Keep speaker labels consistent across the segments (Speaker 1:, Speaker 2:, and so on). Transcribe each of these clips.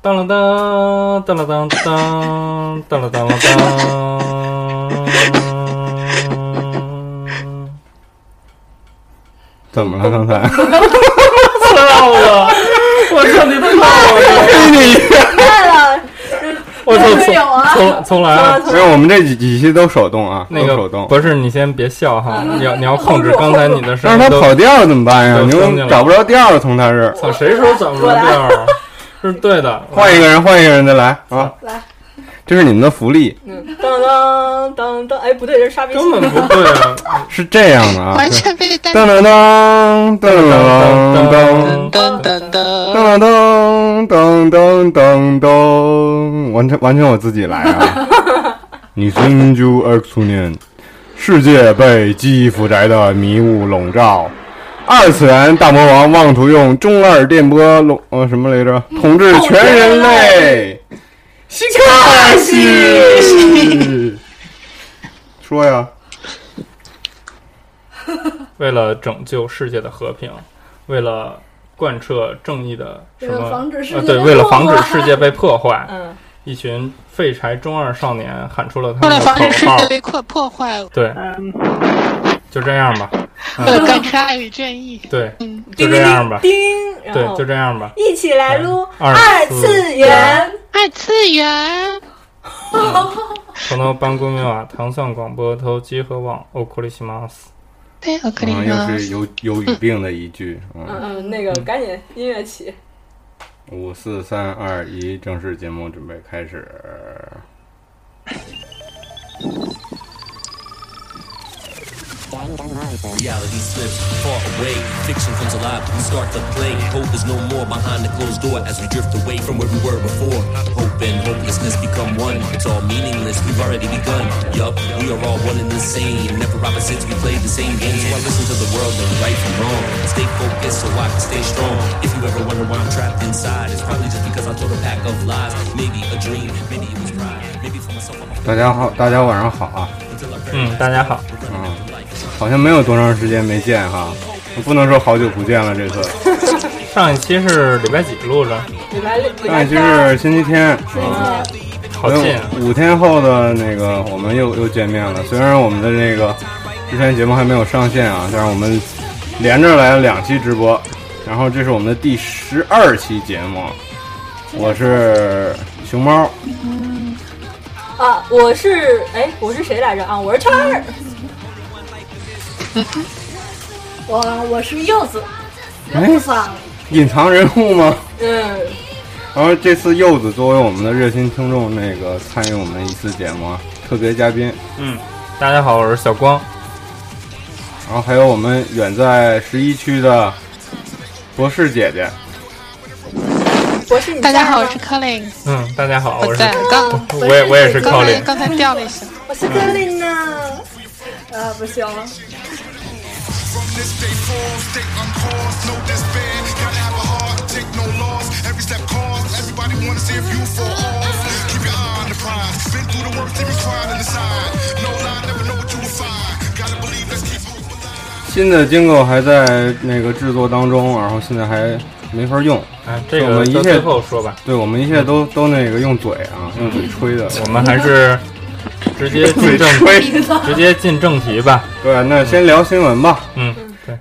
Speaker 1: 当啷当，当啷当当，当啷当啷当。
Speaker 2: 怎么了？刚才
Speaker 1: 操了！我操你他妈！
Speaker 3: 看了，
Speaker 1: 我操！
Speaker 3: 没有啊
Speaker 1: 从从从来啊！
Speaker 2: 没有，我们这几几期都手动啊，
Speaker 1: 那
Speaker 2: 都手
Speaker 1: 个
Speaker 2: 动。
Speaker 1: 不是你先别笑哈，你要你要控制刚
Speaker 3: 控制
Speaker 1: 才你的声
Speaker 2: 但
Speaker 1: 音
Speaker 2: 是他
Speaker 1: 都。
Speaker 2: 跑调怎么办呀？
Speaker 1: 都
Speaker 2: 你
Speaker 1: 听见
Speaker 2: 又
Speaker 1: 了
Speaker 2: 找不着调儿，从他这儿
Speaker 1: 操！谁说找不着调儿啊？是对的，
Speaker 2: 换一个人，换一个人再来啊！
Speaker 3: 来，
Speaker 2: 这是你们的福利，
Speaker 3: 嗯，当当当当，哎，不对，这是沙比
Speaker 1: 根本不对啊！
Speaker 2: 是这样的啊。
Speaker 4: 完全被带
Speaker 2: 噔噔噔噔噔噔
Speaker 4: 噔噔噔噔，
Speaker 2: 噔噔噔噔噔噔，完全完全我自己来啊！你身九二苏年，世界被基辅宅的迷雾笼罩，二次元大魔王妄图用中二电波笼呃什么来着，统治全人类。西卡西，说呀，
Speaker 1: 为了拯救世界的和平，为了贯彻正义的什
Speaker 3: 为
Speaker 1: 么
Speaker 3: 了防止世界
Speaker 1: 呃，
Speaker 3: 被
Speaker 1: 对，
Speaker 3: 破
Speaker 1: 为了防止世界被破坏，
Speaker 3: 啊嗯，
Speaker 1: 一群废柴中二少年喊出了他
Speaker 4: 为
Speaker 1: 们的
Speaker 4: 了防止世
Speaker 1: 口号
Speaker 4: 界。被破破坏，
Speaker 1: 对，
Speaker 3: 嗯
Speaker 1: 就这样吧。
Speaker 4: 为了贯彻呃爱与正义，
Speaker 1: 对，
Speaker 4: 嗯，
Speaker 1: 就
Speaker 3: 叮
Speaker 1: 这样吧
Speaker 3: 叮。叮，然
Speaker 1: 对，
Speaker 3: 后
Speaker 1: 就这样吧。
Speaker 3: 一起来撸
Speaker 1: 嗯
Speaker 3: 二
Speaker 1: 次
Speaker 3: 次元，
Speaker 4: 二次元，
Speaker 1: この番組は糖啊蒜广播と集合网お送りします。
Speaker 4: 对，哎
Speaker 1: 啊
Speaker 4: 我克里
Speaker 2: 嗯，
Speaker 4: 吗
Speaker 2: 又？是有有语病的一句，嗯，
Speaker 3: 嗯，那个赶紧音乐起，
Speaker 2: 五四三二一，正式节目准备开始。
Speaker 5: Reality slips far away. Fiction comes alive. We start to play. Hope is no more behind the closed door as we drift away from where we were before. Hope and hopelessness become one. It's all meaningless. We've already begun. Yup, we are all one and the same. Never opposites. We play the same game. So I listen to the world and right from wrong. Stay focused so I can stay strong. If you ever wonder why I'm trapped inside, it's probably just because I told a pack of lies. Maybe a dream. Maybe it was pride. Maybe for myself. I'm
Speaker 2: 大家好，大家晚上好啊！
Speaker 5: until I
Speaker 1: 嗯，大家好，
Speaker 2: 好像没有多长时间没见哈，不能说好久不见了。这次
Speaker 1: 上一期是礼拜几录着？
Speaker 3: 礼拜六，礼
Speaker 2: 上
Speaker 3: 拜
Speaker 2: 一期
Speaker 3: 天，
Speaker 2: 是星期天，啊，
Speaker 3: 嗯
Speaker 1: 好近啊。
Speaker 2: 五天后的那个我们又又见面了。虽然我们的那个之前节目还没有上线啊，但是我们连着来了两期直播，然后这是我们的第十二期节目。我是熊猫，
Speaker 3: 啊，我是哎，我是谁来着啊？我是圈儿，
Speaker 6: 我我是柚子，
Speaker 2: 哎
Speaker 6: 柚子啊，
Speaker 2: 隐藏人物吗？
Speaker 3: 嗯，
Speaker 2: 然后这次柚子作为我们的热心听众，那个参与我们一次节目啊，特别嘉宾，
Speaker 1: 嗯，大家好，我是小光。
Speaker 2: 然后还有我们远在十一区的博士姐姐，
Speaker 3: 我是你
Speaker 4: 大家好，
Speaker 3: 家人吗
Speaker 4: 我是 Collins，
Speaker 1: 嗯，大家好，我
Speaker 4: 我
Speaker 1: 是
Speaker 4: 在刚
Speaker 1: 我也我也是
Speaker 4: 刚才
Speaker 1: Colin。
Speaker 4: 刚才掉了一下，
Speaker 3: 我是格林娜，嗯啊
Speaker 6: 呃，不行，
Speaker 7: From this day forward, stay on course, no despair. Gotta have a heart, take no loss. Every step costs, everybody wanna see if you fall off. Keep your eye on the prize. Been through the work, team is pride in the side. No lie, never know what you will find. Gotta believe, let's keep hope alive.
Speaker 2: 新的金狗还在那个制作当中，然后现在还没法用，
Speaker 1: 啊，这
Speaker 2: 我
Speaker 1: 个
Speaker 2: 们一
Speaker 1: 到
Speaker 2: 切
Speaker 1: 最后说吧，
Speaker 2: 对我们一切都
Speaker 1: 嗯
Speaker 2: 都那个用嘴啊，用嘴吹的，
Speaker 1: 我们还是直接进
Speaker 2: 嘴
Speaker 1: 正
Speaker 2: 吹。
Speaker 1: 直接进正题吧。
Speaker 2: 对，那先聊新闻吧。
Speaker 1: 嗯，对，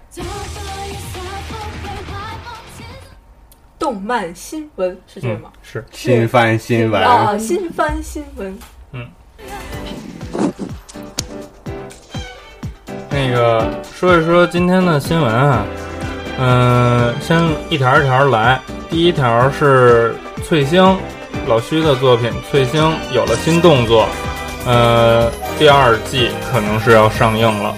Speaker 3: 动漫新闻是这个
Speaker 1: 嗯
Speaker 3: 吗？，
Speaker 1: 是
Speaker 2: 新番新
Speaker 1: 嗯
Speaker 2: 闻，
Speaker 3: 啊，新番新闻，
Speaker 1: 那个说一说今天的新闻啊，嗯、先一条一条来。第一条是翠星老徐的作品《翠星》有了新动作，呃，第二季可能是要上映了。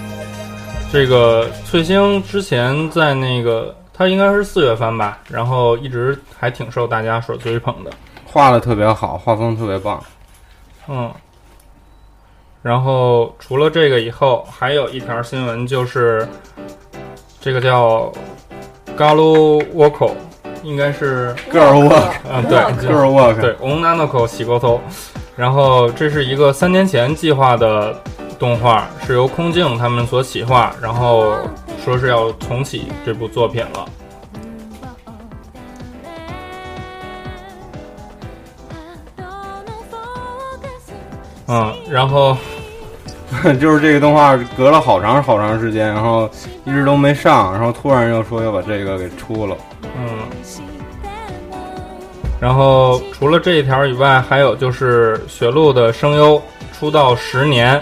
Speaker 1: 这个翠星之前在那个，它应该是四月番吧，然后一直还挺受大家所追捧的。
Speaker 2: 画的特别好，画风特别棒。
Speaker 1: 嗯，然后除了这个以后，还有一条新闻就是，这个叫 Galu Woko，应该是
Speaker 2: Girl walk，
Speaker 1: 嗯对
Speaker 2: girl walk，
Speaker 1: 对 Onanoko 洗沟头。然后这是一个三年前计划的动画，是由空镜他们所企划，然后说是要重启这部作品了。嗯，然后
Speaker 2: 就是这个动画隔了好长好长时间，然后一直都没上，然后突然又说要把这个给出了。
Speaker 1: 嗯，然后除了这一条以外，还有就是雪露的声优出道十年，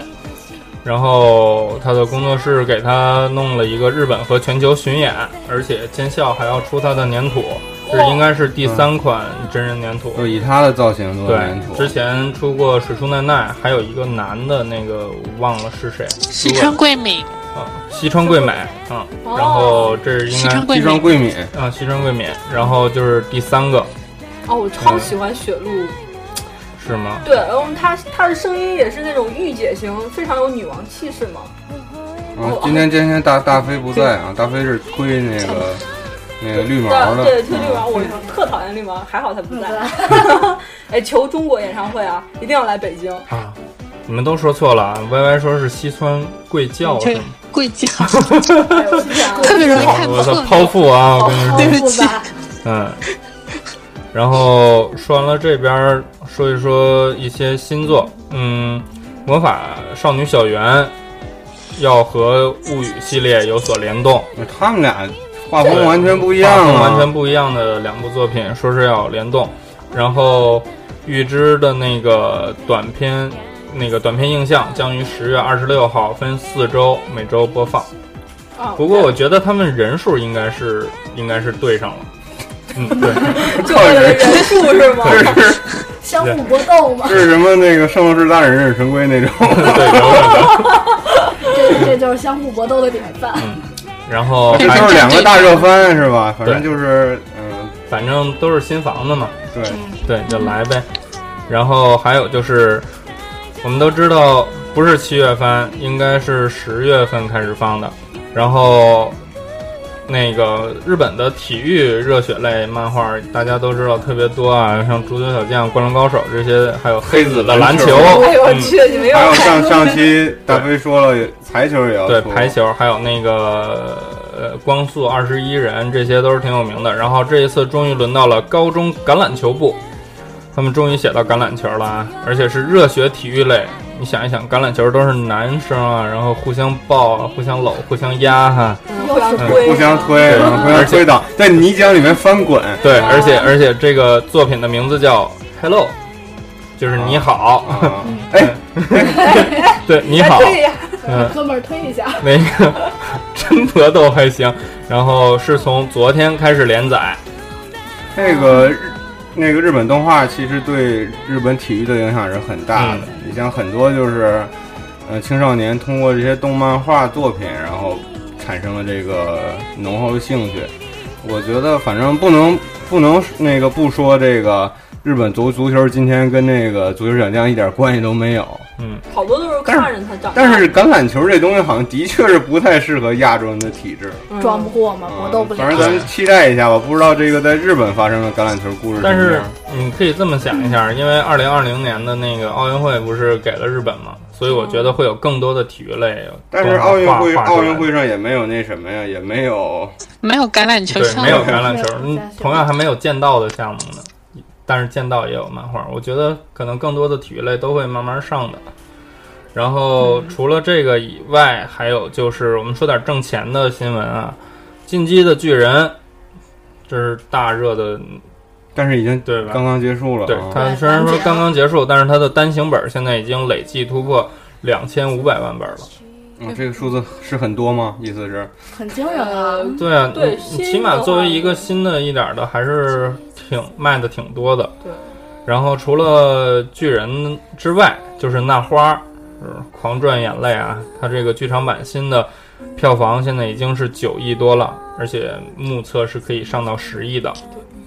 Speaker 1: 然后他的工作室给他弄了一个日本和全球巡演，而且尖笑还要出他的粘土，这应该是第三款真人粘土。
Speaker 2: 就是以他的造型做粘土，
Speaker 1: 对，之前出过水树奈奈，还有一个男的，那个忘了是谁，
Speaker 4: 西川贵敏，
Speaker 1: 啊，西川贵美啊，
Speaker 3: 哦
Speaker 1: 然后这是应
Speaker 4: 西川
Speaker 1: 该
Speaker 4: 贵
Speaker 2: 西装
Speaker 4: 敏，
Speaker 2: 贵敏，
Speaker 1: 啊西川贵美，然后就是第三个
Speaker 3: 哦，我超喜欢雪露，
Speaker 1: 是吗？
Speaker 3: 对，然后她她的声音也是那种御姐型，非常有女王气势嘛。
Speaker 2: 啊，今天今天大大飞不在啊，大飞是推那 个那个绿毛的，
Speaker 3: 对，推绿毛，
Speaker 2: 嗯
Speaker 3: 我特讨厌绿毛，还好她不在。 哎，求中国演唱会啊，一定要来北京。
Speaker 1: 啊，你们都说错了啊歪歪说是西川贵教是
Speaker 4: 这
Speaker 1: 吗？
Speaker 4: 贵教，
Speaker 3: 哎呦我天 啊
Speaker 4: 特别容易看
Speaker 1: 我操，
Speaker 4: 错。
Speaker 1: 剖腹啊！我跟你说，
Speaker 4: 哦对不起
Speaker 6: 好吧
Speaker 1: 嗯。然后说完了这边儿，说一说一些新作。嗯，魔法少女小圆要和物语系列有所联动，
Speaker 2: 他们俩画风完全不一样
Speaker 1: 画风
Speaker 2: 啊，
Speaker 1: 完全不一样的两部作品，说是要联动。然后预知的那个短片，那个短片映像将于十月二十六号分四周每周播放。
Speaker 3: 啊！
Speaker 1: 不过我觉得他们人数应该是应该是对上了。嗯，对，
Speaker 3: 就为了人数是吗？
Speaker 6: 相互搏斗嘛，
Speaker 2: 这是什么那个《圣斗士大战忍者神龟》 那种，
Speaker 1: 对，有可能。
Speaker 6: 这这就是相互搏斗的典范。
Speaker 1: 然后
Speaker 2: 这
Speaker 1: 还
Speaker 2: 就是两个大热番是吧？反正
Speaker 1: 对
Speaker 2: 就是嗯，
Speaker 1: 反正都是新房子嘛，
Speaker 2: 对，
Speaker 1: 对，就来呗。然后还有就是，我们都知道不是七月番，应该是十月份开始放的。然后那个日本的体育热血类漫画，大家都知道特别多啊，像足球小将、灌篮高手这些，还有黑子的篮球，
Speaker 3: 哎呦我
Speaker 1: 嗯
Speaker 3: 去，你没有
Speaker 2: 还有
Speaker 3: 看
Speaker 2: 上上期大飞说了，也排球也要
Speaker 1: 对
Speaker 2: 出
Speaker 1: 排球，还有那个呃光速二十一人，这些都是挺有名的。然后这一次终于轮到了高中橄榄球部，他们终于写到橄榄球了，啊，而且是热血体育类。你想一想，橄榄球都是男生啊，然后互相抱、啊、互相搂、互相压哈、
Speaker 3: 互相
Speaker 1: 嗯
Speaker 3: 推，哎
Speaker 2: 互相推，
Speaker 1: 对
Speaker 2: 然后互相推倒，在泥浆里面翻滚，
Speaker 1: 对，而且而且这个作品的名字叫 Hello，就是你好，
Speaker 2: 啊，
Speaker 3: 嗯
Speaker 1: 对你好，
Speaker 3: 对呀，
Speaker 1: 嗯。
Speaker 6: 哎哥们儿推一下，
Speaker 1: 那个真格斗还行，然后是从昨天开始连载，
Speaker 2: 那个日那个日本动画其实对日本体育的影响是很大的。你像很多就是，呃，青少年通过这些动漫画作品，然后产生了这个浓厚的兴趣。我觉得反正不能不能那个不说这个日本足足球今天跟那个足球小将一点关系都没有。
Speaker 1: 嗯，
Speaker 3: 好多都是看着他长大，
Speaker 2: 但是橄榄球这东西好像的确是不太适合亚洲人的体质，
Speaker 3: 嗯
Speaker 6: 装不过嘛，
Speaker 2: 嗯
Speaker 6: 搏斗不
Speaker 2: 反正咱
Speaker 6: 了。
Speaker 2: 们期待一下吧，不知道这个在日本发生的橄榄球故事什么
Speaker 1: 但
Speaker 2: 样。
Speaker 1: 是你可以这么想一下，因为二零二零年的那个奥运会不是给了日本嘛，所以我觉得会有更多的体育类动画。
Speaker 2: 但是奥运会
Speaker 1: 画画出来
Speaker 2: 奥运会上也没有那什么呀，也没有
Speaker 4: 没有橄榄球
Speaker 1: 对
Speaker 4: 项
Speaker 1: 没有
Speaker 4: 目，
Speaker 1: 橄榄球，
Speaker 6: 没有
Speaker 1: 嗯同样还没有剑道的项目呢。但是剑道也有漫画，我觉得可能更多的体育类都会慢慢上的。然后除了这个以外，还有就是我们说点挣钱的新闻啊，《进击的巨人》这是大热的，
Speaker 2: 但是已经
Speaker 1: 对吧？
Speaker 2: 刚刚结束了啊。
Speaker 1: 对它
Speaker 6: 对
Speaker 1: 虽然
Speaker 6: 完
Speaker 1: 说
Speaker 6: 结
Speaker 1: 刚刚结束，但是它的单行本现在已经累计突破两千五百万本了。
Speaker 2: 嗯这个数字是很多吗？意思是
Speaker 6: 很惊人啊！
Speaker 3: 呃
Speaker 1: 对啊，
Speaker 3: 对
Speaker 1: 你
Speaker 3: 新
Speaker 1: 你起码
Speaker 3: 的
Speaker 1: 作
Speaker 3: 话
Speaker 1: 为一个新的一点儿的，还是挺卖的挺多的。
Speaker 3: 对。
Speaker 1: 然后除了巨人之外，就是那花儿，是狂赚眼泪啊！它这个剧场版新的票房现在已经是九亿多了，而且目测是可以上到十亿的。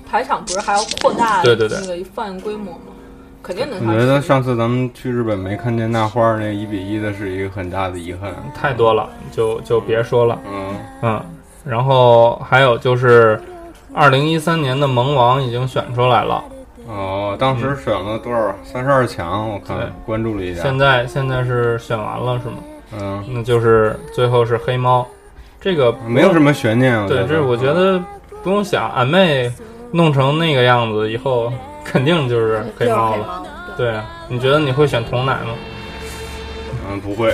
Speaker 3: 排场不是还要扩大
Speaker 1: 对对对
Speaker 3: 那个泛规模吗？肯定
Speaker 2: 我
Speaker 3: 能上
Speaker 2: 觉
Speaker 3: 去。
Speaker 2: 得上次咱们去日本没看见那花儿那一比一的，是一个很大的遗憾。
Speaker 1: 太多了，就就别说了。
Speaker 2: 嗯，
Speaker 1: 嗯，然后还有就是，二零一三年的萌王已经选出来了，
Speaker 2: 哦，当时选了多少？三十二强，我看
Speaker 1: 嗯对
Speaker 2: 关注了一下
Speaker 1: 现。在现在是选完了是吗？
Speaker 2: 嗯，
Speaker 1: 那就是最后是黑猫，这个
Speaker 2: 没有什么悬念。
Speaker 1: 对，这我觉得不用想，俺妹弄成那个样子以后，肯定就是黑猫了。
Speaker 6: 了，
Speaker 1: 对啊，你觉得你会选童奶吗？
Speaker 2: 嗯，不会，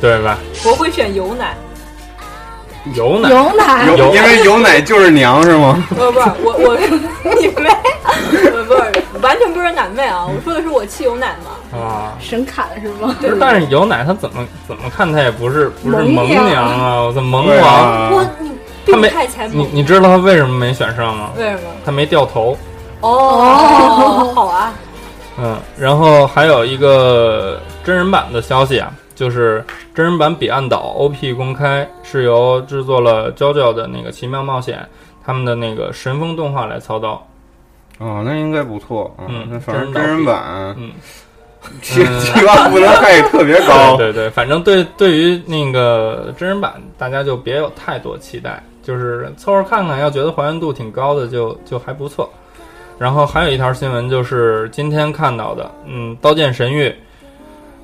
Speaker 1: 对吧？
Speaker 3: 我会选有奶，
Speaker 1: 有奶，
Speaker 6: 有奶
Speaker 2: 有
Speaker 1: 有
Speaker 2: 因为有奶就是娘是吗？
Speaker 3: 不是不是，我我你妹，不是完全不是奶妹啊！我说的是我汽油奶嘛，
Speaker 1: 啊。
Speaker 6: 神砍是吗？
Speaker 1: 不是，但是有奶他怎么怎么看他也不是不是
Speaker 6: 萌
Speaker 1: 萌
Speaker 6: 娘
Speaker 1: 娘啊，我操萌
Speaker 2: 对
Speaker 1: 王，
Speaker 2: 啊
Speaker 3: 我你
Speaker 1: 他没
Speaker 3: 病态才
Speaker 1: 你
Speaker 3: 猛，
Speaker 1: 你知道他为什么没选上吗？
Speaker 3: 为什么？
Speaker 1: 他没掉头。
Speaker 3: 哦，好啊，
Speaker 1: 嗯，然后还有一个真人版的消息啊，就是真人版《彼岸岛》OP 公开，是由制作了《JoJo 的那个奇妙冒险》他们的那个神风动画来操刀。
Speaker 2: 哦，那应该不错。
Speaker 1: 嗯
Speaker 2: 那反正
Speaker 1: 真
Speaker 2: 真
Speaker 1: 人
Speaker 2: 人
Speaker 1: 版
Speaker 2: 版
Speaker 1: 嗯，
Speaker 2: 期期望不能太特别高。
Speaker 1: 对对对，反正对对于那个真人版，大家就别有太多期待，就是凑合看看，要觉得还原度挺高的就，就还不错。然后还有一条新闻就是今天看到的，嗯，《刀剑神域》，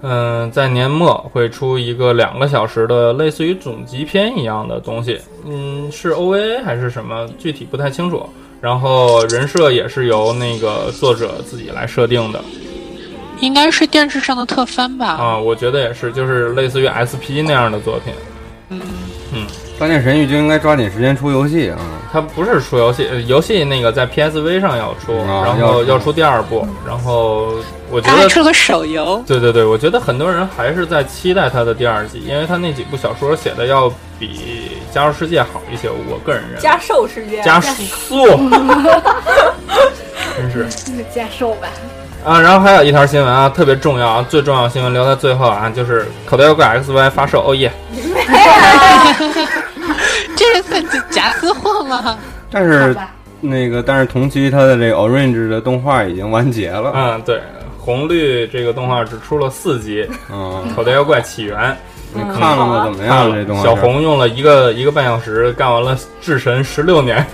Speaker 1: 嗯、在年末会出一个两个小时的类似于总集篇一样的东西，嗯，是 OVA 还是什么，具体不太清楚。然后人设也是由那个作者自己来设定的，
Speaker 4: 应该是电视上的特番吧？
Speaker 1: 啊，我觉得也是，就是类似于 SP 那样的作品。
Speaker 2: 《刀剑神域》就应该抓紧时间出游戏啊！
Speaker 1: 它不是出游戏，呃游戏那个在 PSV 上要出，
Speaker 2: 啊
Speaker 1: 然后
Speaker 2: 要出
Speaker 1: 要出第二部。然后我觉
Speaker 4: 他还
Speaker 1: 得，
Speaker 4: 出了手游，
Speaker 1: 对对对，我觉得很多人还是在期待它的第二季，因为它那几部小说写的要比《加入世界》好一些。我个人认为，
Speaker 3: 加瘦时间，
Speaker 1: 加速，真是。
Speaker 6: 加瘦吧，
Speaker 1: 啊，然后还有一条新闻啊，特别重要啊，最重要的新闻留在最后啊，就是口袋妖怪 XY 发售，哦耶！
Speaker 4: 这是算夹私货吗？
Speaker 2: 但
Speaker 6: 好
Speaker 2: 是
Speaker 6: 吧，
Speaker 2: 那个，但是同期它的这个 Orange 的动画已经完结了。
Speaker 1: 嗯，对，红绿这个动画只出了四集，
Speaker 2: 嗯，
Speaker 1: 《口袋妖怪起源》
Speaker 2: 你看了吗？怎么样？啊这动
Speaker 1: 嗯
Speaker 2: 画
Speaker 1: 哎小
Speaker 2: 片，
Speaker 1: 红用了一个一个半小时干完了智神十六年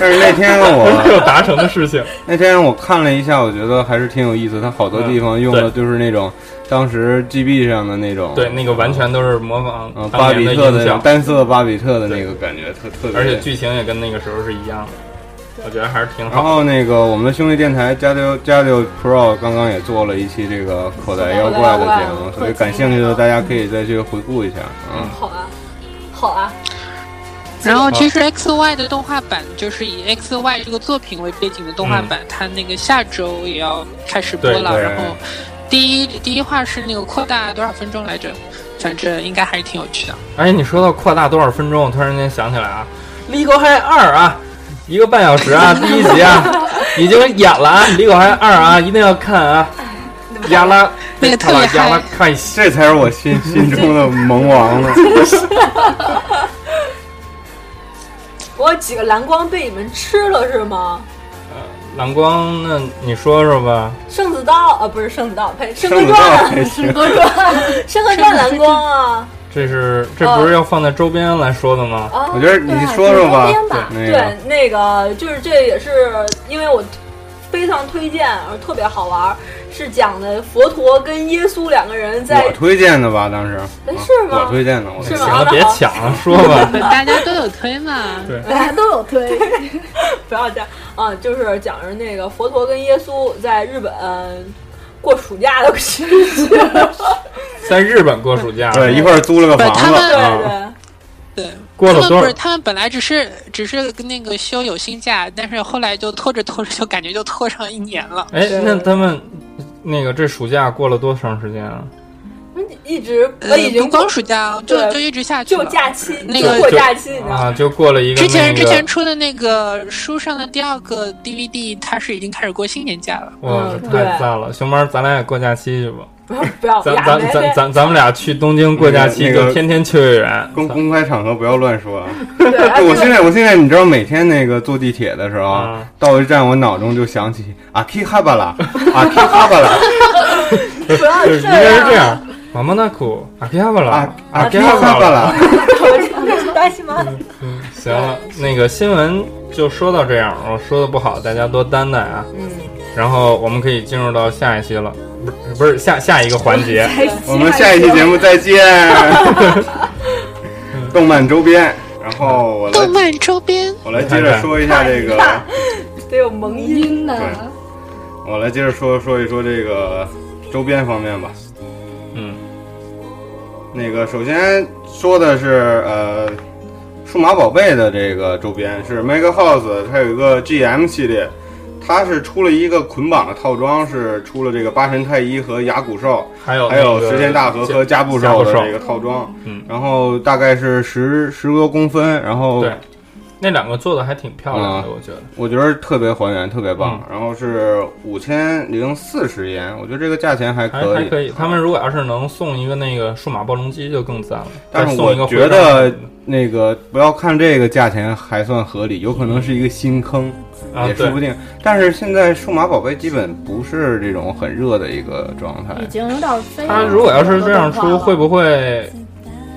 Speaker 2: 但是那天我
Speaker 1: 就达成的事情。
Speaker 2: 那天我看了一下，我觉得还是挺有意思。它好多
Speaker 1: 嗯
Speaker 2: 地方用的就是那种当时 GB 上的那种，
Speaker 1: 对，那个完全都是模
Speaker 2: 呃
Speaker 1: 仿
Speaker 2: 巴
Speaker 1: 当
Speaker 2: 比
Speaker 1: 年
Speaker 2: 特
Speaker 1: 音
Speaker 2: 那种
Speaker 1: 效，
Speaker 2: 单色巴比特的那个感觉，特特别。
Speaker 1: 而且剧情也跟那个时候是一样的，我觉得还是挺
Speaker 2: 然
Speaker 1: 好。
Speaker 2: 后那个我们的兄弟电台加六加六 Pro 刚刚也做了一期这个口袋妖怪的节目，所以感兴趣的大家可以再去回顾一下啊。
Speaker 3: 好啊，好啊，
Speaker 4: 然后
Speaker 1: 啊
Speaker 4: 其实 X Y 的动画版就是以 X Y 这个作品为背景的动画
Speaker 1: 嗯
Speaker 4: 版，它那个下周也要开始播了。
Speaker 2: 对对
Speaker 4: 然后第一第一话是那个扩大多少分钟来着？反正应该还是挺有趣的。
Speaker 1: 哎，你说到扩大多少分钟，我突然间想起来啊，《Legal High 二》啊，一个半小时啊，第一集啊，已经演了啊，《Legal High 二》啊，一定要看啊。亚拉，
Speaker 4: 哎那个特别
Speaker 1: 亚拉
Speaker 4: 嗨
Speaker 1: 看戏。
Speaker 2: 这才是我心心中的萌王 呢。
Speaker 3: 我有几个蓝光被你们吃了是吗？
Speaker 1: 蓝光，那你说说吧。
Speaker 3: 圣子道啊，不是圣子道，呸，申
Speaker 2: 圣
Speaker 3: 鹤
Speaker 2: 子道
Speaker 3: 传，
Speaker 2: 还行，
Speaker 3: 申鹤传蓝光啊，
Speaker 1: 这是这
Speaker 4: 哦
Speaker 1: 不是要放在周边来说的吗？
Speaker 3: 啊
Speaker 2: 我，觉得你说说吧
Speaker 6: 对啊就是周边吧，
Speaker 2: 那个
Speaker 3: 对，那个就是这也是因为我非常推荐，而特别好玩儿，是讲的佛陀跟耶稣两个人
Speaker 2: 我
Speaker 3: 在
Speaker 2: 推荐的吧，当时
Speaker 3: 哎是吗
Speaker 2: 我推荐的，我推
Speaker 3: 是
Speaker 2: 荐
Speaker 3: 吗
Speaker 1: 行了，别抢了，说吧。
Speaker 4: 大家都有推嘛？
Speaker 1: 对
Speaker 6: 大家都有 推，
Speaker 3: 不要这样啊，就是讲着那个佛陀跟耶稣在日本、呃过暑假的事情，
Speaker 1: 在日本过暑假，
Speaker 2: 对，一块儿租了个房
Speaker 4: 不
Speaker 2: 子
Speaker 4: 是
Speaker 3: 对
Speaker 2: 啊，
Speaker 3: 对。
Speaker 4: 对。
Speaker 1: 过了
Speaker 4: 他
Speaker 1: 多
Speaker 4: 们
Speaker 1: 少
Speaker 4: 不是，？他们本来只是只是那个休有薪假，但是后来就拖着拖着，就感觉就拖上一年了。
Speaker 1: 哎，那他们那个这暑假过了多长时间啊？
Speaker 3: 一直
Speaker 4: 呃，
Speaker 3: 我已经
Speaker 4: 不光暑假，就
Speaker 3: 对
Speaker 4: 就一直下去
Speaker 3: 就
Speaker 4: 了。
Speaker 3: 假期，
Speaker 4: 那
Speaker 3: 就
Speaker 4: 个
Speaker 3: 过
Speaker 1: 就
Speaker 3: 假期，你知道吗？
Speaker 1: 啊，就过了一个
Speaker 4: 之前
Speaker 1: 那
Speaker 4: 之
Speaker 1: 个
Speaker 4: 前出的那个书上的第二个 DVD，它是已经开始过新年假了。
Speaker 1: 哇，
Speaker 3: 嗯
Speaker 1: 太
Speaker 3: 对
Speaker 1: 赞了！熊猫，咱俩也过假期去吧？
Speaker 3: 不要不
Speaker 1: 咱
Speaker 3: 要，
Speaker 4: 哦
Speaker 3: 呀
Speaker 1: 咱
Speaker 3: 没
Speaker 1: 咱
Speaker 3: 没
Speaker 1: 咱咱们俩去东京过假期，
Speaker 2: 那个那
Speaker 1: 就
Speaker 2: 个
Speaker 1: 天天去月园。
Speaker 2: 公公开场合不要乱说啊。
Speaker 3: 对哎
Speaker 2: 我现在，我现在，你知道，每天那个坐地铁的时候，啊
Speaker 1: 嗯
Speaker 2: 到一站，我脑中就想起阿 K 哈巴拉，阿 K 哈巴拉，
Speaker 3: 不要
Speaker 1: 就是
Speaker 3: 这
Speaker 1: 应
Speaker 4: 啊
Speaker 1: 该是这
Speaker 3: 样，
Speaker 1: 样。妈妈那苦，阿皮亚巴拉
Speaker 2: 阿，阿 K 哈巴拉。
Speaker 3: 担心吗？
Speaker 2: 嗯
Speaker 1: 嗯行了，那个新闻就说到这样，我说的不好，大家多担待啊。
Speaker 3: 嗯，
Speaker 1: 然后我们可以进入到下一期了，不是不是下下一个环节。
Speaker 6: 还
Speaker 2: 我们下一期节目再见。动漫周边，然后我来
Speaker 4: 动，漫周边，
Speaker 2: 我来接着说一下这个，
Speaker 3: 得有萌音。
Speaker 6: 晕呢。
Speaker 2: 我来接着说说一说这个周边方面吧。
Speaker 1: 嗯，
Speaker 2: 那个首先说的是呃，数码宝贝的这个周边是 Mega House，它有一个 GM 系列，它是出了一个捆绑的套装，是出了这个八神太一和牙骨兽，
Speaker 1: 还有
Speaker 2: 还有时间大河和
Speaker 1: 加
Speaker 2: 加布兽的这个套装，
Speaker 1: 嗯
Speaker 2: 然后大概是十十多公分，然后
Speaker 1: 对，那两个做的还挺漂亮的，
Speaker 2: 嗯
Speaker 1: 我觉得。
Speaker 2: 我觉得特别还原，特别棒。
Speaker 1: 嗯
Speaker 2: 然后是五千零四十元，我觉得这个价钱还
Speaker 1: 还
Speaker 2: 可
Speaker 1: 还
Speaker 2: 以。
Speaker 1: 可以，他们如果要是能送一个那个数码暴龙机就更赞了。
Speaker 2: 但
Speaker 1: 再
Speaker 2: 是
Speaker 1: 送
Speaker 2: 我
Speaker 1: 一个
Speaker 2: 觉
Speaker 1: 徽章
Speaker 2: 得那个不要看这个价钱还算合理，有可能是一个新坑，
Speaker 1: 啊，
Speaker 2: 也说不
Speaker 1: 对，
Speaker 2: 定。但是现在数码宝贝基本不是这种很热的一个状态
Speaker 6: 已，
Speaker 8: 嗯
Speaker 6: 经有点飞。
Speaker 1: 他如果要是这样出，会
Speaker 6: 不
Speaker 1: 不会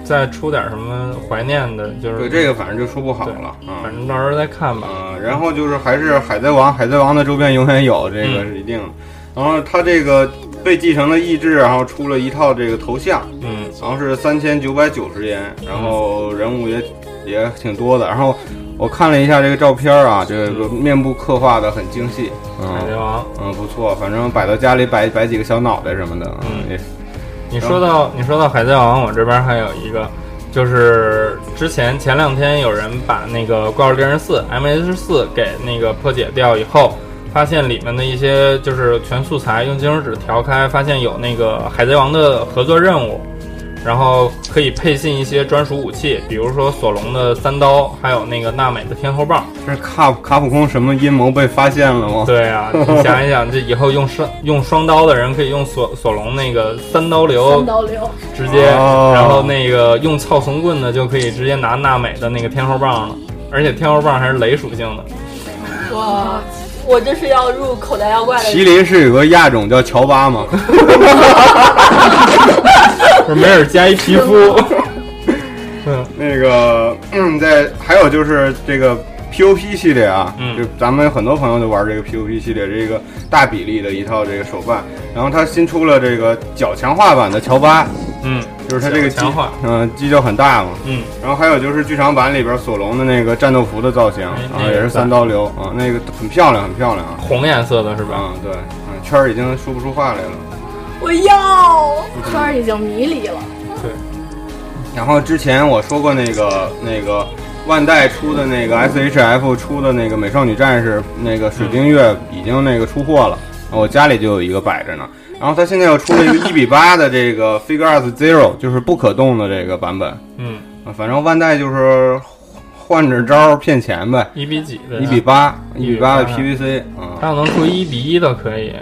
Speaker 1: 再出点什么怀念的？就是
Speaker 2: 对这个反正就说不好了啊。
Speaker 1: 反正到时候再看吧。
Speaker 2: 啊，然后就是还是海贼王，海贼王的周边永远有，这个是一定的。然后他这个被继承的意志，然后出了一套这个头像，
Speaker 1: 嗯，
Speaker 2: 然后是三千九百九十元，然后人物也也挺多的。然后我看了一下这个照片啊，这个面部刻画的很精细，
Speaker 1: 海贼
Speaker 2: 嗯
Speaker 1: 王，
Speaker 2: 嗯，不错，反正摆到家里摆摆几个小脑袋什么的，嗯，也
Speaker 1: 你说到你说到海贼王，我这边还有一个，就是之前前两天有人把那个《怪物猎人四》M H 四给那个破解掉以后，发现里面的一些就是全素材用金手指调开，发现有那个海贼王的合作任务，然后可以配信一些专属武器，比如说索隆的三刀，还有那个娜美的天后棒。
Speaker 2: 这是卡卡普空什么阴谋被发现了吗？
Speaker 1: 对啊，你想一想，这以后用双用双刀的人可以用索索隆那个三刀流
Speaker 6: 三刀流，
Speaker 1: 直接，
Speaker 2: 哦
Speaker 1: 然后那个用操怂棍的就可以直接拿娜美的那个天后棒了，而且天后棒还是雷属 性的。
Speaker 3: 哇，啊我这是要入口袋妖怪
Speaker 2: 麒
Speaker 3: 的。
Speaker 2: 麟是有个亚种叫乔巴吗？
Speaker 1: 不是梅尔加一皮肤，
Speaker 2: 那个，嗯，在还有就是这个 POP 系列啊，
Speaker 1: 嗯
Speaker 2: 就咱们有很多朋友都玩这个 POP 系列，这个大比例的一套这个手办，然后它新出了这个脚强化版的乔巴，
Speaker 1: 嗯，
Speaker 2: 就是它这个
Speaker 1: 脚强化
Speaker 2: 犄嗯、犄角很大嘛，
Speaker 1: 嗯，
Speaker 2: 然后还有就是剧场版里边索隆的那个战斗服的造型，
Speaker 1: 哎那
Speaker 2: 然后
Speaker 1: 个
Speaker 2: 也是
Speaker 1: 赞
Speaker 2: 三刀流啊，那个很漂亮，很漂亮啊，
Speaker 1: 红颜色的是吧？
Speaker 2: 嗯，对，嗯，圈儿已经说不出话来了。
Speaker 3: 我要，
Speaker 6: 圈儿已经迷离了。
Speaker 2: 然后之前我说过那个那个万代出的那个 SHF 出的那个美少女战士那个水晶月已经那个出货了，我家里就有一个摆着呢。然后它现在又出了一 个一比八的这个 Figure Arts Zero，就是不可动的这个版本。
Speaker 1: 嗯，
Speaker 2: 啊反正万代就是换着招儿骗钱呗，
Speaker 1: 一比几的呀？
Speaker 2: 一比八，一比八的
Speaker 1: 1:8
Speaker 2: PVC
Speaker 1: 还
Speaker 2: 啊、
Speaker 1: 有能出一比一的可以，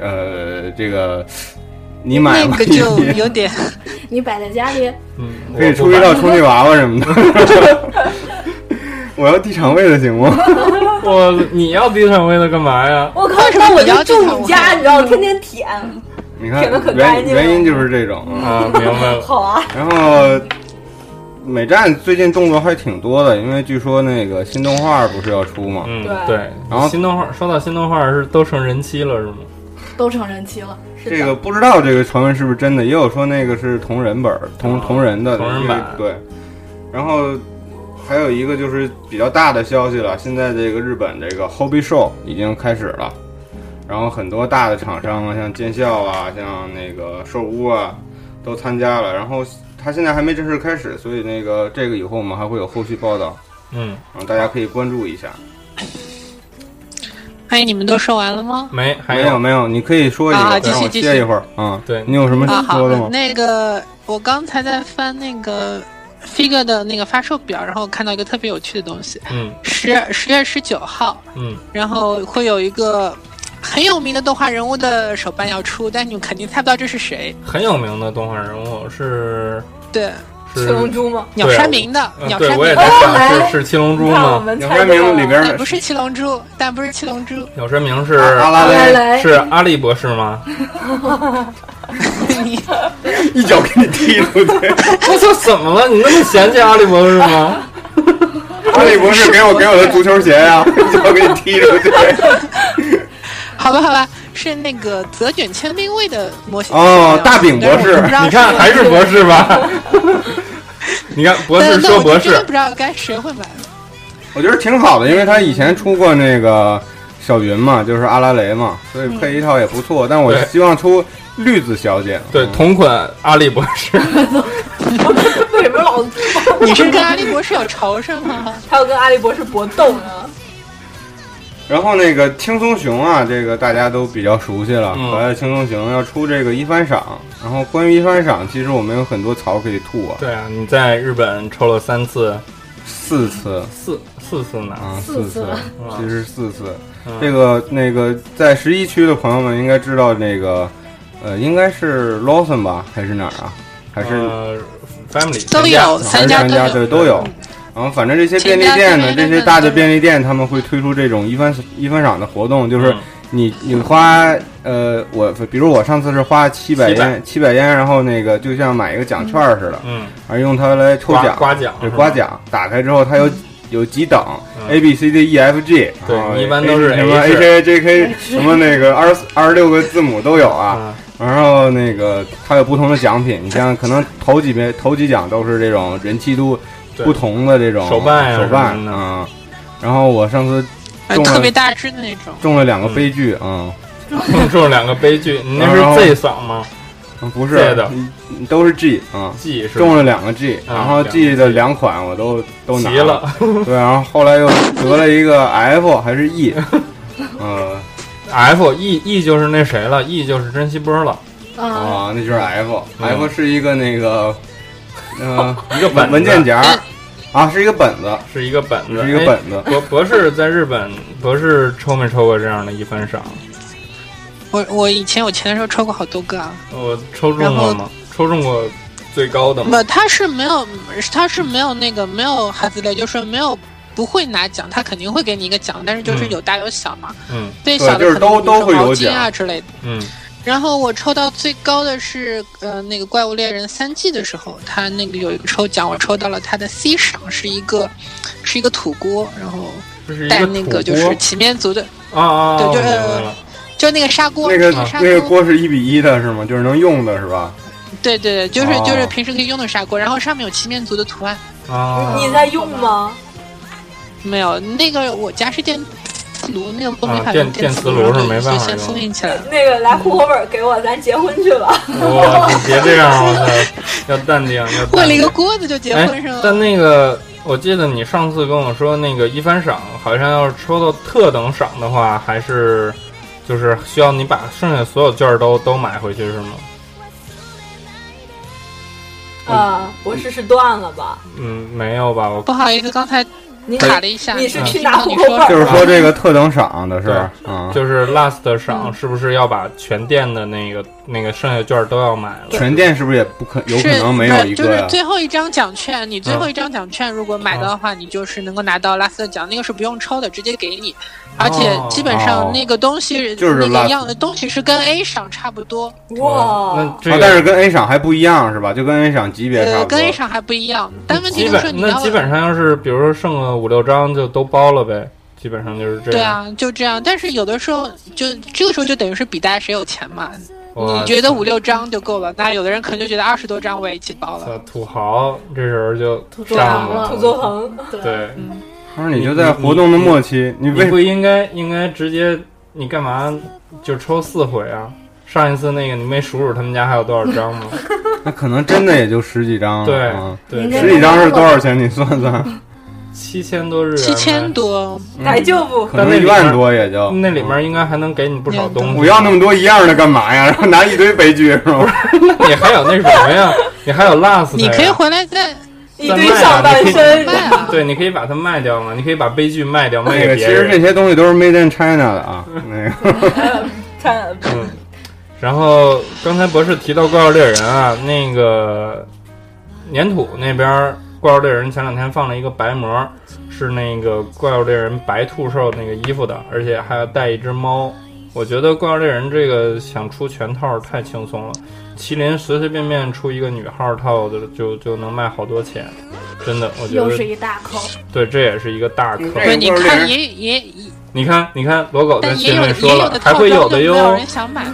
Speaker 2: 呃，这个你买吧
Speaker 4: 那个
Speaker 2: 你
Speaker 4: 就 有点
Speaker 6: 你摆在家里，
Speaker 1: 嗯，
Speaker 2: 可以
Speaker 1: 我不
Speaker 2: 出一
Speaker 1: 买
Speaker 2: 套充气娃娃什么的。 我要地场位的行吗？
Speaker 1: 我你要低上位的干嘛呀？
Speaker 3: 我靠，那我就住你家，你知道，天天舔，
Speaker 2: 你看
Speaker 3: 舔得可干
Speaker 2: 原
Speaker 3: 净了
Speaker 2: 原因就是这种。啊。
Speaker 1: 啊，明白了，
Speaker 3: 好啊，
Speaker 2: 然后美战最近动作还挺多的，因为据说那个新动画不是要出吗？
Speaker 1: 嗯，
Speaker 3: 对
Speaker 1: 对。
Speaker 2: 然后
Speaker 1: 新动画说到新动画是都成人妻了是吗？
Speaker 6: 都成人妻了。
Speaker 3: 是的
Speaker 2: 这个不知道这个传闻是不是真的，也有说那个是同人本儿同
Speaker 1: 哦
Speaker 4: 啊
Speaker 2: 同人的
Speaker 1: 同人版
Speaker 2: 对。然后还有一个就是比较大的消息了，现在这个日本这个 Hobby Show 已经开始了，然后很多大的厂商啊，像尖笑啊，像那个兽屋啊，都参加了。然后它现在还没正式开始，所以那个这个以后我们还会有后续报道，
Speaker 1: 嗯，
Speaker 2: 然后大家可以关注一下。
Speaker 4: 哎，你们都说完了吗？
Speaker 1: 没，还
Speaker 2: 没有没有，你可以说一
Speaker 4: 啊
Speaker 2: 个，
Speaker 4: 继续
Speaker 2: 让我
Speaker 4: 继
Speaker 2: 歇
Speaker 4: 续
Speaker 2: 一会儿啊。
Speaker 1: 对
Speaker 2: 你有什么
Speaker 4: 啊，好
Speaker 2: 说的吗，？
Speaker 4: 那个我刚才在翻那个 Figure 的那个发售表，然后看到一个特别有趣的东西，
Speaker 1: 嗯
Speaker 4: 十十月十九号，
Speaker 1: 嗯，
Speaker 4: 然后会有一个很有名的动画人物的手办要出，但你们肯定猜不到这是谁。
Speaker 1: 很有名的动画人物是
Speaker 4: 对，
Speaker 2: 啊
Speaker 1: 是
Speaker 3: 七龙珠吗？
Speaker 4: 鸟山明的
Speaker 2: 嗯
Speaker 1: 呃
Speaker 4: 鸟
Speaker 1: 对
Speaker 4: 山
Speaker 1: 我也
Speaker 4: 明哦
Speaker 1: 在
Speaker 4: 的，
Speaker 1: 想，是是七龙珠
Speaker 3: 你看我
Speaker 1: 吗？
Speaker 3: 们啊
Speaker 2: 鸟
Speaker 3: 猜
Speaker 2: 山
Speaker 3: 到
Speaker 2: 明
Speaker 3: 了
Speaker 2: 里边
Speaker 4: 但
Speaker 2: 儿
Speaker 4: 啊不是七龙珠，但不是七龙珠，
Speaker 1: 鸟山明是
Speaker 2: 阿拉
Speaker 6: 来
Speaker 2: 蕾
Speaker 6: 来，
Speaker 1: 是阿笠博士吗？
Speaker 4: 你
Speaker 2: 一脚给你踢出去。
Speaker 1: 我操，怎么了？你那么嫌弃阿笠博士 吗？
Speaker 2: 阿里博士给我给我的足球鞋呀、 一脚给你踢出去。
Speaker 4: 好吧好吧，是那个泽卷千兵卫的模型
Speaker 2: 哦大饼博士
Speaker 1: 你看还是博士吧？ 你看博士说博
Speaker 4: 真的
Speaker 1: 士
Speaker 4: 不，知道该谁会买。
Speaker 2: 我觉得挺好的，因为他以前出过那个小云嘛，就是阿拉蕾嘛，所以配一套也不错。但我
Speaker 1: 对
Speaker 2: 希望出绿子小姐。
Speaker 1: 对，
Speaker 2: 嗯
Speaker 1: 同款阿笠博士，
Speaker 3: 为什么老
Speaker 4: 你是跟阿笠博士有仇是吗？
Speaker 3: 还要跟阿笠博士搏斗呢？
Speaker 2: 然后那个轻松熊啊，这个大家都比较熟悉了。
Speaker 1: 嗯
Speaker 2: 可爱的轻松熊要出这个一番赏，然后关于一番赏，其实我们有很多槽可以吐啊，
Speaker 1: 对啊，你在日本抽了三次，
Speaker 2: 四次
Speaker 1: 四四次呢，
Speaker 2: 啊，
Speaker 6: 四
Speaker 2: 四
Speaker 6: 次
Speaker 2: 次，其实是四次。
Speaker 1: 嗯
Speaker 2: 这个那个在十一区的朋友们应该知道那个，呃，应该是 Lawson 吧，还是哪儿啊？还是、
Speaker 1: 呃 family
Speaker 4: 都有
Speaker 2: 还
Speaker 4: 三
Speaker 2: 是
Speaker 4: 家
Speaker 2: 全
Speaker 4: 都
Speaker 2: 家
Speaker 4: 有。
Speaker 2: 对都有。然后反正这些便利店呢，
Speaker 4: 全
Speaker 2: 这
Speaker 4: 家便利店
Speaker 2: 些大的便利店他们会推出这种一番一番赏的活动，就是
Speaker 1: 嗯
Speaker 2: 你你花呃我比如我上次是花七百烟七百烟，然后那个就像买一个奖券似的，
Speaker 1: 嗯，
Speaker 2: 而用它来 抽
Speaker 1: 刮
Speaker 2: 奖，
Speaker 1: 刮奖
Speaker 2: 对
Speaker 1: 是吧
Speaker 2: 刮奖，打开之后它有有几等
Speaker 1: 嗯
Speaker 2: ，A B C D E F G，
Speaker 1: 对
Speaker 2: 然后
Speaker 1: 一般都是
Speaker 2: 什么
Speaker 1: H
Speaker 2: H A J K 什么那个二十二十六个字母都有啊，
Speaker 1: 啊，
Speaker 2: 然后那个它有不同的奖品，你像可能头几名头几奖都是这种人气度
Speaker 1: 对
Speaker 2: 不同的这种
Speaker 1: 手办呀
Speaker 2: 手办
Speaker 1: 什么的
Speaker 2: 啊、然后我上次
Speaker 4: 呃
Speaker 2: 中了
Speaker 4: 特别大只的那种，
Speaker 2: 中了两个悲剧
Speaker 1: 嗯
Speaker 2: 啊、
Speaker 1: 碰中了两个悲剧，你那
Speaker 2: 然后
Speaker 1: 是 Z 嗓吗
Speaker 2: 嗯不是
Speaker 1: 对的
Speaker 2: 嗯都是 G 啊、
Speaker 1: ？G 是吧
Speaker 2: 中了两个 G，
Speaker 1: 啊
Speaker 2: 然后
Speaker 1: 两个
Speaker 2: G 的两款我都都拿
Speaker 1: 急了
Speaker 2: 对，然后后来又得了一个 F 还是 E，呃
Speaker 1: ，F E E 就是那谁了，E 就是珍惜波了，
Speaker 6: 啊，
Speaker 2: 啊那就是 F，F、
Speaker 1: 嗯
Speaker 2: 是一个那个呃
Speaker 1: 一个本
Speaker 2: 文
Speaker 1: 子
Speaker 2: 文件夹
Speaker 4: 嗯
Speaker 2: 儿啊是一个本子，
Speaker 1: 是一个本子，
Speaker 2: 是一个
Speaker 1: 哎
Speaker 2: 本子。
Speaker 1: 博博士在日本，博士抽没抽过这样的一番赏？
Speaker 4: 我我以前有钱的时候抽过好多个啊，
Speaker 1: 我抽中过吗？抽中过最高的吗？
Speaker 4: 不，他是没有，他是没有那个没有孩子类，就是没有不会拿奖，他肯定会给你一个奖，但是就是
Speaker 1: 嗯
Speaker 4: 有大有小嘛。
Speaker 1: 嗯
Speaker 4: 对
Speaker 2: 对
Speaker 4: 小的
Speaker 2: 就是
Speaker 4: 可能
Speaker 2: 都
Speaker 4: 比如说
Speaker 2: 都会有
Speaker 4: 毛巾啊
Speaker 2: 奖
Speaker 4: 之类的。
Speaker 1: 嗯
Speaker 4: 然后我抽到最高的是呃那个怪物猎人三季的时候，他那个有一个抽奖，我抽到了他的 C 赏，是一个是一个土锅，然后
Speaker 1: 这是一
Speaker 4: 带
Speaker 1: 个
Speaker 4: 那
Speaker 1: 土
Speaker 4: 个就是骑面族的，
Speaker 1: 啊啊，
Speaker 4: 对
Speaker 1: 我
Speaker 4: 就
Speaker 1: 明
Speaker 4: 是
Speaker 1: 白了，
Speaker 4: 就那个砂锅，
Speaker 2: 那个
Speaker 4: 是砂
Speaker 2: 那个
Speaker 4: 锅
Speaker 2: 锅是一比一的是吗？就是能用的是吧？
Speaker 4: 对对，对就是、
Speaker 2: 哦
Speaker 4: 就是平时可以用的砂锅，然后上面有骑面族的图案。
Speaker 1: 啊，
Speaker 3: 你在用吗？
Speaker 4: 没有，那个我家是电炉，那个都没
Speaker 1: 啊
Speaker 4: 法
Speaker 1: 电
Speaker 4: 用
Speaker 1: 电磁
Speaker 4: 磁
Speaker 1: 炉是没
Speaker 4: 就
Speaker 1: 办法
Speaker 4: 先
Speaker 1: 用
Speaker 4: 封
Speaker 1: 的
Speaker 4: 印起来了。
Speaker 3: 那个来户口本给我，咱结婚去吧。
Speaker 1: 我啊你别这样，我操，要淡定，要
Speaker 4: 为
Speaker 1: 淡
Speaker 4: 了一
Speaker 1: 定
Speaker 4: 个。锅子就结
Speaker 1: 哎
Speaker 4: 婚是吗，？
Speaker 1: 但那个，我记得你上次跟我说，那个一番赏好像要是抽到特等赏的话，还是就是需要你把剩下所有券儿都都买回去是吗？
Speaker 3: 啊，我试试断了吧。
Speaker 1: 嗯，没有吧？我
Speaker 4: 不好意思，刚才
Speaker 3: 你
Speaker 4: 卡了一下。嗯
Speaker 3: 你是
Speaker 4: 听
Speaker 3: 去
Speaker 4: 到
Speaker 3: 拿户
Speaker 4: 你
Speaker 3: 口
Speaker 4: 说
Speaker 3: 本儿
Speaker 2: 就是说这个特等赏的是
Speaker 1: 对
Speaker 2: 吧啊，
Speaker 1: 就是 last 赏是不是要把全店的那个那个剩下券儿都要买了？
Speaker 2: 全店是不是也不可有可
Speaker 4: 是
Speaker 2: 能没有一
Speaker 4: 不
Speaker 2: 个啊
Speaker 4: 是就
Speaker 2: 呀
Speaker 4: 是？最后一张奖券，你最后一张奖券如果买到
Speaker 1: 嗯
Speaker 4: 的话，你就是能够拿到拉斯的奖，那个是不用抽的，直接给你。而且基本
Speaker 2: 哦
Speaker 4: 上那个东西，
Speaker 2: 就是
Speaker 4: 那
Speaker 2: 拉
Speaker 4: 个样的东西是跟 A 赏差不多，
Speaker 1: 那
Speaker 3: 哇，
Speaker 1: 这
Speaker 2: 啊
Speaker 1: 个、
Speaker 2: 但是跟 A 赏还不一样是吧？就跟 A 赏级别差
Speaker 4: 呃，
Speaker 2: 不多
Speaker 4: 跟 A。赏还不一样。但问题
Speaker 1: 基
Speaker 4: 就是
Speaker 1: 本
Speaker 4: 你
Speaker 1: 那
Speaker 4: 要
Speaker 1: 基本上要是比如说剩个五六张就都包了呗，基本上就是这
Speaker 4: 对
Speaker 1: 样。
Speaker 4: 啊，就这样。但是有的时候就这个时候就等于是比大家谁有钱嘛，
Speaker 1: 我
Speaker 4: 你觉得五六张就够了，那有的人可能就觉得二十多张我也一起包了。
Speaker 1: 操土豪这人就
Speaker 6: 豪
Speaker 1: 上
Speaker 6: 了
Speaker 3: 土作恒，
Speaker 6: 对，
Speaker 1: 对，
Speaker 2: 他说你就在活动的末期，你
Speaker 1: 你
Speaker 2: 为
Speaker 1: 不应该应该直接你干嘛就抽四回啊？上一次那个你没数数他们家还有多少张 吗？
Speaker 2: 那可能真的也就十几张
Speaker 1: 对
Speaker 2: 啊，
Speaker 1: 对
Speaker 6: 应该
Speaker 2: 十几张是多少钱？你算 算，
Speaker 1: 七千多日元呗，
Speaker 4: 七千多，
Speaker 1: 嗯
Speaker 3: 逮就不
Speaker 2: 可能一万多也就
Speaker 1: 那里。面应该还能给你不少东西。
Speaker 2: 我要那么多一样的干嘛呀？然后拿一堆悲剧是吧？
Speaker 1: 你还有那什么呀？你还有 last，
Speaker 4: 你
Speaker 1: 的
Speaker 4: 可以
Speaker 1: 呀
Speaker 4: 回来再
Speaker 3: 一堆上半身，
Speaker 4: 卖啊。
Speaker 1: 啊 对，你可以把它卖掉嘛，你可以把悲剧卖掉，卖
Speaker 2: 那
Speaker 1: 给
Speaker 2: 哎个其
Speaker 1: 别
Speaker 2: 实这
Speaker 1: 人。
Speaker 2: 些东西都是 Made in China 的啊，那个。
Speaker 3: 看
Speaker 1: 嗯。然后刚才博士提到《怪物猎人》啊，那个粘土那边儿《怪物猎人》前两天放了一个白膜，是那个《怪物猎人》白兔兽那个衣服的，而且还要带一只猫。我觉得《怪物猎人》这个想出全套太轻松了，麒麟随随便便出一个女号套的就就能卖好多钱，真的，我觉
Speaker 6: 又是
Speaker 1: 得
Speaker 6: 一大扣，
Speaker 1: 对，这也是一个大坑。
Speaker 2: 嗯这
Speaker 4: 不
Speaker 2: 个
Speaker 4: 是，你
Speaker 2: 就是令
Speaker 4: 看
Speaker 2: 人
Speaker 4: 也也也，
Speaker 1: 你看，你看，罗狗在
Speaker 4: 但也
Speaker 1: 群
Speaker 4: 有
Speaker 1: 里说
Speaker 4: 也有
Speaker 1: 了
Speaker 4: 的，套
Speaker 1: 还会
Speaker 4: 装
Speaker 1: 有
Speaker 4: 就
Speaker 1: 的
Speaker 4: 没有
Speaker 1: 哟啊
Speaker 4: 人，想买。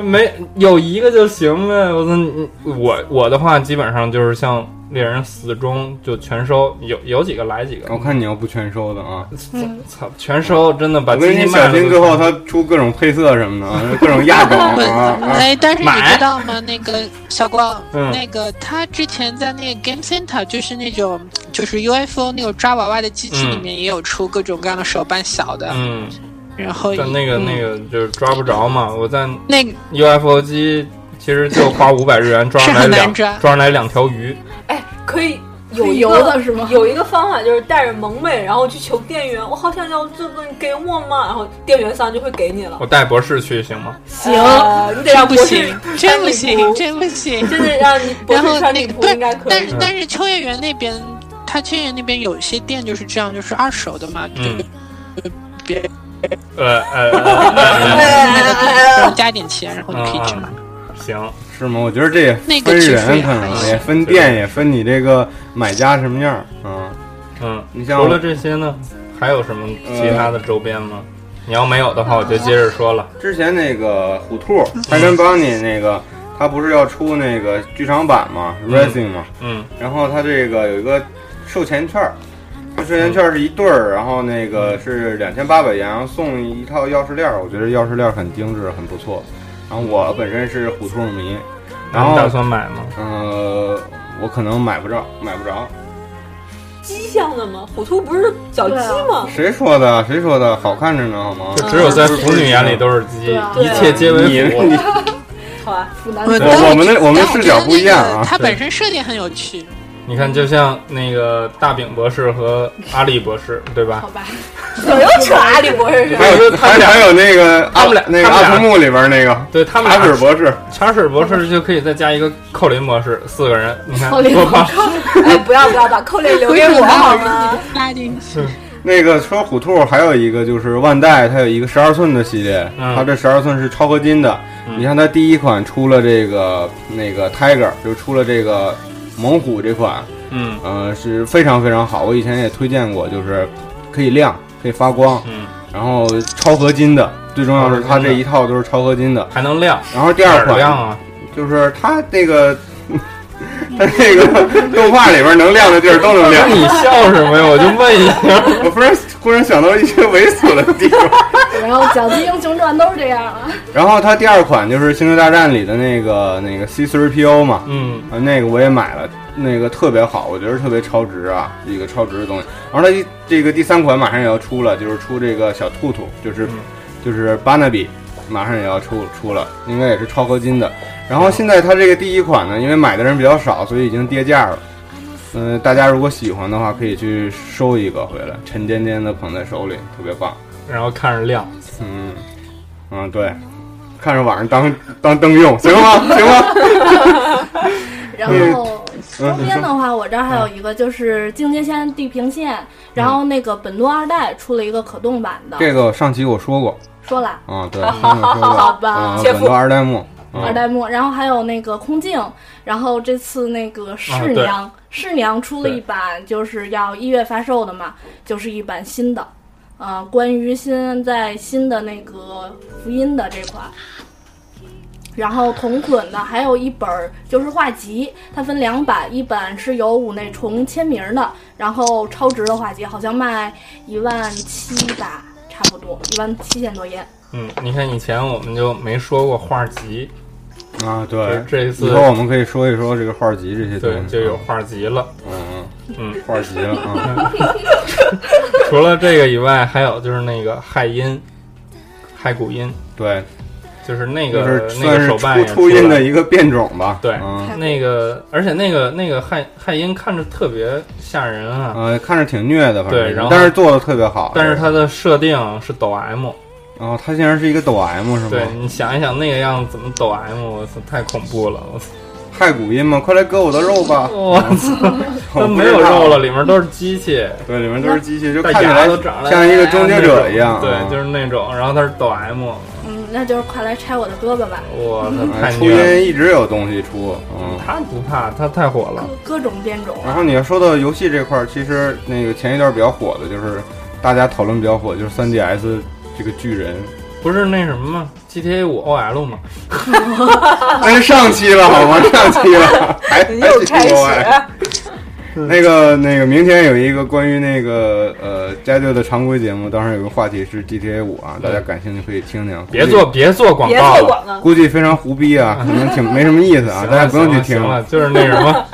Speaker 1: 没有一个就行呗。我操，你我我的话基本上就是像猎人死忠就全收，有有几个来几个
Speaker 2: 我。看你要不全收的啊！
Speaker 1: 操，全收，真的把
Speaker 2: 我
Speaker 1: 机
Speaker 2: 跟
Speaker 1: 器
Speaker 2: 你
Speaker 1: 卖
Speaker 2: 小
Speaker 1: 了
Speaker 2: 心
Speaker 1: 就
Speaker 2: 之后，
Speaker 1: 行
Speaker 2: 他出各种配色什么的，各种压狗 啊！啊
Speaker 4: 哎，但是你
Speaker 1: 买
Speaker 4: 知道吗？那个小光，
Speaker 1: 嗯
Speaker 4: 那个他之前在那个 Game Center，就是那种就是 UFO 那种抓娃娃的机器
Speaker 1: 嗯
Speaker 4: 里面，也有出各种各样的手办小的，
Speaker 1: 嗯，
Speaker 4: 然后
Speaker 1: 但那个
Speaker 4: 嗯
Speaker 1: 那个就是抓不着嘛。我在
Speaker 4: 那个
Speaker 1: UFO 机其实就花五百日元抓上来
Speaker 4: 是很难
Speaker 1: 两
Speaker 4: 抓
Speaker 1: 上来两条鱼，
Speaker 3: 哎，可以有一
Speaker 6: 游
Speaker 3: 个
Speaker 6: 的是吗
Speaker 3: 有一个方法就是带着萌妹，然后去求店员，我好想要这个，你给我嘛。然后店员桑就会给你了
Speaker 1: 我。带博士去行吗？
Speaker 6: 行，
Speaker 3: 呃你得让
Speaker 4: 不
Speaker 3: 博士
Speaker 4: 行，真
Speaker 3: 穿
Speaker 4: 不
Speaker 3: 礼
Speaker 4: 行，
Speaker 3: 服
Speaker 4: 真不 行。
Speaker 3: 真的让你博
Speaker 4: 然后
Speaker 3: 士穿
Speaker 4: 那
Speaker 3: 礼
Speaker 4: 个
Speaker 3: 服
Speaker 4: 不是
Speaker 3: 应该，可
Speaker 4: 但
Speaker 3: 以
Speaker 4: 是。但是秋叶原那边，它秋叶原那边有一些店就是这样，就是二手的嘛，就
Speaker 1: 嗯
Speaker 4: 是别
Speaker 1: 呃呃呃
Speaker 3: 哎
Speaker 1: 呃，
Speaker 4: 那个
Speaker 3: 嗯
Speaker 4: 店加一点钱，然后你可以去买。
Speaker 1: 呃行，
Speaker 2: 是吗？我觉得这也
Speaker 4: 那个
Speaker 2: 分
Speaker 4: 其实
Speaker 2: 人，
Speaker 4: 也
Speaker 2: 可能
Speaker 4: 还
Speaker 2: 也分店，也分你这个买家什么样儿啊。
Speaker 1: 嗯，
Speaker 2: 你像
Speaker 1: 除了这些呢，还有什么其他
Speaker 2: 嗯
Speaker 1: 的周边吗？你要没有的话，我就接着说了。
Speaker 2: 之前那个虎兔还
Speaker 4: 嗯
Speaker 2: 能帮你那个，他不是要出那个剧场版嘛，Racing 嘛，
Speaker 1: 嗯
Speaker 2: 然后他这个有一个售前券儿，这售前券儿是一对儿，然后那
Speaker 1: 嗯
Speaker 2: 个是两千八百元，然后送一套钥匙链儿，我觉得钥匙链儿很精致，很不错。然后我本身是虎兔迷，然
Speaker 1: 嗯那你打
Speaker 2: 后
Speaker 1: 算买吗？
Speaker 2: 呃，我可能买不着，买不着。
Speaker 3: 鸡像的吗？虎兔不是小鸡吗？
Speaker 2: 谁说的？谁说的？好看着呢，好吗？
Speaker 1: 就只有在腐女眼里都是鸡，
Speaker 6: 嗯对啊
Speaker 1: 一切皆
Speaker 2: 你
Speaker 1: 为
Speaker 2: 啊你
Speaker 1: 腐。
Speaker 3: 好吧，
Speaker 6: 腐男
Speaker 4: 我
Speaker 6: 子
Speaker 4: 但
Speaker 2: 我们的我们
Speaker 4: 但
Speaker 2: 视
Speaker 4: 觉得
Speaker 2: 角不一样
Speaker 4: 那个
Speaker 2: 啊
Speaker 4: 它
Speaker 1: 对
Speaker 4: 本身设定很有趣。
Speaker 1: 你看，就像那个大饼博士和阿笠博士，对吧
Speaker 6: 好？吧，
Speaker 3: 怎么又扯阿笠博士是吧？
Speaker 2: 还有还有还有那个
Speaker 1: 他们俩
Speaker 2: 那个
Speaker 1: 他们
Speaker 2: 阿
Speaker 1: 俩
Speaker 2: 童木里边那个
Speaker 1: 对他们
Speaker 2: 阿水
Speaker 1: 俩，
Speaker 2: 博士，
Speaker 1: 茶水博士就可以再加一个寇林博士，四个人，你看
Speaker 6: 寇林
Speaker 1: 多棒！
Speaker 3: 哎，不要不要，把扣脸留给我好吗？
Speaker 4: 拉进
Speaker 2: 那个说虎兔还有一个就是万代，它有一个十二寸的系列，
Speaker 1: 嗯
Speaker 2: 它这十二寸是超合金的。
Speaker 1: 嗯
Speaker 2: 你看它第一款出了这个那个 Tiger，就出了这个猛虎这款，
Speaker 1: 嗯
Speaker 2: 呃，是非常非常好。我以前也推荐过，就是可以亮，可以发光，
Speaker 1: 嗯，
Speaker 2: 然后超合金的。最重要是它这一套都是超合金的。
Speaker 1: 还能亮，
Speaker 2: 然后第
Speaker 1: 哪
Speaker 2: 二
Speaker 1: 儿
Speaker 2: 款
Speaker 1: 亮啊？
Speaker 2: 就是它那个， 它那个动画里边能亮的地儿都能亮
Speaker 1: 那。你笑什么呀？我就问一下。
Speaker 2: 我忽然忽然想到一些猥琐的地方。
Speaker 6: 然后《饺子英雄传》都是这样啊，
Speaker 2: 然后它第二款就是《星球大战》里的那个那个 C3PO 嘛，
Speaker 1: 嗯
Speaker 2: 啊，那个我也买了，那个特别好，我觉得特别超值啊，一个超值的东西。然后它一这个第三款马上也要出了，就是出这个小兔兔，就是、
Speaker 1: 嗯
Speaker 2: 就是巴纳比，马上也要出出了，应该也是超合金的。然
Speaker 1: 嗯
Speaker 2: 后现在它这个第一款呢，因为买的人比较少，所以已经跌价了。嗯、大家如果喜欢的话，可以去收一个回来，沉甸甸的捧在手里，特别棒。
Speaker 1: 然后看着亮，
Speaker 2: 嗯，
Speaker 1: 啊
Speaker 2: 嗯，对，看着晚上当当灯用，行吗？行吗？
Speaker 6: 然后
Speaker 2: 嗯
Speaker 6: 周边的话，我这儿还有一个就是《境界线地平线》，然后那个本多二代出了一个可动版的，
Speaker 2: 这个上期我说过
Speaker 6: 说了
Speaker 2: 啊，对，上期我说
Speaker 6: 好
Speaker 2: 过，
Speaker 6: 吧
Speaker 2: 啊，
Speaker 3: 切
Speaker 2: 本
Speaker 3: 腹
Speaker 2: 多二代目，
Speaker 1: 嗯
Speaker 2: 啊
Speaker 6: 二代目，然后还有那个空镜，然后这次那个
Speaker 1: 啊
Speaker 6: 侍
Speaker 1: 对
Speaker 6: 娘，侍娘出了
Speaker 1: 对
Speaker 6: 一版，就是要一月发售的嘛，就是一版新的，呃，关于现在新的那个福音的这款。然后同捆的还有一本儿就是画集，它分两版，一版是由五内重签名儿的，然后超值的画集好像卖一万七吧，差不多一万七千多烟。
Speaker 1: 嗯，你看以前我们就没说过画集，
Speaker 2: 啊，
Speaker 1: 就是
Speaker 2: 对，
Speaker 1: 这一
Speaker 2: 以
Speaker 1: 次
Speaker 2: 后嗯我们可以说一说这个画集这些东
Speaker 1: 对
Speaker 2: 西，啊
Speaker 1: 就有画集了。
Speaker 2: 嗯，
Speaker 1: 嗯
Speaker 2: 嗯画集 了啊，
Speaker 1: 除了这个以外，还有就是那个亥音，亥骨音，
Speaker 2: 对，
Speaker 1: 就是那
Speaker 2: 就
Speaker 1: 个
Speaker 2: 是
Speaker 1: 那
Speaker 2: 算
Speaker 1: 个
Speaker 2: 是
Speaker 1: 手办
Speaker 2: 初
Speaker 1: 也
Speaker 2: 初
Speaker 1: 出来
Speaker 2: 音的
Speaker 1: 了
Speaker 2: 一个变种吧，
Speaker 1: 对
Speaker 2: 嗯，
Speaker 1: 那个，而且那个那个亥亥音看着特别吓人啊，
Speaker 2: 呃，看着挺虐的，反
Speaker 1: 对然
Speaker 2: 正
Speaker 1: 后，
Speaker 2: 但是做的特别好，
Speaker 1: 但是它的设定是抖 M，
Speaker 2: 然后它竟然是一个抖 M 是
Speaker 1: 对
Speaker 2: 吗？
Speaker 1: 你想一想那个样子怎么抖 M，我操，太恐怖了，我操，
Speaker 2: 骸骨音吗？快来割我的肉吧！
Speaker 1: 我操，
Speaker 2: 我
Speaker 1: 都
Speaker 2: 不
Speaker 1: 没
Speaker 2: 知
Speaker 1: 有
Speaker 2: 道
Speaker 1: 肉了，里面都是机器，
Speaker 2: 对，里面都是机器，就
Speaker 1: 大
Speaker 2: 看起
Speaker 1: 牙
Speaker 2: 来
Speaker 1: 都长了，
Speaker 2: 像一个终结者一样。啊嗯
Speaker 1: 对，就是那种，然后它是抖 M，
Speaker 6: 嗯，那就是快来拆我的胳膊吧。
Speaker 1: 我操，
Speaker 2: 哎
Speaker 1: 太
Speaker 2: 初
Speaker 1: 虐了，
Speaker 2: 音一直有东西出，嗯。
Speaker 1: 他不怕，他太火了，
Speaker 6: 各各种变种啊
Speaker 2: 然后你要说到游戏这块儿，其实那个前一段比较火的就是大家讨论比较火，就是 3DS 这个巨 人，
Speaker 1: 不是那什么吗？GTA 五 OL 吗？
Speaker 2: 哎 那是上期了好吗？上期了，还
Speaker 3: 你
Speaker 2: 还
Speaker 3: 又
Speaker 2: 挺
Speaker 3: 开
Speaker 2: 国外
Speaker 3: 始，
Speaker 2: 那个那个，明天有一个关于那个呃家队的常规节目，当时有个话题是 GTA 五啊，大家感兴趣可以听听。
Speaker 1: 别
Speaker 2: 估计
Speaker 1: 做，别做广
Speaker 3: 别
Speaker 1: 告
Speaker 3: 做
Speaker 1: 了，
Speaker 3: 广告。
Speaker 2: 估计非常胡逼啊，可能挺没什么意思啊，
Speaker 1: 行
Speaker 2: 大家
Speaker 1: 了
Speaker 2: 不用去
Speaker 1: 行
Speaker 2: 听
Speaker 1: 了，行了就是那什么，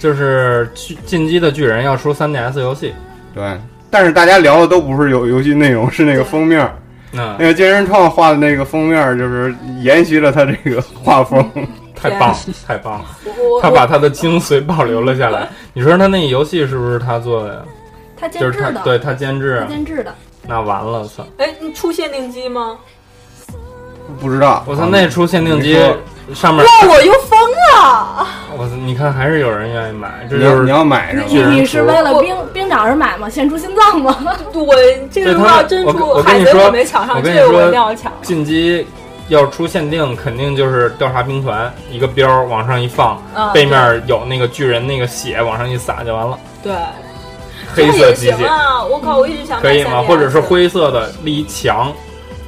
Speaker 1: 就是去进击的巨人要出 3DS 游戏，
Speaker 2: 对，但是大家聊的都不是游游戏内容，是那个封面儿。
Speaker 1: 那
Speaker 6: 哎
Speaker 2: 那个健身创画的那个封面儿，就是沿袭了他这个画风。
Speaker 1: 嗯太棒了，太棒了，
Speaker 3: 我我
Speaker 1: 他把他的精髓保留了下来。你说他那游戏是不是他做的呀？
Speaker 6: 他监
Speaker 1: 就
Speaker 6: 制
Speaker 1: 是他
Speaker 6: 的，
Speaker 1: 对他监制啊
Speaker 6: 他，监制的，
Speaker 1: 那完了，操！
Speaker 2: 啊
Speaker 3: 哎，你出限定机吗？
Speaker 2: 不知道，
Speaker 1: 我操，那出限定机
Speaker 2: 没说
Speaker 1: 上面，
Speaker 3: 那我又疯了！
Speaker 1: 我操，你看还是有人愿意买，这
Speaker 2: 你
Speaker 1: 就
Speaker 2: 要你
Speaker 1: 是
Speaker 2: 要买是
Speaker 6: 你
Speaker 2: 吗？
Speaker 6: 你是为了
Speaker 3: 我
Speaker 6: 兵兵长而买吗？献出心脏吗？
Speaker 3: 我这
Speaker 1: 对
Speaker 3: 个
Speaker 1: 他
Speaker 3: 如果要真
Speaker 1: 我跟
Speaker 3: 出
Speaker 1: 我跟
Speaker 3: 海
Speaker 1: 你
Speaker 3: 贼，
Speaker 1: 说
Speaker 3: 我没抢上，
Speaker 1: 我
Speaker 3: 这
Speaker 1: 跟你
Speaker 3: 个我一
Speaker 1: 说
Speaker 3: 定要抢。
Speaker 1: 进击要出限定，肯定就是调查兵团一个标儿往上一放，
Speaker 3: 嗯，
Speaker 1: 背面有那个巨人那个血往上一撒就完了，
Speaker 3: 对，这
Speaker 1: 黑
Speaker 3: 个
Speaker 1: 色
Speaker 3: 也
Speaker 1: 机
Speaker 3: 行
Speaker 1: 械
Speaker 3: 啊！我靠，我一直想
Speaker 1: 可以吗？
Speaker 3: 买 3DS
Speaker 1: 或者是灰色的立一墙，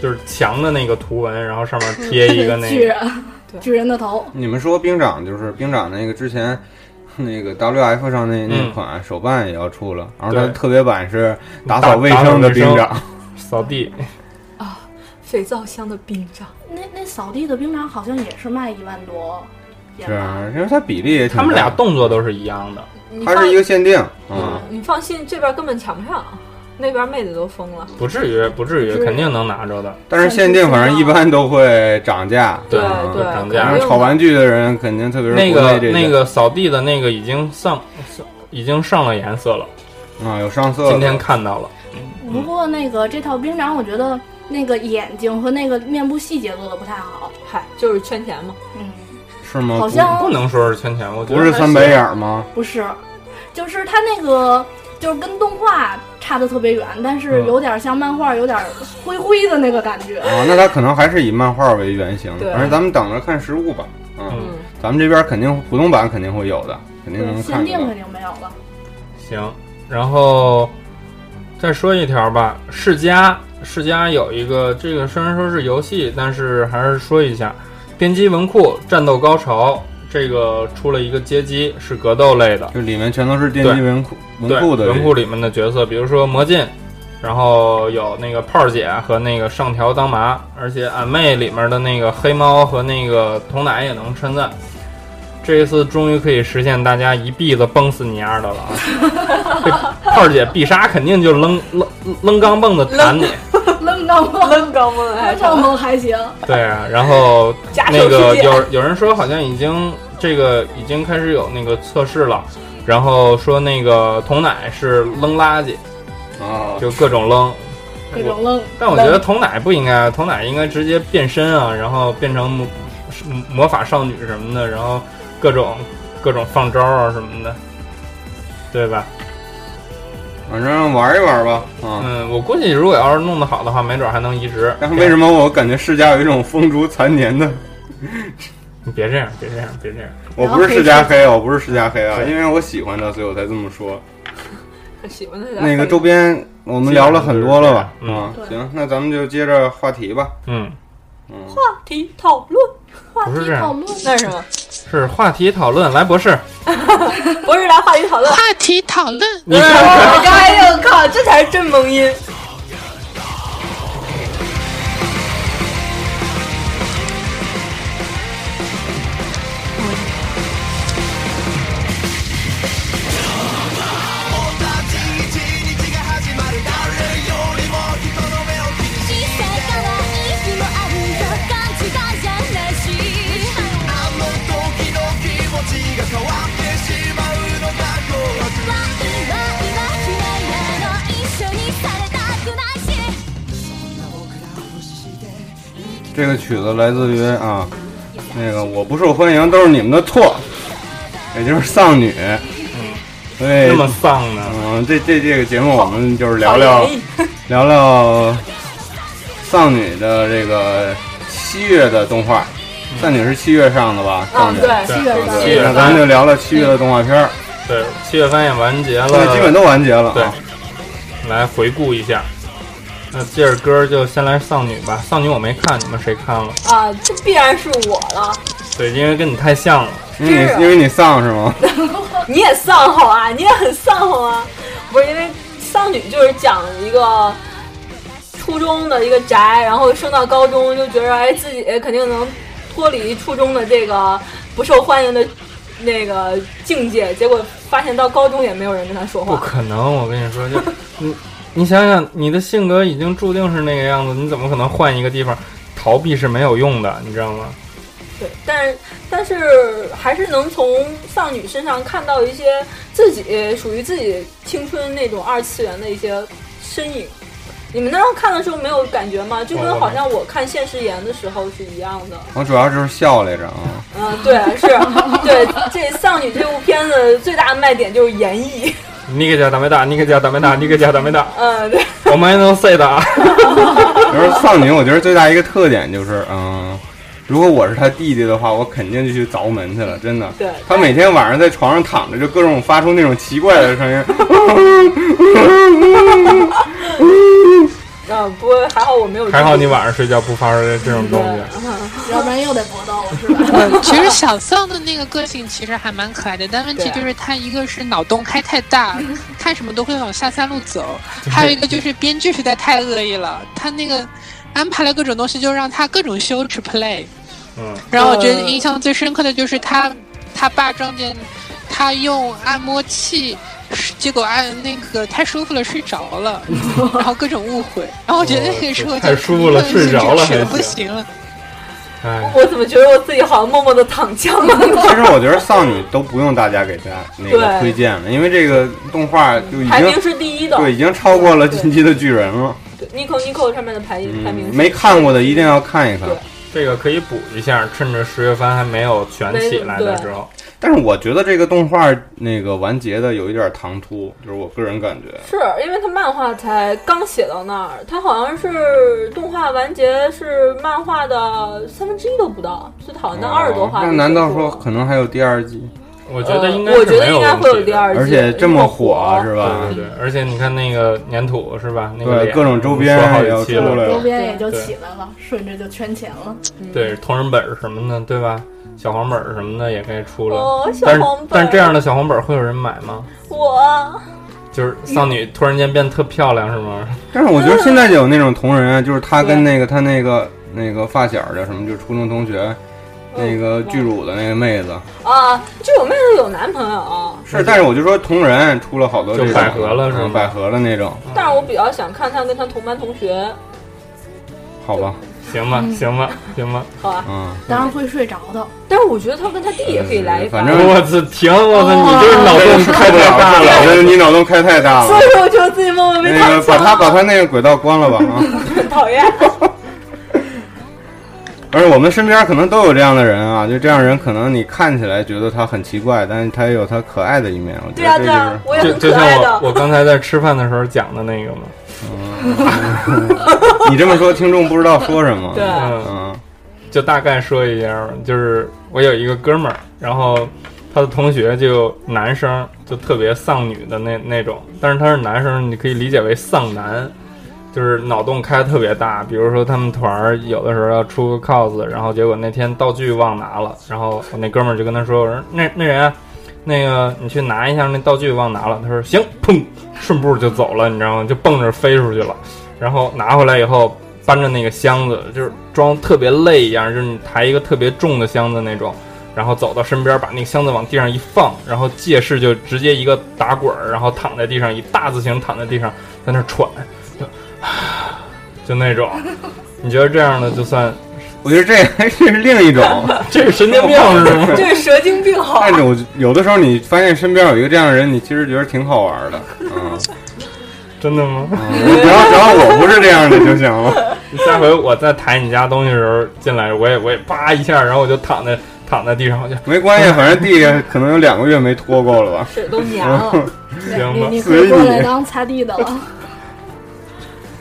Speaker 1: 就是墙的那个图文，然后上面贴一个那
Speaker 6: 巨
Speaker 1: 个，
Speaker 6: 人
Speaker 3: 对，
Speaker 6: 巨人的头，
Speaker 2: 你们说兵长就是兵长那个之前。那个 W F 上那那
Speaker 1: 嗯
Speaker 2: 款手办也要出了，然后它
Speaker 1: 对
Speaker 2: 特别版是打
Speaker 1: 打
Speaker 2: 扫卫
Speaker 1: 打扫
Speaker 2: 生的
Speaker 1: 卫
Speaker 2: 兵
Speaker 1: 生
Speaker 2: 长，
Speaker 1: 扫地，
Speaker 3: 肥皂箱的冰杖，
Speaker 6: 那那扫地的兵长好像也是卖一万多，也
Speaker 2: 是
Speaker 6: 吧？，
Speaker 1: 啊
Speaker 2: 因为它比例也挺
Speaker 1: 他们俩
Speaker 2: 大
Speaker 1: 动作都是一样的。
Speaker 3: 你
Speaker 2: 它
Speaker 3: 放
Speaker 2: 是一个限定，嗯，
Speaker 3: 你放心，这边根本抢不上，那边妹子都疯了。
Speaker 1: 不至于，不至
Speaker 6: 不
Speaker 1: 于，
Speaker 6: 至于
Speaker 1: 肯定能拿着的。
Speaker 2: 但是限定反正一般都会涨价，
Speaker 3: 对
Speaker 2: 嗯
Speaker 3: 对，
Speaker 1: 涨价
Speaker 2: 然后
Speaker 3: 肯定
Speaker 2: 炒玩具的人肯定，特别是
Speaker 1: 啊那
Speaker 2: 国
Speaker 1: 个
Speaker 2: 内这些
Speaker 1: 那个扫地的那个已经上，上已经上了颜色了，
Speaker 2: 啊，有上色的。
Speaker 1: 今天看到了。
Speaker 6: 不过那个这套兵长，我觉得那个眼睛和那个面部细节做的不太好，
Speaker 3: 嗨，就是圈钱嘛。
Speaker 6: 嗯，
Speaker 2: 是吗？
Speaker 6: 好
Speaker 1: 不
Speaker 6: 像
Speaker 1: 能说是圈钱，我觉
Speaker 2: 不
Speaker 1: 得
Speaker 2: 不是
Speaker 1: 还
Speaker 2: 三
Speaker 1: 行
Speaker 2: 白。眼吗？
Speaker 6: 不是，就是他那个就是跟动画差的特别远，但是
Speaker 1: 嗯
Speaker 6: 有点像漫画，有点灰灰的那个感觉。
Speaker 2: 啊，那他可能还是以漫画为原型
Speaker 3: 对
Speaker 2: 的。反正咱们等着看实物吧。嗯，
Speaker 1: 嗯，
Speaker 3: 嗯，
Speaker 2: 咱们这边肯定普通版肯定会有的，肯定能
Speaker 6: 限
Speaker 2: 看
Speaker 6: 嗯定
Speaker 2: 到
Speaker 6: 肯。定没有了，
Speaker 1: 行。然后再说一条吧，世嘉，世嘉有一个这个虽然说是游戏，但是还是说一下，编辑文库战斗高潮这个出了一个街机，是格斗类的。
Speaker 2: 就里面全都是电
Speaker 1: 对
Speaker 2: 击文库
Speaker 1: 对
Speaker 2: 文库的
Speaker 1: 文库里面的角色，比如说魔镜，然后有那个炮儿姐和那个上条当麻，而且俺妹里面的那个黑猫和那个童奶也能称赞。这一次终于可以实现大家一臂子崩死你丫的了啊！这炮儿姐必杀肯定就扔扔扔钢蹦子弹你，
Speaker 6: 愣到 吗？
Speaker 3: 愣嗯高梦还
Speaker 6: 愣到吗？还行，
Speaker 1: 对啊，然后
Speaker 3: 假手
Speaker 1: 那个
Speaker 3: 世界
Speaker 1: 有有人说好像已经这个已经开始有那个测试了，然后说那个童奶是扔垃圾，
Speaker 2: 啊，
Speaker 1: 就各种扔，
Speaker 6: 各种愣。
Speaker 1: 但哎我觉得童奶不应该，童奶应该直接变身啊，然后变成魔是魔法少女什么的，然后各种各种放招啊什么的，对吧？
Speaker 2: 反正玩一玩吧。啊，
Speaker 1: 嗯，我估计如果要是弄得好的话，没准还能移植。
Speaker 2: 但是为什么我感觉世家有一种风烛残年的？
Speaker 1: 你别这样，别这样，别这样。
Speaker 2: 我不是世家黑，我不是世家黑啊，因为我喜欢他，所以我才这么说。
Speaker 3: 喜欢的
Speaker 2: 那个周边我们聊了很多了吧？
Speaker 1: 嗯
Speaker 2: 啊，行，那咱们就接着话题吧。
Speaker 1: 嗯，
Speaker 2: 嗯，
Speaker 3: 话题讨论，
Speaker 6: 话
Speaker 1: 不是
Speaker 6: 题
Speaker 1: 这样
Speaker 6: 讨论，
Speaker 3: 那是什么？
Speaker 1: 是话题讨论，来博士，
Speaker 3: 不是来话题讨论。
Speaker 4: 话题讨论，
Speaker 1: 你看看
Speaker 3: 哎呦靠，这才是真萌音！
Speaker 9: 「世界はいつもあるよ勘違いじゃないし」「あの時の気持ちが変わってしまうのが怖くない」「ワイは嫌いなの一緒にされたくないし」
Speaker 2: 这个曲子来自于啊，那个我不受欢迎都是你们的错，也就是丧女。
Speaker 1: 那
Speaker 2: 嗯，
Speaker 1: 么
Speaker 2: 所以
Speaker 1: 丧呢？
Speaker 2: 嗯，这这这个节目我们就是聊
Speaker 1: 哦
Speaker 2: 聊
Speaker 3: 哎
Speaker 2: 聊聊丧女的这个七月的动画，丧女是七月上的吧？丧
Speaker 3: 嗯，
Speaker 2: 女。
Speaker 3: 对，
Speaker 1: 对
Speaker 6: 七月份
Speaker 1: 七月
Speaker 2: 那
Speaker 1: 份
Speaker 2: 咱们就聊聊七月的动画片儿，
Speaker 1: 对，七月番也完结了，
Speaker 2: 现在基本都完结了
Speaker 1: 对
Speaker 2: 啊。，
Speaker 1: 来回顾一下。那接着歌儿就先来丧女吧，丧女我没看，你们谁看了？
Speaker 3: 啊，这必然是我了。
Speaker 1: 对，因为跟你太像了。
Speaker 2: 因为
Speaker 3: 是啊
Speaker 2: 你因为你丧是吗？
Speaker 3: 你也丧好啊，你也很丧好啊。 不是因为丧女就是讲一个初中的一个宅，然后升到高中就觉得哎自己肯定能脱离初中的这个不受欢迎的那个境界，结果发现到高中也没有人跟他说
Speaker 1: 不
Speaker 3: 话。
Speaker 1: 可能，我跟你说，就你你想想，你的性格已经注定是那个样子，你怎么可能换一个地方？逃避是没有用的，你知道吗？
Speaker 3: 对，但是但是还是能从丧女身上看到一些自己属于自己青春那种二次元的一些身影。你们那时候看的时候没有感觉吗？就
Speaker 1: 我我
Speaker 2: 哦
Speaker 3: 跟
Speaker 1: 没
Speaker 3: 好像我看现实言的时候是一样的。
Speaker 2: 我主要就是笑来着啊。
Speaker 3: 嗯， 对，是，对，这丧女这部片子最大的卖点就是演绎。
Speaker 1: 你个假打没打，你个假打没打，你个假打没打，
Speaker 3: 嗯，对，
Speaker 1: 我们还能 say 的啊！
Speaker 2: 就是丧女，我觉得最大一个特点就是，嗯，如果我是他弟弟的话，我肯定就去凿门去了，真的。
Speaker 3: 对
Speaker 2: 他每天晚上在床上躺着，就各种发出那种奇怪的 声音。
Speaker 3: 嗯，不过还好我没有。
Speaker 1: 还好你晚上睡觉不发出这种东西。
Speaker 6: 要不然又得搏斗了，是吧？
Speaker 4: 嗯其实小丧的那个个性其实还蛮可爱的，但问题
Speaker 1: 啊
Speaker 4: 就是他一个是脑洞开太大， 看什么都会往下三路走，还有一个就是编剧实在太恶意了，他那个安排了各种东西，就让他各种羞耻 play。
Speaker 1: 嗯，
Speaker 4: 然后我觉得
Speaker 3: 呃
Speaker 4: 印象最深刻的就是他他爸撞见他用按摩器。结果按那个太舒服了，睡 着了，然后各种误会，然后我觉得 那个时候就
Speaker 1: 哦太舒服了睡着了还行
Speaker 4: 不行了。
Speaker 1: 哎，
Speaker 3: 我怎么觉得我自己好像默默的躺枪了呢？
Speaker 2: 其实我觉得丧女都不用大家给他那个
Speaker 3: 对
Speaker 2: 推荐了，因为这个动画就已
Speaker 3: 排名
Speaker 2: 经
Speaker 3: 是第一的
Speaker 2: 对已经超过了《进击的巨人》了。
Speaker 3: 对，Nico Nico 上面的排排名
Speaker 2: 嗯，
Speaker 3: 是
Speaker 2: 没看过的一定要看一看
Speaker 3: 对。
Speaker 1: 这个可以补一下，趁着十月番还没有全起来的时候，
Speaker 2: 但是我觉得这个动画那个完结的有一点唐突，就是我个人感觉。
Speaker 3: 是因为他漫画才刚写到那儿，他好像是动画完结是漫画的三分之一都不到，所以好像那二十多
Speaker 2: 哦
Speaker 3: 话
Speaker 2: 嗯那
Speaker 3: 就结束
Speaker 2: 难
Speaker 3: 了。
Speaker 2: 道说可能还有第二季？
Speaker 1: 我
Speaker 3: 我
Speaker 1: 觉得应该
Speaker 3: 呃我
Speaker 1: 是
Speaker 3: 觉
Speaker 1: 没
Speaker 3: 得
Speaker 1: 有
Speaker 3: 应该
Speaker 1: 问
Speaker 3: 会有
Speaker 1: 题
Speaker 3: 第
Speaker 1: 的
Speaker 3: 二季，嗯
Speaker 2: 而且这么火是吧？
Speaker 1: 对对对，而且你看那个粘土是吧？那个
Speaker 2: 对
Speaker 1: 脸
Speaker 2: 各种周边
Speaker 1: 说好
Speaker 2: 也要
Speaker 1: 几期
Speaker 2: 出
Speaker 1: 了，
Speaker 2: 来了
Speaker 6: 嗯周边也就起来了，顺着就圈钱了。
Speaker 1: 对，同人本儿什么的，对吧？小黄本儿什么的也该出了。
Speaker 3: 哦，小
Speaker 1: 但是
Speaker 3: 黄本，
Speaker 1: 但是这样的小黄本儿会有人买吗？
Speaker 3: 我
Speaker 1: 就是
Speaker 3: 嗯
Speaker 1: 丧女突然间变特漂亮是吗？
Speaker 2: 但是我觉得现在就有那种同人啊，就是他跟那个他那个那个发小叫什么，就是初中同学，
Speaker 3: 嗯
Speaker 2: 那个巨乳的那个妹子
Speaker 3: 啊，这种妹子有男朋友，啊
Speaker 2: 是，但是我就说同人出了好多这种
Speaker 1: 就百合了是吗
Speaker 2: 嗯百合了那种，
Speaker 3: 但是我比较想看她跟她同班同学，
Speaker 2: 好吧，
Speaker 1: 行吧，
Speaker 3: 嗯
Speaker 1: 行吧，行吧。
Speaker 3: 好吧？
Speaker 2: 嗯，
Speaker 6: 当然会睡着的，
Speaker 3: 但是我觉得她跟她弟也可以来一发
Speaker 2: 反。正
Speaker 1: 我操，停！我操，你
Speaker 3: 哦
Speaker 1: 这是脑洞开太大
Speaker 2: 我觉
Speaker 1: 了。
Speaker 2: 得你脑洞开太大
Speaker 3: 所
Speaker 2: 了
Speaker 3: 以。 我觉得自己默默被
Speaker 2: 那个把
Speaker 3: 枪
Speaker 2: 他
Speaker 3: 了，
Speaker 2: 把他那个轨道关了吧啊！
Speaker 3: 很讨厌。
Speaker 2: 而且我们身边可能都有这样的人啊，就这样人可能你看起来觉得他很奇怪，但是他也有他可爱的一面。我觉
Speaker 3: 对 啊
Speaker 2: 得这
Speaker 3: 对
Speaker 2: 就
Speaker 3: 啊
Speaker 2: 是，
Speaker 3: 我也
Speaker 1: 就
Speaker 3: 很
Speaker 1: 就
Speaker 3: 可
Speaker 1: 像
Speaker 3: 爱
Speaker 1: 我
Speaker 3: 的。
Speaker 1: 我刚才在吃饭的时候讲的那个嘛，
Speaker 2: 你这么说，听众不知道说什么。
Speaker 3: 对
Speaker 1: 嗯，
Speaker 2: 嗯，
Speaker 1: 就大概说一下，就是我有一个哥们儿，然后他的同学就男生，就特别丧女的那那种，但是他是男生，你可以理解为丧男，就是脑洞开得特别大。比如说他们团儿有的时候要出个 cos，然后结果那天道具忘拿了，然后我那哥们儿就跟他说：“我说那那人啊、那个你去拿一下那道具忘拿了。”他说：“行。”砰，顺步就走了，你知道吗？就蹦着飞出去了。然后拿回来以后，搬着那个箱子，就是装特别累一样，就是你抬一个特别重的箱子那种，然后走到身边，把那个箱子往地上一放，然后借势就直接一个打滚儿，然后躺在地上，一大字形躺在地上，在那儿喘，就 就那种。你觉得这样的就算
Speaker 2: 我觉得这这是另一种，
Speaker 1: 这是神经病是吗？
Speaker 3: 这是蛇精病好啊
Speaker 2: 但是我有的时候你发现身边有一个这样的人，你其实觉得挺好玩的，嗯，
Speaker 1: 真的吗？
Speaker 2: 嗯只要只要我不是这样的就行了。
Speaker 1: 下回我再抬你家东西的时候进来，我也我也啪一下，然后我就躺在躺在地上，我就
Speaker 2: 没关系，反正地可能有两个月没拖过了吧。
Speaker 3: 水都黏了。
Speaker 1: 行
Speaker 6: 你
Speaker 1: 吧。
Speaker 6: 你可以过来当擦地的 了。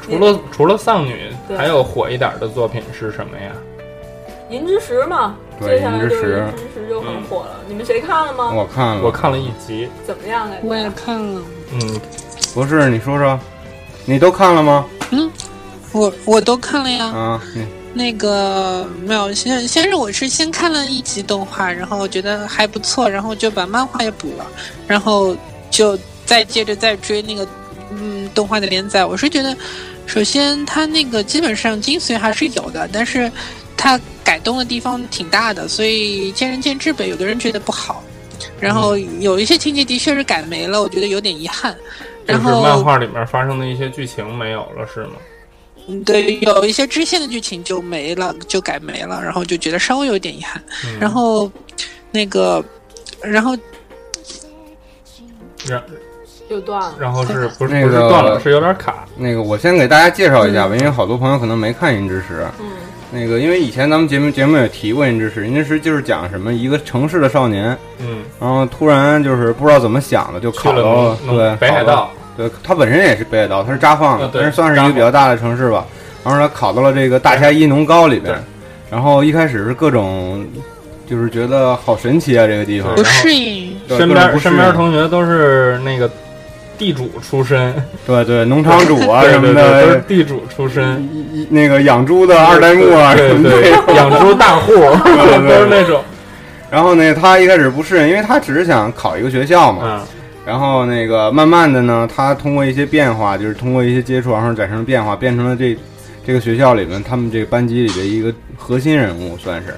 Speaker 1: 除了除了丧女，
Speaker 3: 对
Speaker 1: 还有火一点的作品是什么呀？
Speaker 3: 银之石嘛，
Speaker 2: 对
Speaker 3: 接下来
Speaker 2: 银
Speaker 3: 就
Speaker 2: 之
Speaker 3: 是
Speaker 2: 石嗯哦
Speaker 3: 银之石就很火了。你们谁看了吗？
Speaker 2: 我看了，
Speaker 1: 我看了一集，
Speaker 3: 怎么样啊来着？
Speaker 4: 我也看了，
Speaker 1: 嗯，
Speaker 2: 不是你说说，你都看了吗？
Speaker 4: 我我都看了呀。
Speaker 1: 嗯
Speaker 2: 啊，你
Speaker 4: 那个没有，先先是我是先看了一集动画，然后觉得还不错，然后就把漫画也补了，然后就再接着再追那个嗯动画的连载。我是觉得，首先它那个基本上精髓还是有的，但是它改动的地方挺大的，所以见仁见智呗。有的人觉得不好，然后
Speaker 1: 嗯
Speaker 4: 有一些情节的确是改没了，我觉得有点遗憾。
Speaker 1: 就
Speaker 4: 然
Speaker 1: 是
Speaker 4: 后
Speaker 1: 漫画里面发生的一些剧情没有了，是吗？
Speaker 4: 嗯，对，有一些支线的剧情就没了，就改没了，然后就觉得稍微有一点遗憾。
Speaker 1: 嗯
Speaker 4: 然后那个，然后
Speaker 1: 然
Speaker 3: 又断了。
Speaker 1: 然后是不是
Speaker 2: 那
Speaker 1: 不是
Speaker 2: 个
Speaker 1: 断了，是有点卡。
Speaker 2: 那个，我先给大家介绍一下吧，因为好多朋友可能没看《银之匙》。
Speaker 3: 嗯，
Speaker 2: 那个，因为以前咱们节目节目也提过《银之匙》，《银之匙》就是讲什么一个城市的少年，
Speaker 1: 嗯，
Speaker 2: 然后突然就是不知道怎么想的，就
Speaker 1: 去
Speaker 2: 考
Speaker 1: 了
Speaker 2: 到
Speaker 1: 农
Speaker 2: 对
Speaker 1: 农北海
Speaker 2: 考到
Speaker 1: 道，
Speaker 2: 对他本身也是北海道，他是扎放的
Speaker 1: 啊，对
Speaker 2: 但是算是一个比较大的城市吧。然后他考到了这个大虾一农高里边
Speaker 1: 对，
Speaker 2: 然后一开始是各种，就是觉得好神奇啊，这个地
Speaker 1: 对
Speaker 2: 方
Speaker 4: 不
Speaker 1: 然后
Speaker 4: 适应，
Speaker 2: 对
Speaker 1: 身
Speaker 2: 各种
Speaker 1: 边
Speaker 2: 不适
Speaker 1: 身
Speaker 2: 应
Speaker 1: 边同学都是那个地主出身，
Speaker 2: 对对，农场主啊
Speaker 1: 对
Speaker 2: 什
Speaker 1: 对
Speaker 2: 么
Speaker 1: 对，都是
Speaker 2: 的，
Speaker 1: 地主出身，
Speaker 2: 一一那个养猪的 二代目啊什
Speaker 1: 对
Speaker 2: 么的。
Speaker 1: 对，养猪大户
Speaker 2: 对对
Speaker 1: 都是那种，
Speaker 2: 然后呢，他一开始不适应，因为他只是想考一个学校嘛。
Speaker 1: 嗯，
Speaker 2: 然后那个慢慢的呢，他通过一些变化，就是通过一些接触，然后产生了变化，变成了这这个学校里面他们这个班级里的一个核心人物，算是。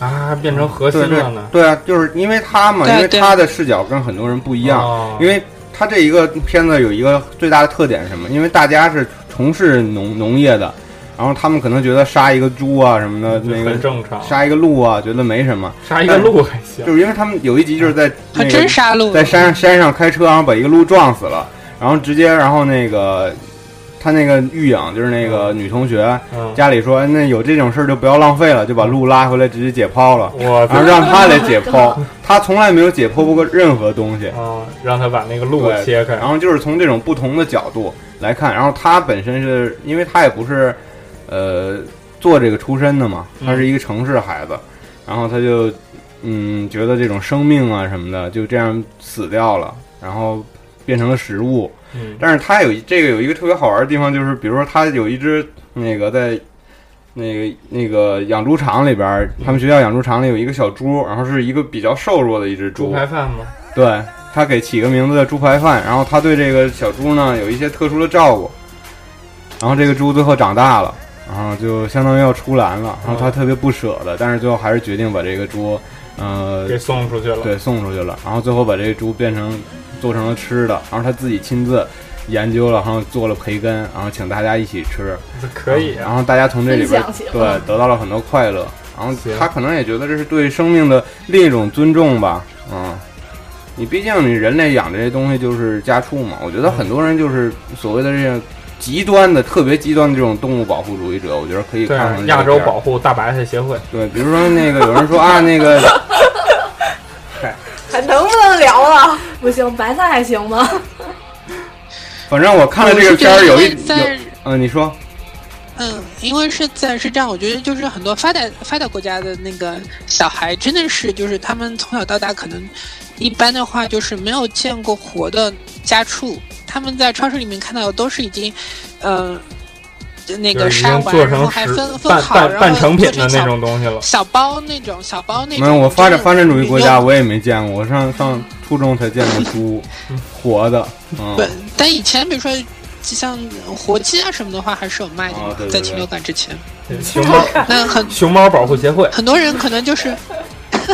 Speaker 1: 啊，变成核
Speaker 2: 对
Speaker 1: 心
Speaker 2: 对
Speaker 1: 了呢，
Speaker 2: 对啊，就是因为他嘛，
Speaker 4: 对
Speaker 2: 因为
Speaker 4: 对
Speaker 2: 他的视角跟很多人不
Speaker 1: 一
Speaker 2: 一样，因为他这一个片子有一个最大的特点是什么？因为大家是从事农农业的，然后他们可能觉得杀一个猪啊什么的，那
Speaker 1: 很
Speaker 2: 个
Speaker 1: 正常，
Speaker 2: 杀一个鹿啊，觉得没什么，
Speaker 1: 杀一个鹿还行
Speaker 2: 就，是因为他们有一集就是在那
Speaker 4: 还
Speaker 2: 个
Speaker 4: 真杀戮，
Speaker 2: 在山山上开车，然后把一个鹿撞死了，然后直接然后那个他那个狱警就是那个女同学
Speaker 1: 嗯，
Speaker 2: 家里说，哎那有这种事儿就不要浪费了，就把鹿拉回来直接解剖了。
Speaker 1: 我
Speaker 2: 然后
Speaker 1: 操
Speaker 2: 啊让他来解剖，他从来没有解剖过任何东西。
Speaker 1: 啊，让他把那个鹿
Speaker 2: 对，
Speaker 1: 切开
Speaker 2: 然，后就是从这种不同的角度来看，然后他本身是因为他也不是，呃，做这个出身的嘛，
Speaker 1: 嗯
Speaker 2: 他是一个城市孩子，然后他就，嗯，觉得这种生命啊什么的就这样死掉了，然后变成了食物。
Speaker 1: 嗯，
Speaker 2: 但是他有一这个有一个特别好玩的地方，就是比如说他有一只那个在。那个那个养猪场里边儿，他们学校养猪场里有一个小猪，然后是一个比较瘦弱的一只
Speaker 1: 猪
Speaker 2: 猪，
Speaker 1: 排饭吗？
Speaker 2: 对他给起个名字叫猪排饭，然后他对这个小猪呢有一些特殊的照顾，然后这个猪最后长大了，然后就相当于要出栏了，然后他特别不舍得，但是最后还是决定把这个猪，呃
Speaker 1: 给，送出去了，
Speaker 2: 对，送出去了，然后最后把这个猪变成做成了吃的，然后他自己亲自研究了，然后做了培根，然后请大家一起吃，
Speaker 1: 这可以
Speaker 2: 然
Speaker 1: 啊，
Speaker 2: 后大家从这里边
Speaker 6: 分享起来
Speaker 2: 对得到了很多快乐，然后
Speaker 1: 行
Speaker 2: 他可能也觉得这是对生命的另一种尊重吧，嗯，你毕竟你人类养这些东西就是家畜嘛，我觉得很多人就是所谓的这种极端的、特别极端的这种动物保护主义者，我觉得可以
Speaker 1: 对
Speaker 2: 嗯看看这，个
Speaker 1: 亚洲
Speaker 2: 片儿
Speaker 1: 保护大白菜协会，
Speaker 2: 对，比如说那个有人说啊，那 个
Speaker 3: 还能不能聊了？
Speaker 6: 不行，白菜还行吗？
Speaker 2: 反正我看了这个片
Speaker 4: 我
Speaker 2: 儿
Speaker 4: 是觉
Speaker 2: 有
Speaker 4: 得
Speaker 2: 一
Speaker 4: 因为在
Speaker 2: 有嗯，你说
Speaker 4: 嗯，因为是在是这样，我觉得就是很多发达发达国家的那个小孩，真的是就是他们从小到大可能一般的话就是没有见过活的家畜，他们在超市里面看到的都是已经，嗯、呃，那
Speaker 1: 就
Speaker 4: 个
Speaker 1: 是已
Speaker 4: 杀
Speaker 1: 经
Speaker 4: 完，
Speaker 1: 做
Speaker 4: 然后
Speaker 1: 成
Speaker 4: 还
Speaker 1: 食
Speaker 4: 分分
Speaker 1: 半
Speaker 4: 好，
Speaker 1: 半
Speaker 4: 然后
Speaker 1: 半成品
Speaker 4: 做
Speaker 1: 的
Speaker 4: 成
Speaker 1: 那
Speaker 4: 小
Speaker 1: 种东西了，
Speaker 4: 小包那种小包那种。
Speaker 2: 没有？我发展
Speaker 4: 就是
Speaker 2: 发展主义国家
Speaker 4: 你用
Speaker 2: 我也没见过，我上上初中才见过 猪活的，嗯
Speaker 4: 不，，但以前比如说像活鸡啊什么的话，还是有卖的嘛，
Speaker 2: 啊对对
Speaker 4: 在
Speaker 2: 对
Speaker 4: 禽流感之前。
Speaker 1: 熊 猫
Speaker 4: 那很
Speaker 1: 熊猫保护协会，
Speaker 4: 很多人可能就是，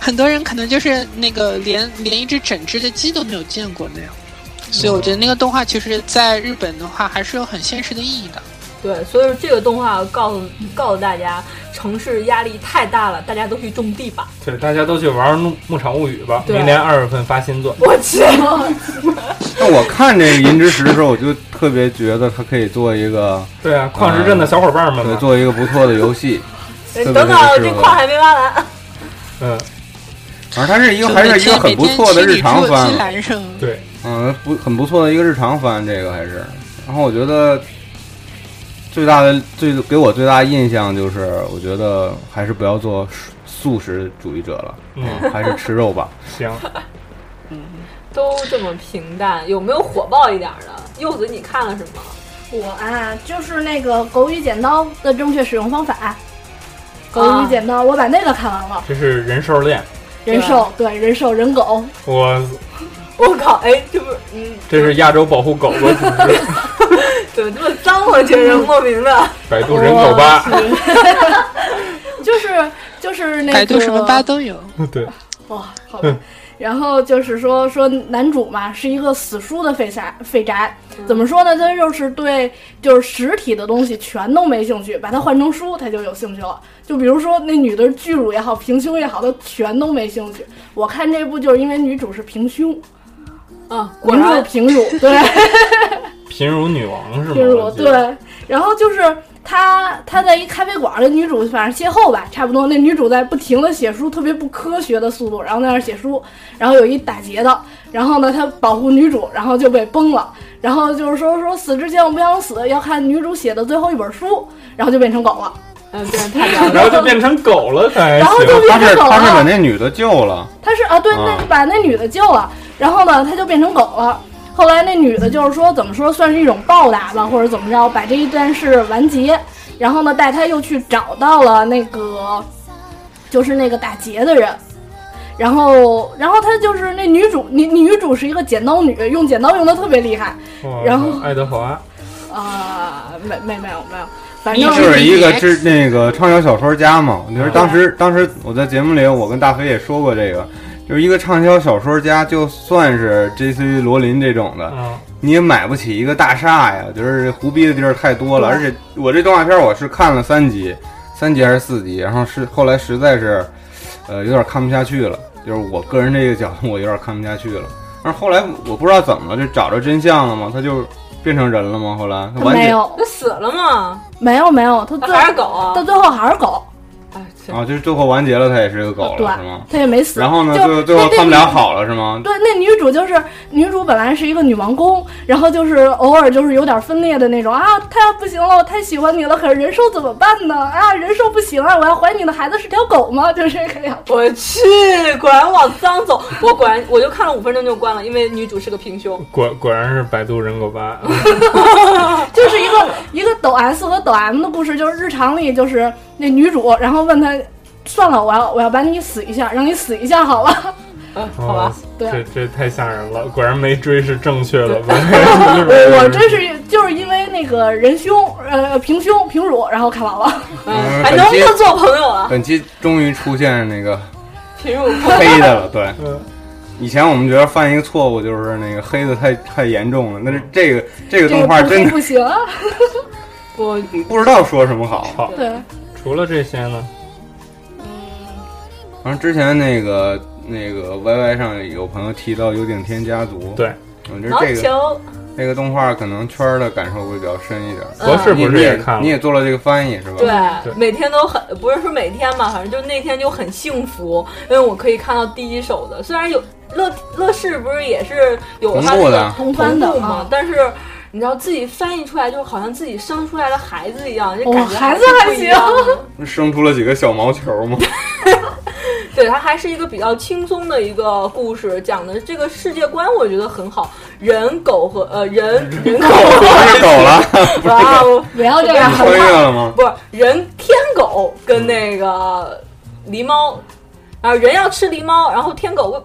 Speaker 4: 很多人可能就是那个连连一只整只的鸡都没有见过那样，所以我觉得那个动画其实在日本的话还是有很现实的意义的。
Speaker 3: 对，所以这个动画告诉告诉大家，城市压力太大了，大家都去种地 吧。
Speaker 1: 对，大家都去玩牧牧场物语吧，
Speaker 3: 对
Speaker 1: 明年二月份发新作，
Speaker 3: 我去，
Speaker 2: 那我看这个银之石的时候，我就特别觉得它可以做一个，
Speaker 1: 对啊，矿石镇的小伙伴们
Speaker 2: 嗯对，
Speaker 1: 嘛，
Speaker 2: 做一个不错的游戏。
Speaker 3: 哎等等，啊这块还没挖完。
Speaker 1: 嗯，
Speaker 2: 反正它是一个
Speaker 4: 就
Speaker 2: 还是
Speaker 4: 每
Speaker 2: 一个
Speaker 4: 天
Speaker 2: 很
Speaker 4: 每
Speaker 2: 不
Speaker 4: 天
Speaker 2: 错的
Speaker 4: 清
Speaker 2: 日
Speaker 4: 理
Speaker 2: 常
Speaker 4: 猪
Speaker 2: 番
Speaker 4: 鸡，栏上，
Speaker 1: 对，
Speaker 2: 嗯，不很不错的一个日常番，这个还是。然后我觉得最大的最给我最大的印象就是，我觉得还是不要做素食主义者了，
Speaker 1: 嗯，
Speaker 2: 还是吃肉 吧。
Speaker 1: 行，
Speaker 3: 都这么平淡，有没有火爆一点的？柚子，你看了什么？
Speaker 6: 我啊，就是那个《狗与剪刀》的正确使用方法，《狗与剪刀》，我把那个看完了。
Speaker 1: 这是人兽恋，啊
Speaker 6: 人兽对人兽人狗，
Speaker 1: 我
Speaker 3: 我靠，哎，这不，嗯，
Speaker 1: 这是亚洲保护狗 狗组织，
Speaker 3: 怎么这么脏？我觉着莫名的，
Speaker 1: 百度人狗吧，
Speaker 6: 就是哎就是那个
Speaker 4: 百度什么吧都有。
Speaker 1: 对，
Speaker 6: 哇，好吧。然后就是说说男主嘛，是一个死书的废宅废宅，
Speaker 3: 嗯
Speaker 6: 怎么说呢？他就是对就是实体的东西全都没兴趣，把它换成书，他就有兴趣了。就比如说那女的巨乳也好，平胸也好，他全都没兴趣。我看这部就是因为女主是平胸，
Speaker 3: 啊，果
Speaker 6: 男主是
Speaker 3: 然
Speaker 6: 平乳，对。
Speaker 1: 贫乳女王是吗？
Speaker 6: 就是我
Speaker 1: 记得，
Speaker 6: 对，然后就是他他在一咖啡馆儿，那女主反正邂逅吧，差不多。那女主在不停的写书，特别不科学的速度，然后在那儿写书，然后有一打劫的，然后呢他保护女主，然后就被崩了。然后就是说说死之前我不想死，要看女主写的最后一本书，然后就变成狗了。
Speaker 3: 嗯，对，太屌了，
Speaker 1: 然后就变成狗了，才
Speaker 6: 然后
Speaker 1: 行
Speaker 6: 就
Speaker 2: 他是
Speaker 6: 变成狗
Speaker 4: 啊
Speaker 2: 他是把
Speaker 6: 了。
Speaker 2: 那女的救了，
Speaker 6: 他是啊，对，那
Speaker 2: 啊
Speaker 6: 把那女的救了，然后呢他就变成狗了。后来那女的就是说，怎么说算是一种报答吧，或者怎么着，把这一段事完结。然后呢，带他又去找到了那个，就是那个打劫的人。然后，然后他就是那女主，女女主是一个剪刀女，用剪刀用的特别厉害。
Speaker 1: 哇
Speaker 6: 然后
Speaker 1: 爱德华，
Speaker 6: 啊、没没没有没有，反
Speaker 4: 你
Speaker 6: 正
Speaker 2: 就是一个
Speaker 4: DX
Speaker 2: 之那个畅销小说家嘛。就是当时当时我在节目里，我跟大飞也说过这个，就是一个畅销小说家，就算是 J.C. 罗琳这种的，
Speaker 1: 嗯，
Speaker 2: 你也买不起一个大厦呀，就是胡逼的地儿太多了。
Speaker 6: 对
Speaker 2: 而且我这动画片我是看了三集，三集还是四集，然后是后来实在是，呃，有点看不下去了。就是我个人这个角度，我有点看不下去了。但是后来我不知道怎么了，就找着真相了吗？他就变成人了吗？后来他
Speaker 6: 他
Speaker 2: 完
Speaker 6: 没
Speaker 2: 结
Speaker 6: 有
Speaker 3: 那死了 吗？
Speaker 6: 没有没有，他
Speaker 3: 那
Speaker 6: 最
Speaker 3: 还是狗啊
Speaker 6: 到？最后还是狗，
Speaker 3: 哎，行，
Speaker 2: 啊，就是最后完结了，他也是个狗
Speaker 6: 对
Speaker 2: 了，是吗？
Speaker 6: 他也没死。
Speaker 2: 然后呢，
Speaker 6: 就
Speaker 2: 最后最后
Speaker 6: 那
Speaker 2: 他们俩
Speaker 6: 那
Speaker 2: 好了是吗？
Speaker 6: 对，那女主就是女主，本来是一个女王公，然后就是偶尔就是有点分裂的那种啊，太不行了，我太喜欢你了，可是人兽怎么办呢？啊，人兽不行啊，我要怀你的孩子是条狗吗？就是 这个样子。
Speaker 3: 我去，果然往脏走，我果然我就看了五分钟就关了，因为女主是个平胸，
Speaker 1: 果果然是百度人狗哦吧，
Speaker 6: 就是一个一个抖 S 和抖 M 的故事，就是日常里就是那女主，然后问他，算了，我要我要把你死一下，让你死一下好了。
Speaker 2: 哦
Speaker 3: 嗯，好吧，
Speaker 6: 对啊
Speaker 1: 这这太吓人了，果然没追是正确的吧？
Speaker 6: 我我
Speaker 1: 我
Speaker 6: 真是就是因为那个人胸呃平胸平乳，然后看完了。
Speaker 3: 嗯，
Speaker 2: 嗯
Speaker 3: 还能不能做朋友 了？
Speaker 2: 本期终于出现那个
Speaker 3: 平乳裤，
Speaker 2: 黑的了，对。
Speaker 1: 嗯
Speaker 2: 以前我们觉得犯一个错误就是那个黑的太太严重了，但是这个这个
Speaker 6: 这
Speaker 2: 动
Speaker 6: 个
Speaker 2: 画
Speaker 6: 不
Speaker 2: 真
Speaker 6: 行
Speaker 2: 的
Speaker 6: 不行啊，
Speaker 3: 我
Speaker 2: 不知道说什么好。
Speaker 1: 好，
Speaker 6: 对，
Speaker 1: 除了这些呢，
Speaker 2: 反正之前那个那个 YY 上有朋友提到《有顶天家族》，
Speaker 1: 对，
Speaker 2: 我
Speaker 6: 哦
Speaker 2: 觉得
Speaker 3: 毛
Speaker 2: 这个嗯
Speaker 3: 球，
Speaker 2: 这个动画可能圈儿的感受会比较深一点。
Speaker 6: 嗯
Speaker 1: 博士
Speaker 2: 你
Speaker 1: 不
Speaker 2: 你
Speaker 1: 是也看
Speaker 2: 你也
Speaker 1: 了？
Speaker 2: 做了这个翻译是吧？
Speaker 3: 对，
Speaker 1: 对
Speaker 3: 每天都很不是说每天吧，反正就那天就很幸福，因为我可以看到第一手的。虽然有乐乐视不是也是有
Speaker 2: 同
Speaker 3: 它
Speaker 2: 步
Speaker 3: 那
Speaker 2: 的
Speaker 3: 个
Speaker 6: 同翻的
Speaker 3: 同步
Speaker 6: 啊
Speaker 3: 嘛，但是你知道自己翻译出来，就好像自己生出来的孩子一样，这
Speaker 6: 哦
Speaker 3: 感觉
Speaker 6: 孩
Speaker 3: 是
Speaker 6: 子还
Speaker 3: 不一样的。
Speaker 2: 生出了几个小毛球 吗？
Speaker 3: 对，它还是一个比较轻松的一个故事，讲的这个世界观我觉得很好，人狗和呃 人人狗，
Speaker 2: 不是狗了，
Speaker 3: 哇哦，
Speaker 6: 不要这样。
Speaker 2: 穿越了吗？
Speaker 3: 不是人天狗跟那个狸猫，然后人要吃狸猫，然后天狗会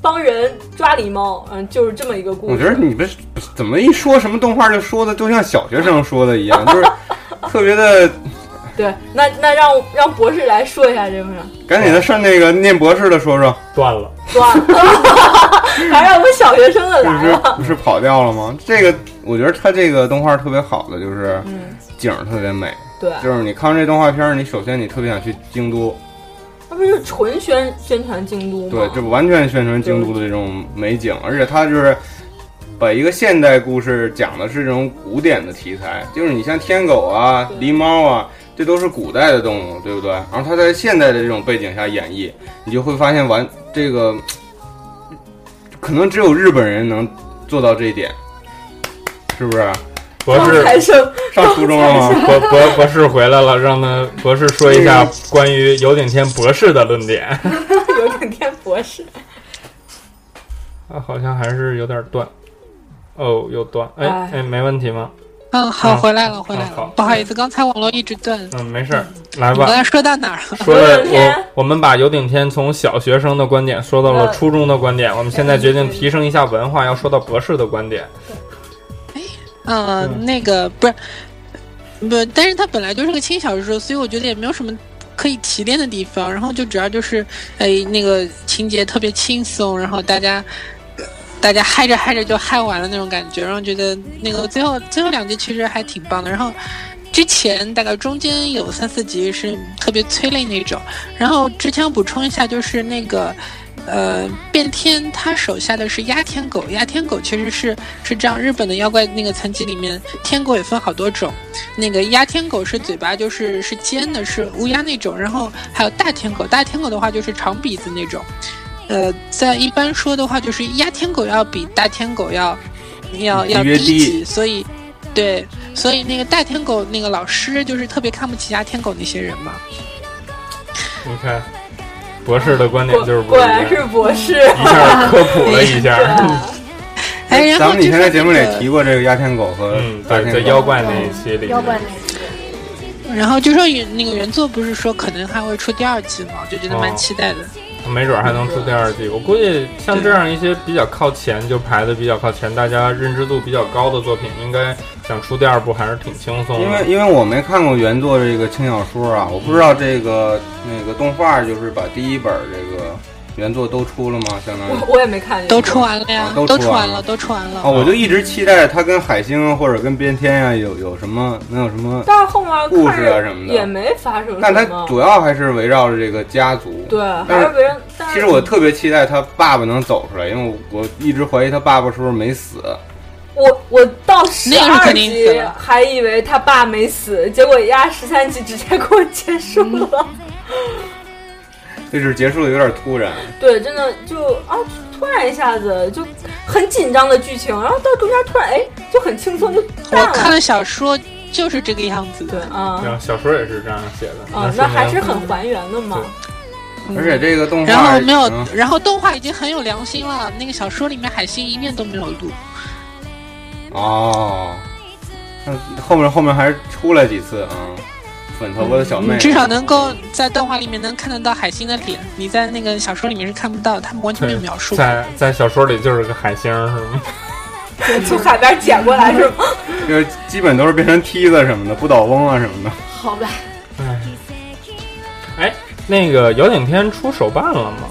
Speaker 3: 帮人抓狸猫，嗯，就是这么一个故事。
Speaker 2: 我觉得你们怎么一说什么动画就说的就像小学生说的一样， 就是特别的
Speaker 3: 对，那那让让博士来说一下这个事儿，
Speaker 2: 赶紧的上那个念博士的 说说，
Speaker 1: 断了，
Speaker 3: 算了， 还让我们小学生
Speaker 2: 不
Speaker 3: 的来啊
Speaker 2: 是
Speaker 3: 了。
Speaker 2: 不是跑掉了吗？这个我觉得他这个动画特别好的就是
Speaker 3: 嗯，
Speaker 2: 景儿特别美，
Speaker 3: 对，
Speaker 2: 就是你看完这动画片儿，你首先你特别想去京都，
Speaker 3: 那不是纯宣宣传京都
Speaker 2: 对
Speaker 3: 吗？，
Speaker 2: 这完全宣传京都的这种美景，而且它就是把一个现代故事讲的是这种古典的题材，就是你像天狗啊、
Speaker 3: 对
Speaker 2: 狸猫啊，这都是古代的动物，对不对？然后它在现代的这种背景下演绎，你就会发现完这个可能只有日本人能做到这一点，是不是？
Speaker 1: 博士
Speaker 3: 才生
Speaker 2: 上初中了吗？
Speaker 1: 博博博士回来了，让他博士说一下关于有顶天博士的论点。
Speaker 3: 有顶天博士，
Speaker 1: 啊，好像还是有点断。哦，又断。哎
Speaker 3: 哎
Speaker 1: 哎，没问题吗？
Speaker 4: 嗯，
Speaker 2: 啊
Speaker 4: 好，回来了，回来
Speaker 1: 嗯好
Speaker 4: 了，不好意思，刚才网络一直断。
Speaker 1: 嗯，没事儿，来
Speaker 4: 我
Speaker 1: 吧
Speaker 4: 刚。才说到哪儿了？
Speaker 1: 说的
Speaker 3: 有点偏
Speaker 1: 我，我们把游顶天从小学生的观点说到了
Speaker 3: 嗯
Speaker 1: 初中的观点，我们现在决定提升一下文化，要说到博士的观点。
Speaker 4: 嗯，那个不是，不，但是它本来就是个轻小说，所以我觉得也没有什么可以提炼的地方。然后就主要就是，哎，那个情节特别轻松，然后大家。大家嗨着嗨着就嗨完了那种感觉，然后觉得那个最后最后两集其实还挺棒的。然后之前大概中间有三四集是特别催泪那种。然后之前我补充一下，就是那个呃，变天他手下的是鸦天狗，鸦天狗其实是是这样，日本的妖怪那个层级里面，天狗也分好多种，那个鸦天狗是嘴巴就是是尖的，是乌鸦那种，然后还有大天狗，大天狗的话就是长鼻子那种，呃，在一般说的话就是鸦天狗要比大天狗要要要
Speaker 1: 约
Speaker 4: 低
Speaker 1: 低
Speaker 4: 级，所以对，所以那个大天狗那个老师就是特别看不起鸦天狗那些人嘛。
Speaker 1: 你看，博士的观点
Speaker 3: 果
Speaker 1: 就是不
Speaker 3: 果
Speaker 1: 一
Speaker 3: 然
Speaker 1: 样，
Speaker 3: 是啊博士，
Speaker 1: 一下科普了一 下。
Speaker 4: 哎，然后
Speaker 2: 咱们以前
Speaker 4: 就
Speaker 2: 在
Speaker 4: 是
Speaker 2: 节目里
Speaker 4: 那个
Speaker 2: 提过这个鸦天狗和
Speaker 1: 嗯，
Speaker 2: 大
Speaker 1: 对，在
Speaker 2: 天
Speaker 1: 妖
Speaker 2: 狗，
Speaker 1: 怪那一期里面，
Speaker 6: 妖怪那集，
Speaker 4: 然后就说原那个原作不是说可能还会出第二季嘛，我就觉得
Speaker 2: 哦
Speaker 4: 蛮期待的。
Speaker 1: 没准儿还能出第二季。我估计像这样一些比较靠前，就排的比较靠前，大家认知度比较高的作品，应该想出第二部还是挺轻松
Speaker 2: 因为
Speaker 1: 的。
Speaker 2: 因为我没看过原作这个轻小说啊，我不知道这个那个动画就是把第一本这个原作都出了吗？相当于
Speaker 3: 我我也没看见
Speaker 4: 都出完了呀
Speaker 2: 啊，都
Speaker 4: 都
Speaker 2: 出完
Speaker 4: 完
Speaker 2: 了
Speaker 4: 了，都出完了。
Speaker 2: 哦，我就一直期待它跟海星或者跟边天呀、有有什么能有什么，
Speaker 3: 但是后面
Speaker 2: 故
Speaker 3: 看
Speaker 2: 事啊
Speaker 3: 着
Speaker 2: 什么的
Speaker 3: 也没发生
Speaker 2: 但它
Speaker 3: 什么。
Speaker 2: 主要还是围绕着这个家族。
Speaker 3: 对，
Speaker 2: 但
Speaker 3: 还
Speaker 2: 是
Speaker 3: 是别人。但是
Speaker 2: 其实我特别期待他爸爸能走出来，因为我我一直怀疑他爸爸是不是没死。
Speaker 3: 我我到十
Speaker 4: 那个是
Speaker 3: 二
Speaker 4: 肯定死
Speaker 3: 集
Speaker 4: 了
Speaker 3: 还以为他爸没死，结果压十三集直接给我结束了。
Speaker 2: 这是结束的有点突然，
Speaker 3: 对，真的就啊，突然一下子就很紧张的剧情，然后到中间突然哎就很轻松就
Speaker 4: 我
Speaker 3: 淡了。
Speaker 4: 看了小说就是这个样子
Speaker 3: 对
Speaker 4: 的，
Speaker 3: 啊
Speaker 1: 然后小说也是这样写的，
Speaker 3: 啊，
Speaker 1: 说
Speaker 3: 那
Speaker 1: 明
Speaker 3: 还是很还原的嘛。嗯
Speaker 2: 而且这个动画
Speaker 4: 然后没有
Speaker 2: 嗯，
Speaker 4: 然后动画已经很有良心了。那个小说里面海星一面都没有录，
Speaker 2: 哦，那后面后面还是出来几次啊，粉头发的小妹
Speaker 4: 你，至少嗯能够在动画里面能看得到海星的脸，你在那个小说里面是看不到，他们完全没有描述。
Speaker 1: 在在小说里就是个海星，是吗？
Speaker 3: 从海边捡过来是吗？
Speaker 2: 就是基本都是变成梯子什么的，不倒翁啊什么的。
Speaker 6: 好吧，
Speaker 1: 嗯哎，那个姚景天出手办了吗？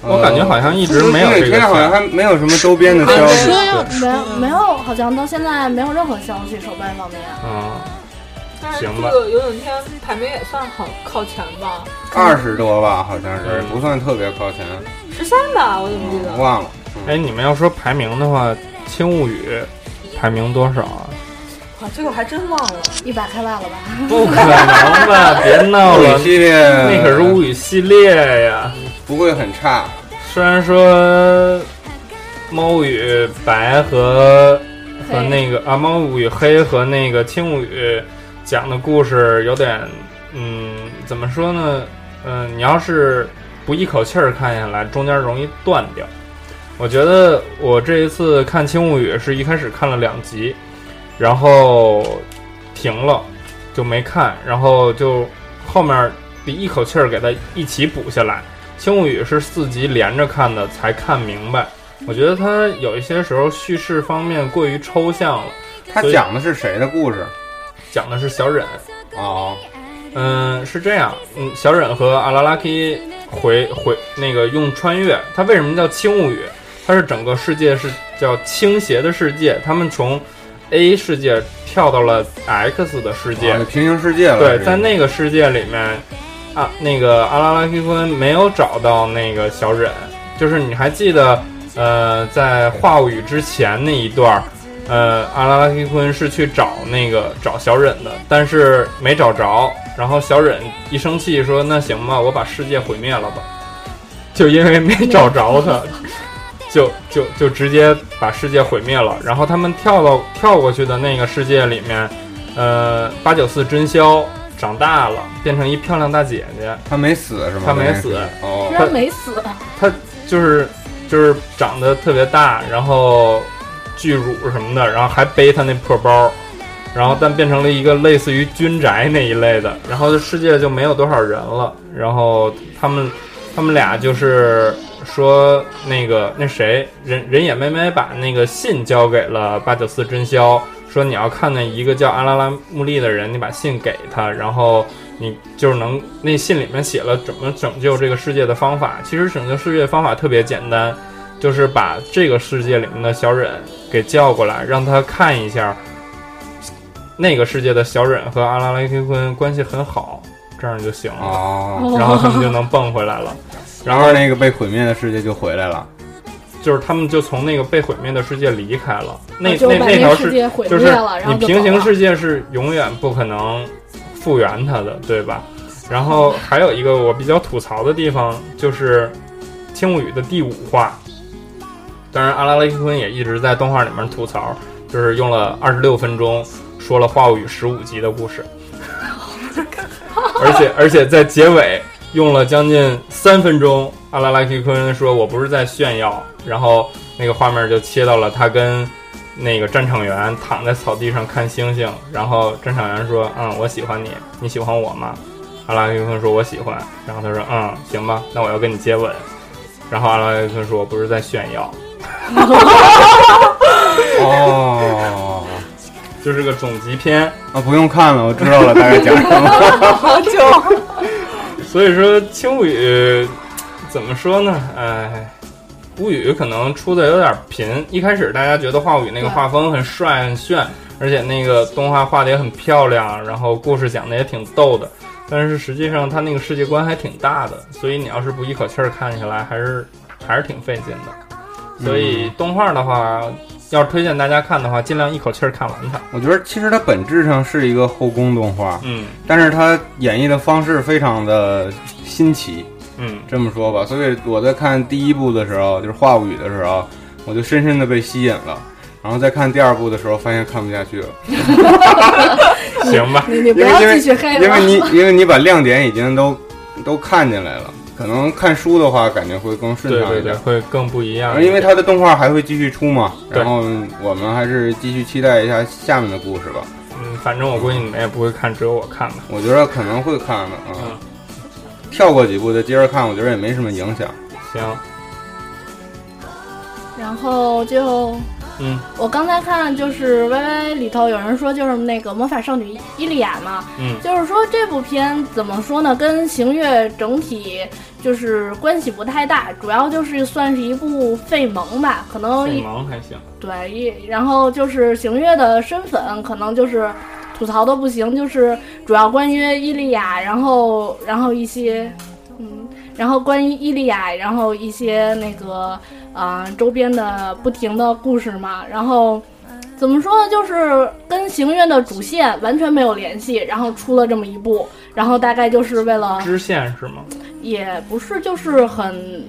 Speaker 1: 我感觉好像一直没有
Speaker 2: 呃
Speaker 1: 这个
Speaker 2: 天好像还没有什么周边的消
Speaker 4: 没
Speaker 2: 息
Speaker 4: 啊说。要出
Speaker 6: 没有没有，好像到现在没有任何消息手办方面。啊
Speaker 1: 嗯，
Speaker 3: 但是
Speaker 1: 行
Speaker 3: 这
Speaker 1: 吧
Speaker 3: 个游泳天排名也算好靠前吧，
Speaker 2: 二十多吧，好像是
Speaker 1: 嗯
Speaker 2: 不算特别靠前，嗯
Speaker 3: 十三吧，我怎么记得？
Speaker 2: 忘了。
Speaker 1: 哎，你们要说排名的话，《轻物语》排名多少啊？
Speaker 3: 哇，这个我还真忘 了。
Speaker 6: 一百开外了吧？
Speaker 1: 不可能吧！别闹
Speaker 2: 物
Speaker 1: 了
Speaker 2: 语，系呃列
Speaker 1: 那可是物语系列呀。
Speaker 2: 不会很差，
Speaker 1: 虽然说猫物语白和和
Speaker 6: 黑
Speaker 1: 那个啊猫物语黑和那个轻物语讲的故事有点，嗯，怎么说呢？嗯、你要是不一口气儿看下来，中间容易断掉。我觉得我这一次看《轻物语》是一开始看了两集，然后停了，就没看，然后就后面得一口气儿给它一起补下来。《轻物语》是四集连着看的，才看明白。我觉得它有一些时候叙事方面过于抽象了，
Speaker 2: 它
Speaker 1: 所以
Speaker 2: 讲的是谁的故事？
Speaker 1: 讲的是小忍，
Speaker 2: 哦，
Speaker 1: 嗯，是这样，嗯，小忍和阿拉拉基回回那个用穿越，它为什么叫轻物语？它是整个世界是叫倾斜的世界，他们从 A 世界跳到了 X 的世界，
Speaker 2: 啊平行世界了。
Speaker 1: 对，
Speaker 2: 这
Speaker 1: 在那个世界里面，啊，那个阿拉拉基昆没有找到那个小忍，就是你还记得，呃，在话物语之前那一段儿，呃，阿拉拉基昆是去找那个找小忍的，但是没找着，然后小忍一生气说：“那行吧，我把世界毁灭了吧。”就因为没
Speaker 2: 嗯
Speaker 1: 找着他，就就就直接把世界毁灭了。然后他们跳到跳过去的那个世界里面，呃，八九四真宵长大了，变成一漂亮大姐姐，
Speaker 2: 他没死是吗？
Speaker 1: 她没死
Speaker 6: 居
Speaker 2: 哦，
Speaker 6: 然没死，
Speaker 1: 就是就是长得特别大，然后巨乳什么的，然后还背她那破包，然后但变成了一个类似于军宅那一类的，然后这世界就没有多少人了。然后他们他们俩就是说那个那谁人人眼妹妹把那个信交给了八九四真宵，说你要看见一个叫阿拉拉木利的人，你把信给他，然后。你就是能那信里面写了怎么拯救这个世界的方法。其实拯救世界的方法特别简单，就是把这个世界里面的小忍给叫过来，让他看一下那个世界的小忍和阿拉蕾 Q 坤关系很好，这样就行了，
Speaker 2: 哦，
Speaker 1: 然后他们就能蹦回来了。
Speaker 2: 然后那个被毁灭的世界就回来了。
Speaker 1: 就是他们就从那个被毁灭的世界离开了，那
Speaker 6: 哦就
Speaker 1: 那
Speaker 6: 把
Speaker 1: 那条
Speaker 6: 那世
Speaker 1: 是
Speaker 6: 界毁
Speaker 1: 就
Speaker 6: 灭
Speaker 1: 是
Speaker 6: 了，然后
Speaker 1: 你
Speaker 6: 就
Speaker 1: 平
Speaker 6: 走
Speaker 1: 行
Speaker 6: 了
Speaker 1: 世界是永远不可能复原它的，对吧？然
Speaker 6: 嗯
Speaker 1: 后还有一个我比较吐槽的地方就是《轻物语》的第五话，当然阿拉蕾昆也一直在动画里面吐槽，就是用了二十六分钟说了《话物语》十五集的故事，而且而且在结尾用了将近三分钟，阿拉拉基坤说：“我不是在炫耀。”然后那个画面就切到了他跟那个战场员躺在草地上看星星，然后战场员说：“嗯，我喜欢你，你喜欢我吗？”阿拉拉基坤说：“我喜欢。”然后他说：“嗯，行吧，那我要跟你接吻。”然后阿拉拉基坤说：“我不是在炫耀。
Speaker 2: 哦，”
Speaker 1: 就是个总集篇，
Speaker 2: 啊，不用看了，我知道了，大概讲什么。
Speaker 1: 所以说轻物语怎么说呢？哎，物语可能出的有点贫。一开始大家觉得画物语那个画风很帅很炫，而且那个动画画的也很漂亮，然后故事讲的也挺逗的。但是实际上它那个世界观还挺大的，所以你要是不一口气儿看下来，还是还是挺费劲的。所以动画的话，要是推荐大家看的话，尽量一口气儿看完它。
Speaker 2: 我觉得其实它本质上是一个后宫动画，
Speaker 1: 嗯
Speaker 2: 但是它演绎的方式非常的新奇，
Speaker 1: 嗯
Speaker 2: 这么说吧。所以我在看第一部的时候，就是《话物语》的时候，我就深深的被吸引了。然后再看第二部的时候，发现看不下去了，
Speaker 1: 行吧。
Speaker 6: 你你不
Speaker 2: 因为
Speaker 6: 要
Speaker 2: 因为
Speaker 6: 继续黑
Speaker 2: 因为
Speaker 6: 了。
Speaker 2: 你因为你把亮点已经都都看进来了。可能看书的话，感觉会更顺
Speaker 1: 对
Speaker 2: 畅
Speaker 1: 对
Speaker 2: 一
Speaker 1: 对，
Speaker 2: 点。
Speaker 1: 会更不一样一
Speaker 2: 然
Speaker 1: 点。
Speaker 2: 后因为它的动画还会继续出嘛，
Speaker 1: 啊对
Speaker 2: 然后我们还是继续期待一下下面的故事吧。
Speaker 1: 嗯，反正我估计你们也不会看，只有我看吧。
Speaker 2: 我觉得可能会看的啊，
Speaker 1: 嗯
Speaker 2: 跳过几部再接着看，我觉得也没什么影响。
Speaker 1: 行，
Speaker 6: 然后就
Speaker 1: 嗯
Speaker 6: 我刚才看就是 Y Y 里头有人说就是那个魔法少女伊利亚嘛，
Speaker 1: 嗯
Speaker 6: 就是说这部片怎么说呢，跟行月整体就是关系不太大，主要就是算是一部废萌吧，可能
Speaker 1: 内
Speaker 6: 一
Speaker 1: 蒙还行。
Speaker 6: 对一，然后就是行月的身份可能就是吐槽的不行，就是主要关于伊利亚，然后然后一些嗯，然后关于伊利亚，然后一些那个啊、呃周边的不停的故事嘛，然后。怎么说呢？就是跟行月的主线完全没有联系，然后出了这么一部，然后大概就是为了
Speaker 1: 支线是吗？
Speaker 6: 也不是，就是很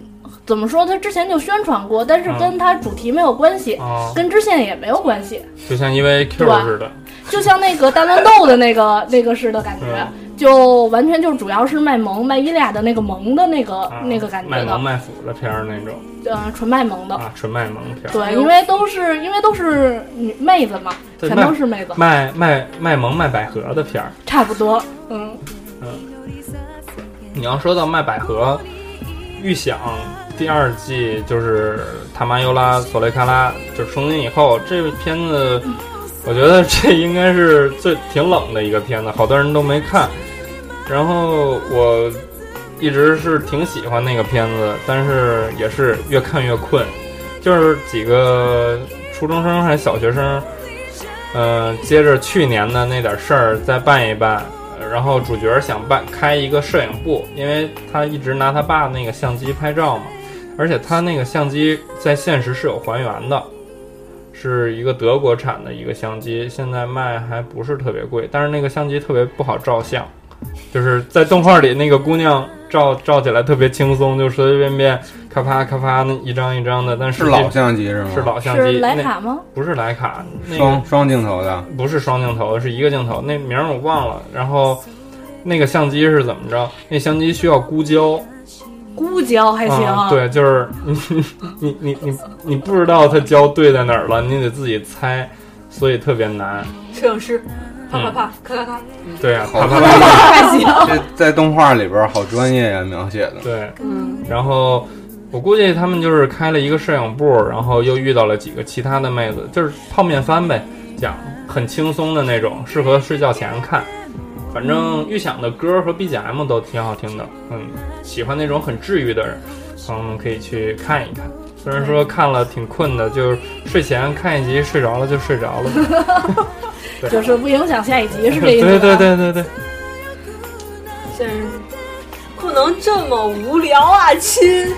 Speaker 6: 怎么说？他之前就宣传过，但是
Speaker 1: 嗯
Speaker 6: 跟他主题没有关系，
Speaker 1: 哦，
Speaker 6: 跟支线也没有关系，
Speaker 1: 就像 E EVQ
Speaker 6: 吧
Speaker 1: 似的。
Speaker 6: 就像那个大乱斗的那个 那个似的感觉，就完全就主要是卖萌卖伊利亚的那个萌的那个、
Speaker 1: 啊
Speaker 6: 那个感
Speaker 1: 卖
Speaker 6: 觉
Speaker 1: 萌
Speaker 6: 的，
Speaker 1: 卖腐的片儿那种
Speaker 6: 呃，纯卖萌的。
Speaker 1: 啊，纯卖萌片儿。
Speaker 6: 对，因为都是因为都是女妹子嘛，
Speaker 1: 对
Speaker 6: 全
Speaker 1: 卖
Speaker 6: 都是妹子，
Speaker 1: 卖卖卖萌卖百合的片儿。
Speaker 6: 差不多，嗯，
Speaker 1: 你要说到卖百合，预想第二季就是塔玛尤拉索雷卡拉，就是从今以后这个片子，我觉得这应该是最挺冷的一个片子，好多人都没看。然后我一直是挺喜欢那个片子，但是也是越看越困，就是几个初中生还小学生，嗯、接着去年的那点事儿再办一办。呃然后主角想办开一个摄影部，因为他一直拿他爸那个相机拍照嘛，而且他那个相机在现实是有还原的，是一个德国产的一个相机，现在卖还不是特别贵，但是那个相机特别不好照相，就是在动画里那个姑娘照照起来特别轻松，就随随便便咔啪咔啪那一张一张的，但
Speaker 2: 是
Speaker 1: 实际
Speaker 2: 老相机是吗？
Speaker 1: 嗯是老相
Speaker 6: 是
Speaker 1: 机，
Speaker 6: 莱
Speaker 1: 那
Speaker 6: 卡吗？
Speaker 1: 不是徕卡，那个
Speaker 2: 双双镜头的，
Speaker 1: 不是双镜头，是一个镜头，那名儿我忘了。然后那个相机是怎么着？那相机需要估焦，
Speaker 6: 孤娇哦
Speaker 3: 哎
Speaker 6: 还行，
Speaker 1: 啊，对，就是你你 你你你不知道它焦对在哪儿了，你得自己猜，所以特别难。 嗯
Speaker 3: 摄影师，啪啪啪，咔咔咔，
Speaker 1: 对啊，
Speaker 2: 好
Speaker 1: 啪啪
Speaker 2: 看
Speaker 1: 啪，
Speaker 3: 太行。
Speaker 2: 这在动画里边好专业呀，描写的。
Speaker 1: 对。
Speaker 3: 嗯，
Speaker 1: 然后我估计他们就是开了一个摄影部，然后又遇到了几个其他的妹子，就是泡面番呗，讲很轻松的那种，适合睡觉前看。反正预想的歌和 BGM 都挺好听的，嗯，喜欢那种很治愈的人，朋友们可以去看一看。虽然说看了挺困的，就是睡前看一集，睡着了就睡着了。
Speaker 6: 就是不影响下一集，是这意
Speaker 1: 对
Speaker 6: 思吧？
Speaker 1: 对对对对，
Speaker 3: 真是不能这么无聊啊，亲！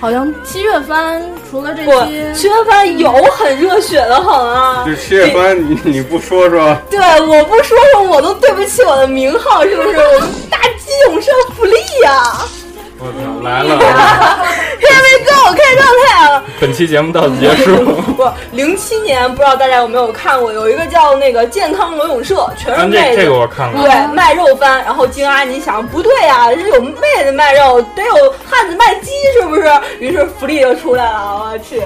Speaker 6: 好像七月番除了这
Speaker 3: 不，
Speaker 6: 些，
Speaker 3: 薛帆有很热血的很啊。
Speaker 2: 就七月番，你你不说说，
Speaker 3: 对，我不说说我都对不起我的名号，是不是？我们大鸡永生不利呀、
Speaker 1: 我操，来了！
Speaker 3: 因为歌我开状态啊了。
Speaker 1: 本期节目到此结束。
Speaker 3: 不，零七年不知道大家有没有看过，有一个叫那个健康罗永社，全是
Speaker 1: 啊，
Speaker 3: 妹
Speaker 1: 这
Speaker 3: 子。
Speaker 1: 这个我看过，
Speaker 3: 对，卖肉番，然后京阿尼想不对啊，这有妹子卖肉，得有汉子卖鸡，是不是？于是福利就出来了，我去，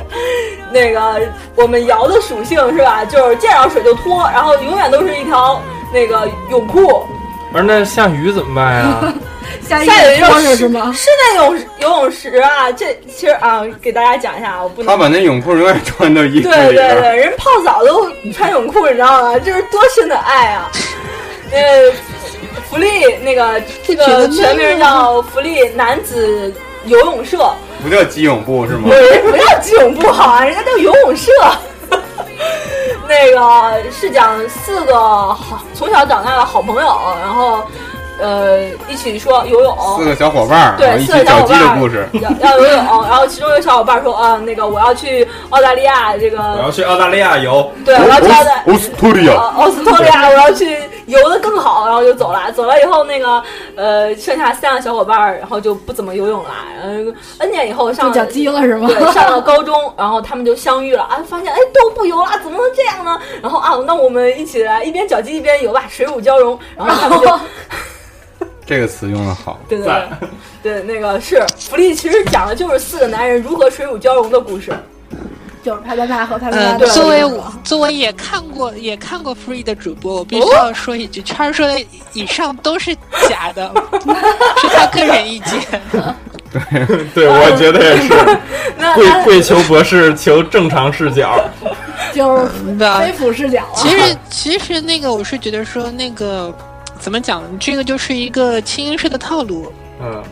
Speaker 3: 那个我们瑶的属性是吧？就是见着水就脱，然后永远都是一条那个泳裤，
Speaker 1: 不是那下雨怎么办呀？哎
Speaker 6: 下
Speaker 3: 下有一
Speaker 6: 一
Speaker 3: 种
Speaker 6: 个是吗？
Speaker 3: 室内泳游泳池啊，这其实啊，给大家讲一下啊，我不
Speaker 2: 他
Speaker 3: 能。
Speaker 2: 把那泳裤永远穿到衣服
Speaker 3: 对
Speaker 2: 里
Speaker 3: 对
Speaker 2: 边儿。
Speaker 3: 对，人泡澡都穿泳裤，你知道吗？这是多深的爱啊！呃，福利那个这个全名叫福利男子游泳社，
Speaker 2: 不叫基泳部是吗
Speaker 3: 不？是不叫基泳部好啊，人家叫游泳社。那个是讲四个好从小长大的好朋友，然后呃一起说游泳，
Speaker 2: 四个小伙伴儿，
Speaker 3: 对
Speaker 2: 然后一
Speaker 3: 四
Speaker 2: 起
Speaker 3: 个小
Speaker 2: 找
Speaker 3: 伙
Speaker 2: 鸡的
Speaker 3: 伴儿
Speaker 2: 故事。
Speaker 3: 要要游泳，然后其中一个小伙伴说啊，那个我要去澳大利亚，这个
Speaker 2: 去澳大利亚游。
Speaker 3: 对，我要去澳大。
Speaker 2: 欧斯图利亚，
Speaker 3: 呃，奥斯特利亚，我要去游的更好，然后就走了。走了以后，那个呃，剩下三个小伙伴儿，然后就不怎么游泳了。嗯、n 年以后上
Speaker 6: 就讲鸡了是吗？
Speaker 3: 对，上了高中，然后他们就相遇了啊，发现哎都不游了，怎么能这样呢？然后啊，那我们一起来一边绞鸡一边游吧，水乳交融。然后他 们就
Speaker 2: 这个词用的好。
Speaker 3: 对对对对，那个是福利，其实讲的就是四个男人如何水乳交融的故事。
Speaker 6: 就是啪啪啪和啪啪啪
Speaker 4: 呃
Speaker 6: 的，
Speaker 4: 作为我作为也看过也看过 Free 的主播，我必须要说一句，圈儿说的以上都是假的，是他个人意见。
Speaker 1: 对，我觉得也 是。
Speaker 3: 那
Speaker 1: 跪跪求博士，求正常视角。
Speaker 6: 就是
Speaker 4: 那
Speaker 6: 非俯视角啊
Speaker 4: 其。实其实那个我是觉得说那个怎么讲，这个就是一个轻音式的套路，
Speaker 1: 嗯，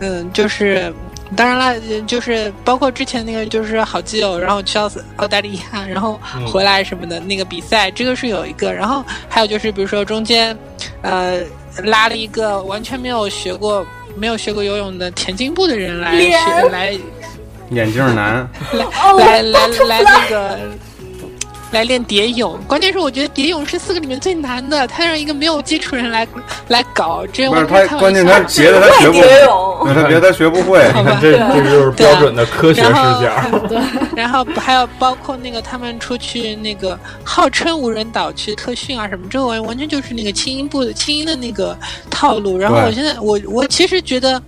Speaker 4: 嗯，就是当然啦，呃就是包括之前那个就是好基友，然后去澳斯澳大利亚，然后
Speaker 1: 嗯
Speaker 4: 回来什么的、那个比赛，这个是有一个，然后还有就是比如说中间，呃，拉了一个完全没有学过。没有学过游泳的田径部的人来
Speaker 3: 脸
Speaker 4: 学来
Speaker 2: 眼镜男，
Speaker 4: 来来来那个来练蝶泳，关键是我觉得蝶泳是四个里面最难的，他让一个没有基础人来来搞，这
Speaker 2: 不
Speaker 4: 哎我
Speaker 2: 是
Speaker 4: 觉
Speaker 2: 他
Speaker 4: 得太，
Speaker 2: 关键他
Speaker 3: 是
Speaker 2: 别的他学不，
Speaker 3: 会蝶
Speaker 2: 对
Speaker 3: 泳，
Speaker 2: 他别的他学不会。
Speaker 4: 好吧
Speaker 1: 这这就是
Speaker 6: 啊
Speaker 1: 标准的科 学视
Speaker 4: 然
Speaker 1: 角。
Speaker 4: 然后还有包括那个他们出去那个号称无人岛去特训啊什么，这完完全就是那个轻音部的轻音的那个套路。然后
Speaker 2: 对
Speaker 4: 我现在我我其实觉得，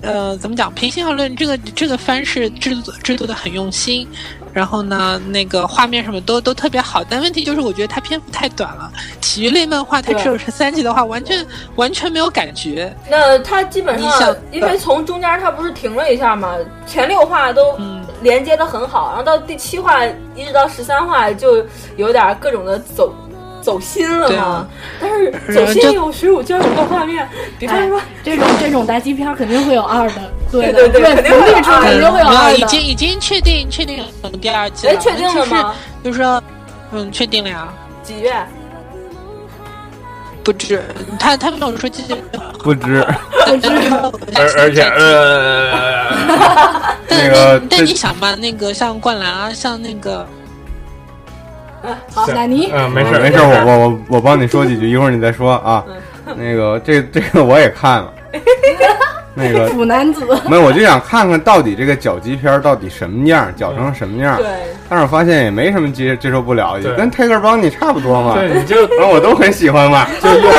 Speaker 4: 呃，怎么讲？平心而论，这个这个番是制作制作的很用心，然后呢，那个画面什么都都特别好，但问题就是我觉得它篇幅太短了。体育类漫画它
Speaker 3: 对
Speaker 4: 只有十三集的话，完全完全没有感觉。
Speaker 3: 那他基本
Speaker 4: 你
Speaker 3: 上
Speaker 4: 想，
Speaker 3: 因为从中间他不是停了一下嘛，前六话都
Speaker 4: 嗯
Speaker 3: 连接的很好，然后到第七话一直到十三话就有点各种的走走心了
Speaker 4: 对
Speaker 3: 嘛
Speaker 4: 啊。
Speaker 3: 但是
Speaker 4: 然
Speaker 3: 走
Speaker 4: 后
Speaker 3: 心
Speaker 4: 就哎
Speaker 3: 有水乳交融的画面，比方说，
Speaker 6: 这种这种大鸡片儿肯定会有二的，
Speaker 3: 对对
Speaker 6: 的，对
Speaker 3: 对肯定会有
Speaker 6: 肯定
Speaker 3: 二的
Speaker 6: 肯定会有
Speaker 4: 没
Speaker 6: 二
Speaker 4: 有
Speaker 6: 的，
Speaker 4: 已经已经确定确定有第二季了，
Speaker 3: 哎，确定了吗？？
Speaker 4: 就是说，嗯，确定了呀，
Speaker 3: 几月？
Speaker 4: 不止，他他没有说这些，
Speaker 2: 不知
Speaker 4: 但是
Speaker 1: 而而 且，呃，
Speaker 4: 但
Speaker 2: 那个
Speaker 4: 但但
Speaker 2: 这
Speaker 4: 你想嘛，那个像灌篮啊，像那个，
Speaker 3: 好，
Speaker 6: 奶泥
Speaker 1: 嗯，没事
Speaker 2: 没事，我我我我帮你说几句，一会儿你再说啊。
Speaker 4: 嗯
Speaker 2: 那个这这个我也看 了，那个
Speaker 6: 腐男子，
Speaker 2: 没有，我就想看看到底这个绞鸡片儿到底什么样，绞
Speaker 4: 嗯
Speaker 2: 成什么样。
Speaker 3: 对，
Speaker 2: 但是我发现也没什么接接受不了，也
Speaker 1: 对
Speaker 2: 跟 Tiger 帮你差不多嘛。
Speaker 1: 对，你就
Speaker 2: 然后我都很喜欢嘛。
Speaker 1: 就用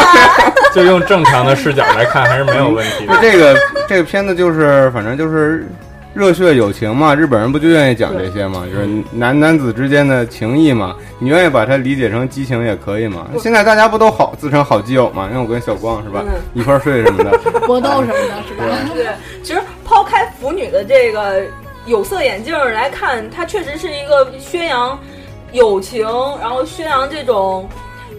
Speaker 1: 就用 正常的视角来看，还是没有问题
Speaker 2: 那
Speaker 1: 的。
Speaker 2: 这个这个片子就是，反正就是热血友情嘛，日本人不就愿意讲这些嘛，就是男男子之间的情谊嘛。你愿意把它理解成激情也可以嘛。现在大家不都好自称好基友嘛？因为我跟小光是吧，
Speaker 3: 嗯
Speaker 2: 一块儿睡什么的，
Speaker 6: 搏斗什么的，是吧？
Speaker 3: 对，其实抛开腐女的这个有色眼镜儿来看，它确实是一个宣扬友情，然后宣扬这种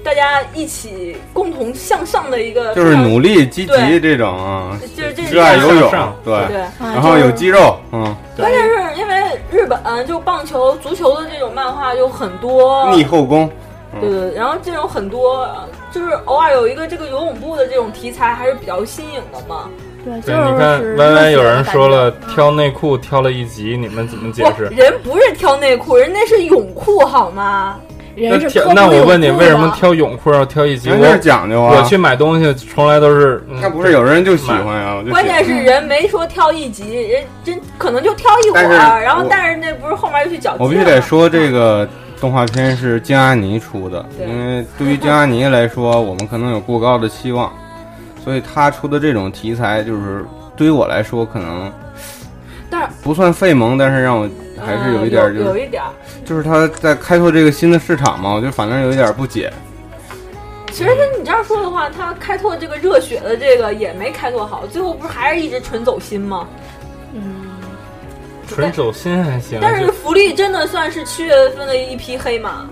Speaker 3: 大家一起共同向上的一个，
Speaker 2: 就是努，力积极
Speaker 3: 对
Speaker 2: 这种啊，
Speaker 3: 就是这
Speaker 2: 热爱游泳
Speaker 1: 向上，
Speaker 2: 对，
Speaker 3: 对。
Speaker 6: 啊
Speaker 2: 然后有肌肉，嗯，
Speaker 3: 关键是因为日本呃就棒球、足球的这种漫画有很多，
Speaker 2: 逆后宫，
Speaker 3: 对对，对然后这种很多呃就是偶尔有一个这个游泳部的这种题材还是比较新颖的嘛。
Speaker 6: 对，就
Speaker 1: 对，
Speaker 6: 是
Speaker 1: 你看
Speaker 6: 是
Speaker 1: 歪歪有人
Speaker 6: 热血的感觉
Speaker 1: 说了，挑内裤挑了一集，你们怎么解
Speaker 3: 不，
Speaker 1: 释？
Speaker 3: 人不是挑内裤，人那是泳裤好吗？
Speaker 1: 那
Speaker 6: 人是
Speaker 1: 挑
Speaker 6: 科
Speaker 1: 那
Speaker 6: 普
Speaker 1: 我问你，
Speaker 6: 有素
Speaker 1: 为什么
Speaker 6: 的
Speaker 1: 挑泳裤要挑一集？
Speaker 2: 人家是
Speaker 1: 我
Speaker 2: 讲究啊。
Speaker 1: 我去买东西从来都是，嗯
Speaker 2: 那不是有人就喜欢啊，我就喜欢
Speaker 3: 关键是人没说挑一集，人真可能就挑一会
Speaker 2: 但是
Speaker 3: 儿，然后
Speaker 2: 我
Speaker 3: 但是那不是后面又去绞尽
Speaker 2: 我必须
Speaker 3: 了
Speaker 2: 得
Speaker 3: 吗，
Speaker 2: 说，这个动画片是京阿尼出的，
Speaker 3: 对
Speaker 2: 因为对于京阿尼来说，我们可能有过高的期望，所以他出的这种题材，就是对于我来说，可能
Speaker 3: 但是
Speaker 2: 不算费萌，但是让我还是有一点，
Speaker 3: 嗯
Speaker 2: 就
Speaker 3: 有
Speaker 2: 是
Speaker 3: 一点儿。
Speaker 2: 就是他在开拓这个新的市场嘛，我就反正有一点不解。
Speaker 3: 其实跟你这样说的话，他开拓这个热血的这个也没开拓好，最后不是还是一直纯走心吗？
Speaker 6: 嗯，
Speaker 1: 纯走心还
Speaker 2: 嗯
Speaker 1: 行。
Speaker 3: 但是
Speaker 1: 这
Speaker 3: 福利真的算是七月份的一匹黑马，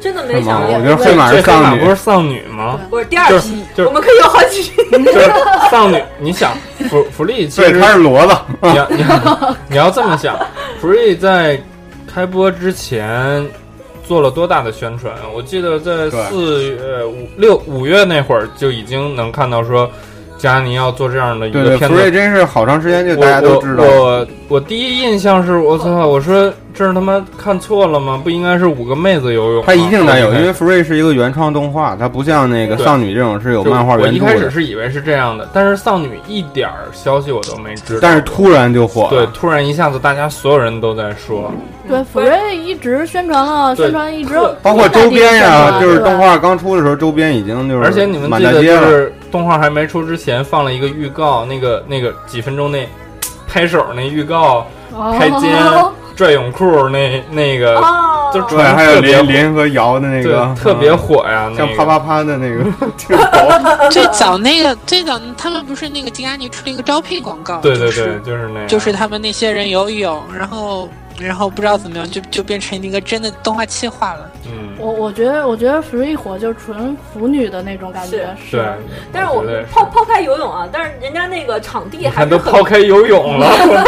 Speaker 3: 真的没
Speaker 2: 黑马，
Speaker 3: 想到。
Speaker 2: 我觉得黑马是
Speaker 1: 这黑
Speaker 2: 丧
Speaker 1: 马不
Speaker 2: 女
Speaker 1: 是，丧女吗？
Speaker 3: 不是第二
Speaker 1: 就是
Speaker 3: 批，
Speaker 1: 就是
Speaker 3: 我们可以有好几 批。
Speaker 1: 就是丧女，你想福福利其
Speaker 2: 对，
Speaker 1: 实
Speaker 2: 他是骡子。
Speaker 1: 你要你要你要这么想，Free 在开播之前做了多大的宣传？我记得在
Speaker 2: 对
Speaker 1: 四月五六五月那会儿就已经能看到说，佳妮要做这样的一
Speaker 2: 对
Speaker 1: 个
Speaker 2: 对，
Speaker 1: 片
Speaker 2: 福瑞
Speaker 1: 子。
Speaker 2: 真是好长时间就大
Speaker 1: 我
Speaker 2: 家都
Speaker 1: 我
Speaker 2: 知道，
Speaker 1: 我我第一印象是我操，我说这是他妈看错了吗？不应该是五个妹子游泳吗？
Speaker 2: 他一定得有，
Speaker 1: 我一开
Speaker 2: 因为
Speaker 1: 始
Speaker 2: 福瑞是一个原创动画，它不像那个
Speaker 1: 对
Speaker 2: 丧女这种是有漫画
Speaker 1: 我
Speaker 2: 原
Speaker 1: 一
Speaker 2: 著
Speaker 1: 开始
Speaker 2: 的。
Speaker 1: 是以为是这样的，但是丧女一点儿消息我都没知道。
Speaker 2: 但是突然就火了。
Speaker 1: 对，突然一下子大家所有人都在说，
Speaker 6: 对，福瑞一直宣传了，
Speaker 1: 对
Speaker 6: 宣传一直
Speaker 1: 特
Speaker 2: 包括周边呀、
Speaker 6: 对
Speaker 2: 就是动画刚出的时候，周边已经就是
Speaker 1: 而且你们
Speaker 2: 满
Speaker 1: 记
Speaker 2: 大
Speaker 1: 得，
Speaker 2: 街
Speaker 1: 就
Speaker 2: 了。
Speaker 1: 是动画还没出之前放了一个预告，那个那个几分钟内拍手那预告，开肩、拽泳裤那那
Speaker 2: 呃
Speaker 1: 个，
Speaker 3: 哦，
Speaker 1: 就是
Speaker 2: 对，还有
Speaker 1: 特别
Speaker 2: 林林和瑶的那
Speaker 1: 对
Speaker 2: 个，
Speaker 1: 特别火呀，
Speaker 2: 嗯
Speaker 1: 那
Speaker 2: 像
Speaker 1: 个
Speaker 2: 啪啪啪的那个 镜头，
Speaker 4: 最早那个最早他们不是那个金安妮出了一个招聘广告，
Speaker 1: 对对
Speaker 4: 就是
Speaker 1: 对，就是那样，
Speaker 4: 就是他们那些人游泳，然后然后不知道怎么样就就变成一个真的动画企划了。
Speaker 1: 嗯，
Speaker 6: 我我觉得，我觉得福瑞火就是纯腐女的那种感觉，是
Speaker 1: 对。
Speaker 3: 但是我
Speaker 1: 觉得
Speaker 3: 抛抛开游泳啊，但是人家那个场地
Speaker 1: 你
Speaker 3: 还
Speaker 1: 看
Speaker 3: 是
Speaker 1: 都
Speaker 3: 很
Speaker 1: 抛开游泳了，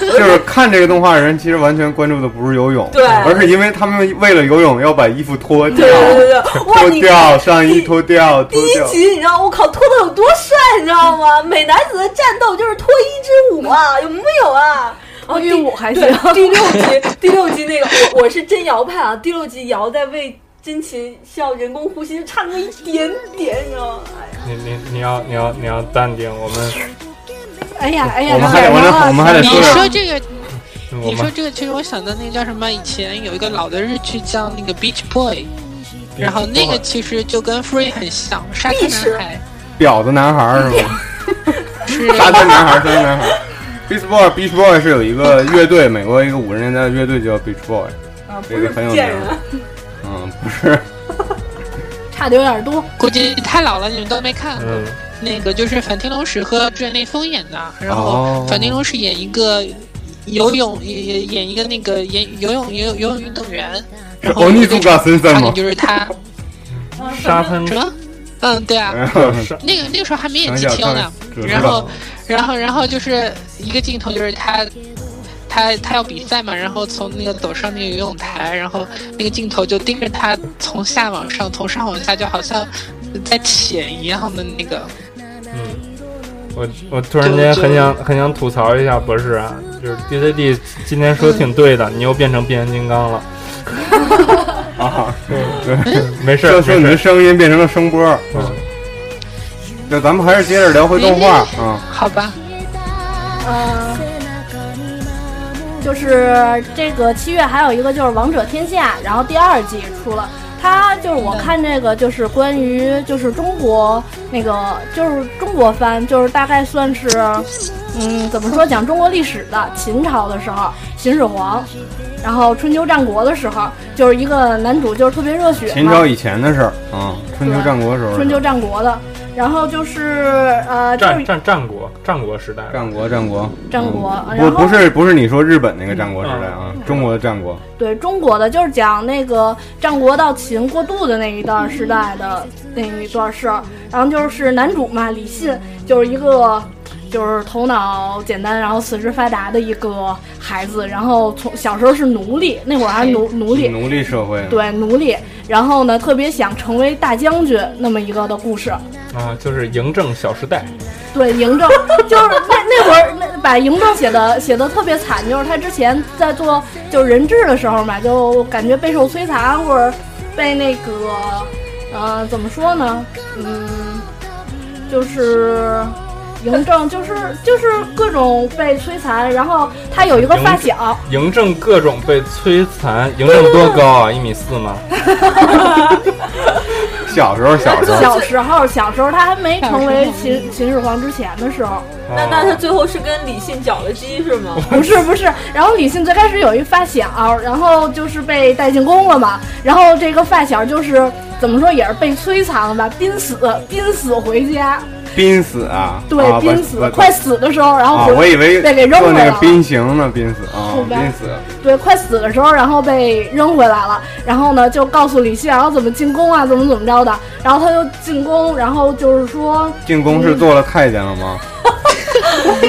Speaker 2: 就是看这个动画的人其实完全关注的不是游泳，
Speaker 3: 对
Speaker 2: 而是因为他们为了游泳要把衣服脱掉
Speaker 3: 对，对对对，哇！
Speaker 2: 脱
Speaker 3: 你
Speaker 2: 掉上衣脱掉脱
Speaker 3: 第一
Speaker 2: 掉，
Speaker 3: 集你知道我靠脱的有多帅，你知道吗？美男子的战斗就是脱衣之舞啊，有没有啊？哦，
Speaker 6: 因
Speaker 3: 第
Speaker 6: 为我还行
Speaker 3: 对，第六集，第六集那个我我是真摇派啊，第六集摇在为真琴笑人工呼吸，差那么一点点，你知道吗？哎
Speaker 1: 你你你要你要你要淡定，我们
Speaker 6: 哎呀哎呀，
Speaker 2: 我们还得
Speaker 6: 感人啊
Speaker 2: 我们还得
Speaker 4: 你
Speaker 2: 对说
Speaker 4: 说这个，
Speaker 1: 哎我
Speaker 4: 你说
Speaker 1: 们
Speaker 4: 这个，其实我想到那个叫什么？以前有一个老的日剧叫那个《Beach Boy》，然后那个其实就跟《Free》很像，沙滩男孩
Speaker 2: 婊子男孩儿是吗？
Speaker 4: 是
Speaker 2: 沙滩男孩儿，沙滩男孩儿。Beach Boy，Beach Boy 是有一个乐队，美国一个五十年代的乐队叫 Beach Boy，
Speaker 3: 啊，不
Speaker 2: 这个
Speaker 3: 是
Speaker 2: 很有名
Speaker 3: 贱人，。
Speaker 2: 嗯，不是，
Speaker 6: 差的有点多。
Speaker 4: 估计太老了，你们都没看过。
Speaker 1: 嗯，
Speaker 4: 那个就是反町隆史和竹野内丰演的，然
Speaker 2: 哦
Speaker 4: 后反町隆史演一个游泳，也也演一个那个演游泳游泳游泳运动员，
Speaker 2: 是欧尼哦祖嘎森森
Speaker 4: 差
Speaker 2: 吗
Speaker 4: 点？就是他
Speaker 1: 沙滩
Speaker 4: 什么？嗯，对啊，
Speaker 1: 沙
Speaker 4: 那个那个时候还没
Speaker 2: 想
Speaker 4: 演激
Speaker 2: 想
Speaker 4: 情呢
Speaker 2: 看，
Speaker 4: 然后然后然后就是一个镜头就是他。他他要比赛嘛，然后从那个走上那个游泳台，然后那个镜头就盯着他从下往上，从上往下，就好像在舔一样的那个。
Speaker 1: 我我突然间很想很想吐槽一下博士啊，就是 D C D 今天说挺对的，你又变成变形金刚了，
Speaker 2: 啊，
Speaker 1: 没事
Speaker 2: 这
Speaker 1: 儿
Speaker 2: 时候
Speaker 1: 没
Speaker 2: 你
Speaker 1: 事
Speaker 2: 的
Speaker 1: 儿，
Speaker 2: 声音变成了声波。嗯，那咱们还是接着聊回动画啊。
Speaker 4: 好吧，
Speaker 6: 呃，就是这个七月还有一个就是《王者天下》，然后第二季出了。它就是我看这个就是关于就是中国那个就是中国番，就是大概算是嗯，怎么说讲中国历始的，秦朝的时候，秦始皇，然后春秋战国的时候，就是一个男主就是特别热血嘛，
Speaker 2: 秦朝以前的事儿啊，春秋战国时候的事儿，
Speaker 6: 春秋战国的，然后就是呃，就
Speaker 1: 战
Speaker 6: 是
Speaker 1: 战战国战国时代吧，
Speaker 2: 战国战国
Speaker 6: 战国啊
Speaker 2: 嗯
Speaker 6: 然
Speaker 2: 不
Speaker 6: 后嗯
Speaker 2: 不是不是你说日本那个战国时代啊，中国的战国，
Speaker 6: 对中国的，就是讲那个战国到秦过渡的那一段时代的那一段事儿。然后就是男主嘛，李信就是一个就是头脑简单，然后四肢发达的一个孩子，然后从小时候是奴隶，那会儿还奴奴隶，
Speaker 2: 奴隶社会，
Speaker 6: 对奴隶。然后呢，特别想成为大将军那么一个的故事。
Speaker 1: 啊，就是嬴政《小时代
Speaker 6: 对嬴政，就是 那那会儿，那把嬴政写的写的特别惨，就是他之前在做就是人质的时候嘛，就感觉备受摧残，或者被那个，呃，怎么说呢，嗯，就是嬴政就是就是各种被摧残，然后他有一个发小，》，
Speaker 1: 嬴政各种被摧残，嬴政多高啊，一米四吗？
Speaker 2: 小时候小时候
Speaker 6: 小时候小时候他还没成为秦秦始皇之前的时候，
Speaker 3: 那那他
Speaker 1: 哦
Speaker 3: 最后是跟李信搅了基 是吗？
Speaker 6: 不是不是，然后李信最开始有一发小，然后就是被带进宫了嘛，然后这个发小就是怎么说也是被摧残了吧，濒死濒死回家，
Speaker 2: 濒死啊，
Speaker 6: 对，
Speaker 2: 啊
Speaker 6: 濒死、
Speaker 2: 不不
Speaker 6: 快死的时候，然后
Speaker 2: 啊，
Speaker 6: 回、
Speaker 2: 我以为
Speaker 6: 哦被给扔
Speaker 2: 做
Speaker 6: 回来
Speaker 2: 那
Speaker 6: 了啊
Speaker 2: 个鞭刑呢，濒死啊
Speaker 6: 是，吧
Speaker 2: 濒死，
Speaker 6: 对快死的时候，然后被扔回来了，然后呢就告诉李信，然后怎么进宫啊，怎么怎么着的，然后他就进宫，然后就是说
Speaker 2: 进宫是做了太监了吗？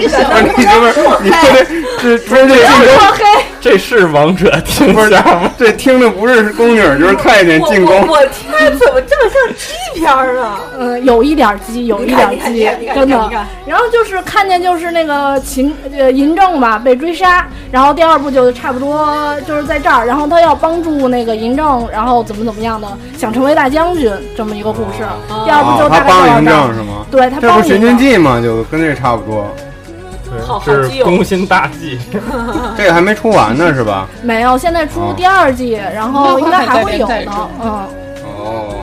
Speaker 6: 想
Speaker 2: 不是你这不是你说这这不是这进宫
Speaker 6: 抹黑，
Speaker 1: 这是王者听
Speaker 2: 不是
Speaker 1: 下吗？
Speaker 2: 这听着不是宫女儿就是太监
Speaker 3: 我
Speaker 2: 进
Speaker 3: 我
Speaker 2: 宫，
Speaker 3: 我天，怎么这么像 G 片儿啊？
Speaker 6: 嗯，有一点儿鸡，有一点儿
Speaker 3: 你看你
Speaker 6: 鸡
Speaker 3: 看，你看
Speaker 6: 真
Speaker 3: 你看
Speaker 6: 的
Speaker 3: 你看。
Speaker 6: 然后就是看见就是那个秦呃嬴政吧被追杀，然后第二部就差不多就是在这儿，然后他要帮助那个嬴政，然后怎么怎么样的，想成为大将军这么一个故事。
Speaker 3: 哦
Speaker 6: 第二部
Speaker 2: 啊，
Speaker 6: 就
Speaker 2: 他
Speaker 6: 大概
Speaker 2: 帮
Speaker 6: 到
Speaker 2: 嬴
Speaker 6: 这儿
Speaker 2: 政是吗？
Speaker 6: 对他
Speaker 2: 这
Speaker 6: 帮
Speaker 2: 不《寻秦
Speaker 6: 嬴政，
Speaker 2: 记》吗？就跟这差不多，
Speaker 3: 好好
Speaker 1: 是
Speaker 3: 基友
Speaker 1: 攻心大计，
Speaker 6: 嗯
Speaker 2: 这个还没出完呢是吧？
Speaker 6: 没有，现在出第二季，然后应该还 会有
Speaker 4: 漫
Speaker 6: 的
Speaker 4: 画，
Speaker 6: 嗯。
Speaker 2: 哦，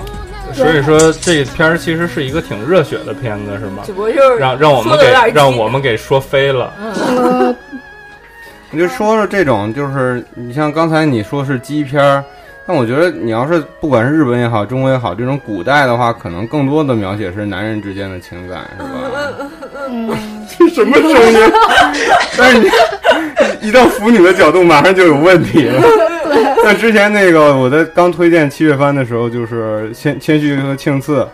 Speaker 1: 所以说这片儿其实是一个挺热血的片子，是吗
Speaker 3: 只？不过就是
Speaker 1: 让让我
Speaker 3: 说
Speaker 1: 们
Speaker 3: 的
Speaker 1: 给
Speaker 3: 有点儿嗯
Speaker 1: 让
Speaker 3: 激
Speaker 1: 我们给说飞了，
Speaker 6: 呃，
Speaker 2: 我就说说这种，就是你像刚才你说是基片儿，但我觉得你要是不管是日本也好，中国也好，这种古代的话，可能更多的描写是男人之间的情感，是吧？
Speaker 6: 嗯
Speaker 2: 这什么声音？但是你一到腐女的角度，马上就有问题了。像之前 那个我在刚推荐七月番的时候，就是千千寻和庆次，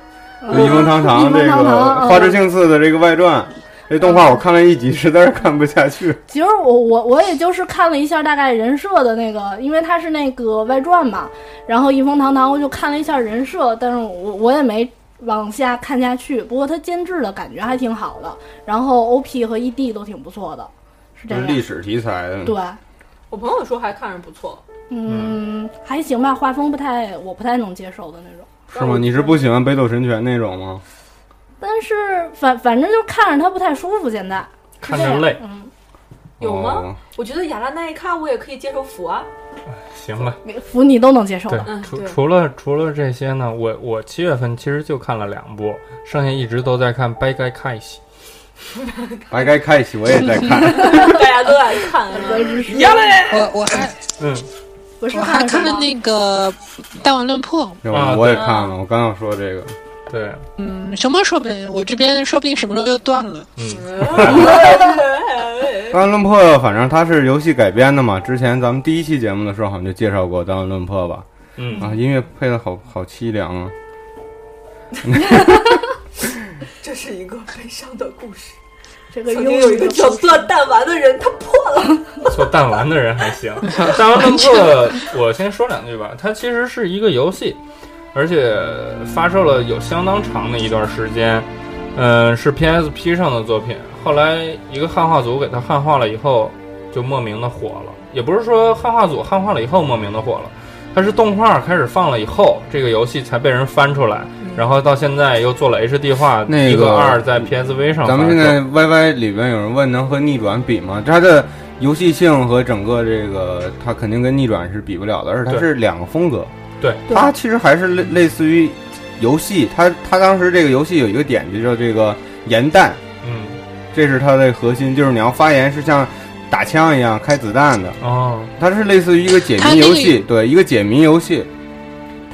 Speaker 6: 呃
Speaker 2: 就一风堂
Speaker 6: 嗯一
Speaker 2: 堂
Speaker 6: 风
Speaker 2: 这个
Speaker 6: 堂堂嗯
Speaker 2: 花之庆次的这个外传。这动画我看了一集，实在是看不下去。
Speaker 6: 其实我我我也就是看了一下大概人设的那个，因为他是那个外传嘛，然后一风堂堂我就看了一下人设，但是我我也没往下看下去。不过他监制的感觉还挺好的，然
Speaker 1: 嗯
Speaker 6: 后 OP 和 ED 都挺不错的，是这
Speaker 2: 就是
Speaker 6: 样。
Speaker 2: 历史题材的，
Speaker 6: 对，
Speaker 3: 我朋友说还看着不错，
Speaker 6: 嗯，还行吧，画风不太，我不太能接受的那种。
Speaker 2: 是吗？你是不喜欢北斗神拳那种吗？
Speaker 6: 但是反反正就是看着他不太舒服，现在
Speaker 1: 看着累，
Speaker 6: 嗯，
Speaker 3: 有
Speaker 2: 哦
Speaker 3: 吗？我觉得雅拉那一看我也可以接受服啊，
Speaker 1: 行吧。
Speaker 6: 嗯服你都能接受
Speaker 1: 对
Speaker 6: 的。，
Speaker 3: 嗯
Speaker 1: 除
Speaker 3: 对
Speaker 1: 除了除了这些呢，我我七月份其实就看了两部，剩下一直都在看《掰开开戏
Speaker 2: 白该开启我也在 看，
Speaker 3: 大家都在看啊。
Speaker 4: 我我还
Speaker 1: 嗯，
Speaker 6: 不是
Speaker 4: 我还
Speaker 6: 看
Speaker 4: 看了那个《弹丸论破》。
Speaker 2: 是
Speaker 1: 啊
Speaker 2: 吧？我也看了，我刚要说这个，
Speaker 1: 对，
Speaker 4: 嗯，什么说不定，我这边说不定什么时候又断了。
Speaker 1: 嗯
Speaker 2: 《当然论破》反正它是游戏改编的嘛。之前咱们第一期节目的时候好像就介绍过《当然论破》吧？
Speaker 1: 嗯
Speaker 2: 啊，音乐配的好好凄凉啊。
Speaker 3: 这是一个悲伤的故事。
Speaker 6: 这个
Speaker 3: 曾
Speaker 6: 拥
Speaker 3: 经有一个叫做弹丸的人，他破了。
Speaker 1: 做弹丸的人还行。 弹丸论破，我先说两句吧。它其实是一个游戏，而且发售了有相当长的一段时间。嗯，是 PSP 上的作品。后来一个汉化组给它汉化了以后，就莫名的火了。也不是说汉化组汉化了以后莫名的火了，它是动画开始放了以后，这个游戏才被人翻出来，然后到现在又做了 HD 化，
Speaker 2: 那
Speaker 1: 一
Speaker 2: 个
Speaker 1: 和二在 PSV 上发售。
Speaker 2: 咱们现在 YY 里边有人问能和逆转比吗？它的游戏性和整个这个，它肯定跟逆转是比不了的，而且它
Speaker 1: 对
Speaker 2: 是两个风格。
Speaker 1: 对，
Speaker 2: 它其实还是类类似于游戏，它它当时这个游戏有一个点就叫这个盐蛋。
Speaker 1: 嗯，
Speaker 2: 这是它的核心，就是你要发言是像打枪一样开子弹的，
Speaker 1: 哦，
Speaker 2: 它是类似于一个解
Speaker 4: 它
Speaker 2: 谜
Speaker 4: 那个
Speaker 2: 游戏，对，一个解谜游戏，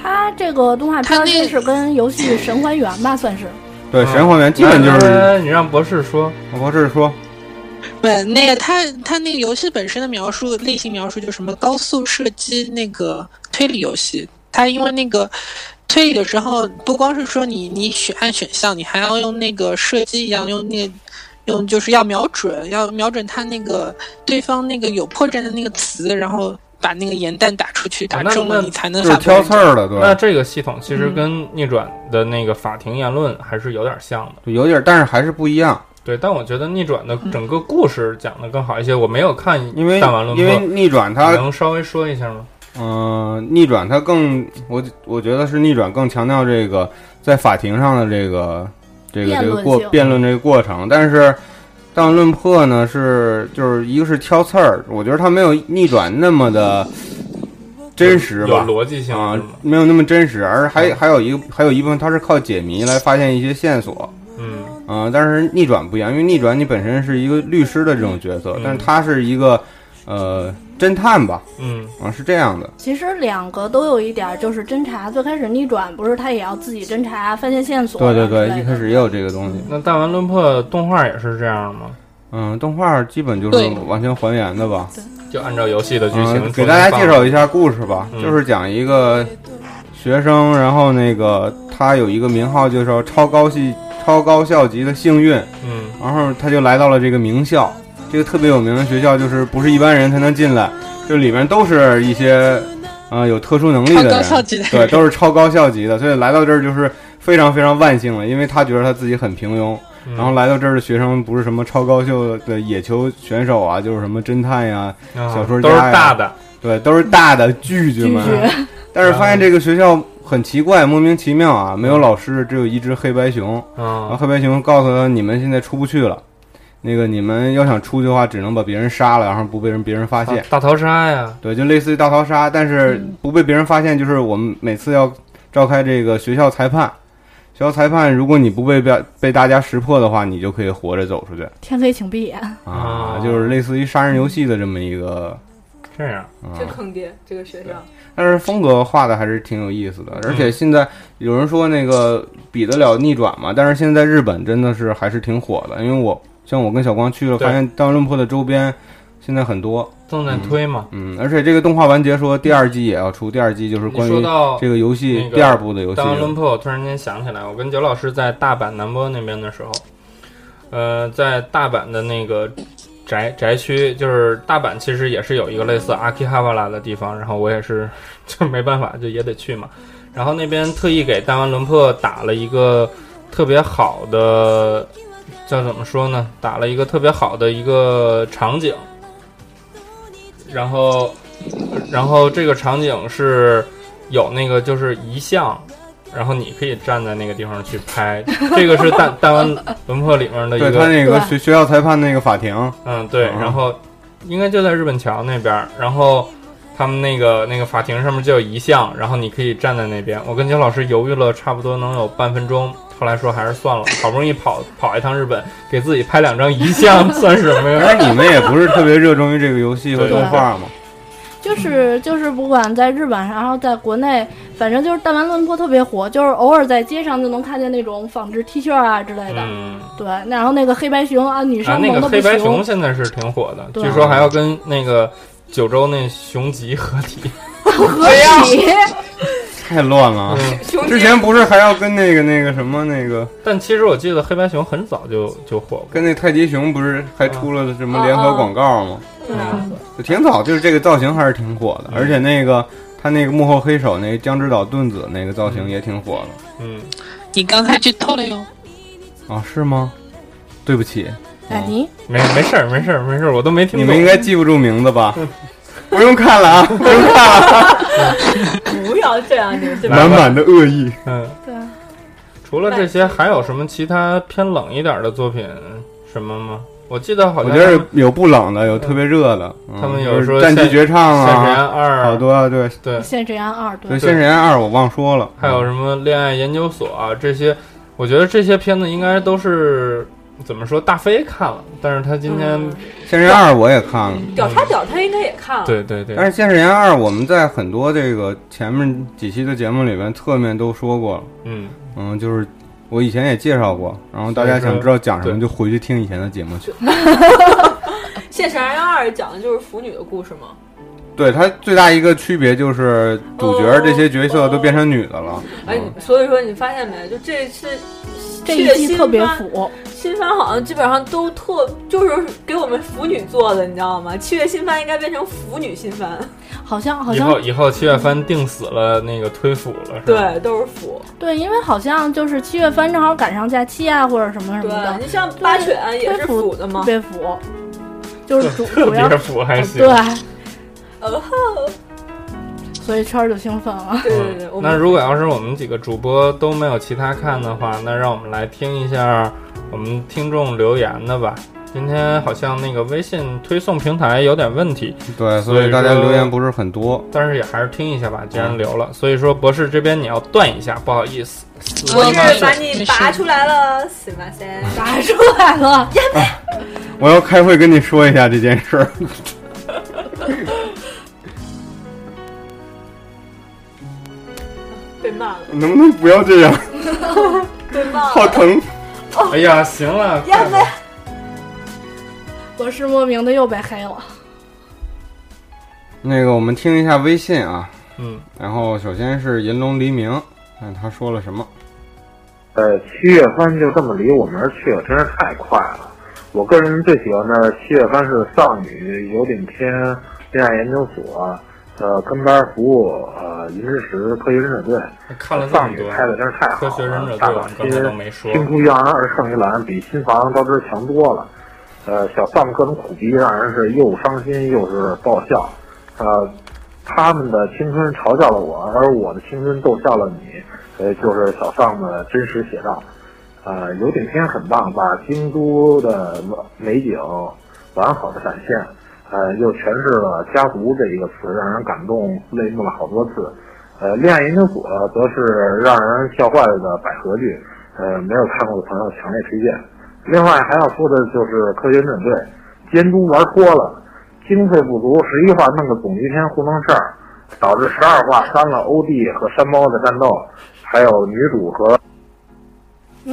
Speaker 6: 它这个动画片
Speaker 4: 它
Speaker 6: 儿
Speaker 4: 那
Speaker 6: 就是跟游戏神还原吧， 算是。
Speaker 2: 对，
Speaker 4: 啊
Speaker 1: 嗯
Speaker 2: 神还原基本就
Speaker 1: 来来
Speaker 2: 是
Speaker 1: 来你让博士说，
Speaker 2: 我博士说，
Speaker 4: 对，那个它它那个游戏本身的描述类型描述就是什么高速射击那个推理游戏，它因为那个推理的时候不光是说你你选按选项，你还要用那个射击一样用那个。用就是要瞄准，要瞄准他那个对方那个有破绽的那个词，然后把那个盐弹打出去，打
Speaker 1: 那
Speaker 4: 中了
Speaker 1: 那
Speaker 4: 你才能
Speaker 2: 哦就是
Speaker 4: 发布
Speaker 2: 挑
Speaker 4: 认
Speaker 2: 刺
Speaker 4: 证。
Speaker 2: 儿的，
Speaker 1: 那
Speaker 2: 对，
Speaker 1: 这个系统其实跟逆转的那个法庭言论还是有点像的。
Speaker 2: 有点儿，但是还是不一样，
Speaker 1: 对，但我觉得逆转的整个故事讲的更好一些。我没有看
Speaker 2: 因为
Speaker 1: 弹丸论
Speaker 2: 因为
Speaker 1: 破，
Speaker 2: 逆转它
Speaker 1: 你能稍微说一下吗？
Speaker 2: 嗯，逆转它更，我我觉得是逆转更强调这个在法庭上的这个这个
Speaker 6: 辩
Speaker 2: 这
Speaker 6: 论
Speaker 2: 个过
Speaker 6: 性
Speaker 2: 辩论这个过程，但是弹丸论破呢是就是一个是挑刺儿，我觉得它没有逆转那么的真实
Speaker 1: 有
Speaker 2: 吧。
Speaker 1: 逻辑性
Speaker 2: 啊
Speaker 1: 是吗，
Speaker 2: 没有那么真实，而还还有一个还有一部分，它是靠解谜来发现一些线索，
Speaker 1: 嗯，
Speaker 2: 啊、但是逆转不一样，因为逆转你本身是一个律师的这种角色，
Speaker 1: 嗯
Speaker 2: 但是他是一个呃侦探吧，
Speaker 1: 嗯，
Speaker 2: 啊是这样的，
Speaker 6: 其实两个都有一点儿，就是侦查。最开始逆转不是他也要自己侦查、发现线索
Speaker 2: 对
Speaker 6: 啊
Speaker 2: 对
Speaker 6: 之类的。
Speaker 2: 对，一开始也有这个东西，
Speaker 1: 那弹丸论破动画也是这样吗？
Speaker 2: 嗯，动画基本就是
Speaker 4: 对
Speaker 2: 完全还原的吧，
Speaker 1: 就按照游戏的剧情、
Speaker 2: 嗯，给大家介绍一
Speaker 1: 下。
Speaker 2: 下故事吧，
Speaker 1: 嗯
Speaker 2: 就是讲一个学生，然后那个他有一个名号，就叫超高系超高校级的幸运，
Speaker 1: 嗯
Speaker 2: 然后他就来到了这个名校，这个特别有名的学校，就是不是一般人才能进来，这里面都是一些啊、呃有特殊能力的
Speaker 4: 超高
Speaker 2: 人，
Speaker 4: 校级的人
Speaker 2: 对，都是超高校级的，所以来到这儿就是非常非常万幸了，因为他觉得他自己很平庸，
Speaker 1: 嗯
Speaker 2: 然后来到这儿的学生不是什么超高校的野球选手啊，就是什么侦探呀、
Speaker 1: 啊
Speaker 2: 小说家
Speaker 1: 都是
Speaker 2: 呀
Speaker 1: 大的，
Speaker 2: 对，都是大的巨巨们，
Speaker 1: 啊
Speaker 2: 但是发现这个学校很奇怪，莫名其妙啊，没有老师，只有一只黑白熊。然后
Speaker 1: 嗯
Speaker 2: 黑白熊告诉他：“你们现在出不去了，那个你们要想出去的话，只能把别人杀了，然后不被人别人发现。
Speaker 1: 大逃杀呀，
Speaker 2: 对，就类似于大逃杀，但是不被别人发现，就是我们每次要召开这个学校裁判。学校裁判，如果你不被被被大家识破的话，你就可以活着走出去
Speaker 6: 天黑请闭眼。
Speaker 2: 啊
Speaker 1: 啊，
Speaker 2: 就是类似于杀人游戏的这么一个。啊
Speaker 1: 这样
Speaker 3: 这坑爹，这个学校
Speaker 2: 但是风格画的还是挺有意思
Speaker 1: 嗯
Speaker 2: 的，而且现在有人说那个比得了逆转嘛，但是现在日本真的是还是挺火的，因为我像我跟小光去了，
Speaker 1: 对
Speaker 2: 发现《当论破》的周边现在很多，
Speaker 1: 正在推嘛。
Speaker 2: 嗯，而且这个动画完结说第二季也要出，第二季就是
Speaker 1: 你
Speaker 2: 关
Speaker 1: 说
Speaker 2: 于
Speaker 1: 到
Speaker 2: 这个游戏、
Speaker 1: 那个
Speaker 2: 第二部的游戏
Speaker 1: 弹，丸论破，我突然间想起来，我跟九老师在大阪南波那边的时候，呃，在大阪的那个宅宅区，就是大阪其实也是有一个类似阿基哈瓦拉的地方，然后我也是就没办法，就也得去嘛。然后那边特意给弹丸论破打了一个特别好的，叫怎么说呢？打了一个特别好的一个场景，然后，然后这个场景是。有那个就是遗像，然后你可以站在那个地方去拍，这个是弹弹丸轮破里面的一
Speaker 2: 对他
Speaker 1: 个，
Speaker 2: 那个
Speaker 6: 对
Speaker 2: 学学校裁判那个法庭，
Speaker 1: 嗯，对，
Speaker 2: 嗯
Speaker 1: 然后应该就在日本桥那边儿，然后他们那个那个法庭上面就有遗像，然后你可以站在那边。我跟邱老师犹豫了差不多能有半分钟，后来说还是算了，好不容易跑跑一趟日本，给自己拍两张遗像， 算是没有。
Speaker 2: 而且你们也不是特别热衷于这个游戏和
Speaker 1: 对
Speaker 2: 动画嘛，
Speaker 6: 就是就是，不管在日本，然后在国内，反正就是弹丸论破特别火，就是偶尔在街上就能看见那种纺织 T 恤啊之类的。
Speaker 1: 嗯，
Speaker 6: 对，然后那个黑白熊啊，女
Speaker 1: 啊，
Speaker 6: 生
Speaker 1: 那
Speaker 6: 萌
Speaker 1: 个
Speaker 6: 的
Speaker 1: 黑
Speaker 6: 不
Speaker 1: 白
Speaker 6: 行
Speaker 1: 熊。现在是挺火的，
Speaker 6: 对
Speaker 1: 据说还要跟那个九州那熊吉合体。
Speaker 6: 合体，
Speaker 2: 太乱了啊。
Speaker 1: 嗯
Speaker 3: 兄
Speaker 2: 之
Speaker 3: 弟，
Speaker 2: 前不是还要跟那个那个什么那个
Speaker 1: 但其实我记得黑白熊很早就就火过，
Speaker 2: 跟那泰迪熊不是还出了什么联合广告吗？
Speaker 1: 嗯
Speaker 2: 就挺早，就是这个造型还是挺火的，
Speaker 1: 嗯
Speaker 2: 而且那个他那个幕后黑手那个江之岛盾子那个造型也挺火
Speaker 1: 嗯，
Speaker 4: 你刚才剧透了哟。
Speaker 2: 的啊，是吗？对不起，
Speaker 6: 哎，你
Speaker 1: 没没事儿，没事儿，没事儿，我都没听懂。
Speaker 2: 你们应该记不住名字吧？
Speaker 1: 嗯
Speaker 2: 不用看了啊，不用看了，
Speaker 3: 不要这样，你们 这
Speaker 1: 来吧
Speaker 2: 满的恶意。
Speaker 1: 嗯，
Speaker 6: 对，啊
Speaker 1: 除了这些，还有什么其他偏冷一点的作品什么吗？我记得好
Speaker 2: 我
Speaker 1: 像
Speaker 2: 觉得有不冷的，有特别热的，嗯
Speaker 1: 他们有
Speaker 2: 就是
Speaker 1: 说
Speaker 2: 战机
Speaker 1: 现
Speaker 2: 绝唱
Speaker 1: 《赛神
Speaker 2: 啊，
Speaker 1: 二》
Speaker 2: 好多啊，对
Speaker 1: 对
Speaker 6: 《现实案二》
Speaker 2: 对，
Speaker 6: 对，
Speaker 2: 《仙人二》我忘说了，嗯
Speaker 1: 还有什么恋爱研究所啊这些，我觉得这些片子应该都是怎么说，大飞看了，但是他今天、
Speaker 3: 嗯
Speaker 2: 《仙人二》我也看了，
Speaker 3: 屌叉屌他应该也看了，
Speaker 1: 对对对
Speaker 2: 但，是《仙人二》我们在很多这个前面几期的节目里边侧面都说过了，
Speaker 1: 嗯，
Speaker 2: 嗯，就是我以前也介绍过，然后大家想知道讲什么
Speaker 1: 对
Speaker 2: 就回去听以前的节目去。
Speaker 3: 《现实二幺二》讲的就是腐女的故事嘛。
Speaker 2: 对它最大一个区别就是主角这些角色都变成女的
Speaker 1: 哦
Speaker 2: 了，
Speaker 3: 哎，
Speaker 2: 嗯
Speaker 3: 所以说你发现没？就这一次
Speaker 6: 这一季特
Speaker 4: 啊
Speaker 6: 别腐，
Speaker 3: 新番好像基本上都特就是给我们腐女做的，你知道吗？七月新番应该变成腐女新番，
Speaker 6: 好像好
Speaker 1: 以
Speaker 6: 像
Speaker 1: 后以后七月番定死了那个推腐了，是吧？
Speaker 3: 对，都是腐。
Speaker 6: 对，因为好像就是七月份正好赶上假期啊，或者什么什
Speaker 3: 对
Speaker 6: 么的，
Speaker 3: 你像八犬也
Speaker 6: 特别
Speaker 3: 是
Speaker 6: 腐
Speaker 3: 腐的嘛
Speaker 6: 特。别腐，就是主
Speaker 1: 特
Speaker 6: 主要
Speaker 1: 别腐还行。
Speaker 6: 对，
Speaker 3: 呃，
Speaker 6: 所以圈儿就兴奋了。
Speaker 3: 对对对，我
Speaker 1: 嗯那
Speaker 3: 们
Speaker 1: 如果要是我们几个主播都没有其他看的话，那让我们来听一下我们听众留言的吧。今天好像那个微信推送平台有点问题，
Speaker 2: 对，
Speaker 1: 所以
Speaker 2: 所以大家
Speaker 1: 说
Speaker 2: 留言不是很多。
Speaker 1: 但是也还是听一下吧，既然留了，所以说博士这边你要断一下，不好意思。
Speaker 3: 我
Speaker 4: 我
Speaker 3: 是把你拔出来了，死马塞。
Speaker 6: 打出来了，
Speaker 2: 我要开会跟你说一下这件事儿。
Speaker 3: 被骂了，
Speaker 2: 能不能不要这样？
Speaker 3: 被骂
Speaker 2: 好
Speaker 3: 了。
Speaker 2: 疼！
Speaker 3: 哦
Speaker 1: 哎呀，行了，
Speaker 3: 呀
Speaker 1: 快吧
Speaker 6: 我是莫名的又被黑了。
Speaker 2: 那个，我们听一下微信啊。
Speaker 1: 嗯，
Speaker 2: 然后首先是银龙黎明，看他说了什么。
Speaker 10: 呃，七月番就这么离我们而去了，真是太快了。我个人最喜欢的七月番是少女，有点偏恋爱研究所，呃，跟班服务，呃，银之石科学忍者队，
Speaker 1: 看了这
Speaker 10: 少
Speaker 1: 么
Speaker 10: 女
Speaker 1: 多，
Speaker 10: 拍的真是太好
Speaker 1: 科
Speaker 10: 了，
Speaker 1: 学忍者队
Speaker 10: 大
Speaker 1: 我
Speaker 10: 岛
Speaker 1: 们刚才都
Speaker 10: 新
Speaker 1: 没说。
Speaker 10: 青出于蓝而胜于蓝，比新房招之强多了。呃，小丧各种苦逼，让人是又伤心又是爆笑。呃，他们的青春嘲笑了我，而我的青春逗笑了你。呃，就是小丧的真实写照。呃，有顶天很棒，把京都的美景完好的展现。呃，又诠释了“家族”这一个词，让人感动泪目了好多次。呃，恋爱研究所则是让人笑坏了的百合剧，呃，没有看过的朋友强烈推荐。另外还要说的就是科学战队，监督玩脱了，经费不足，十一话弄个总集篇糊弄事儿，导致十二话删了欧弟和山猫的战斗，还有女主和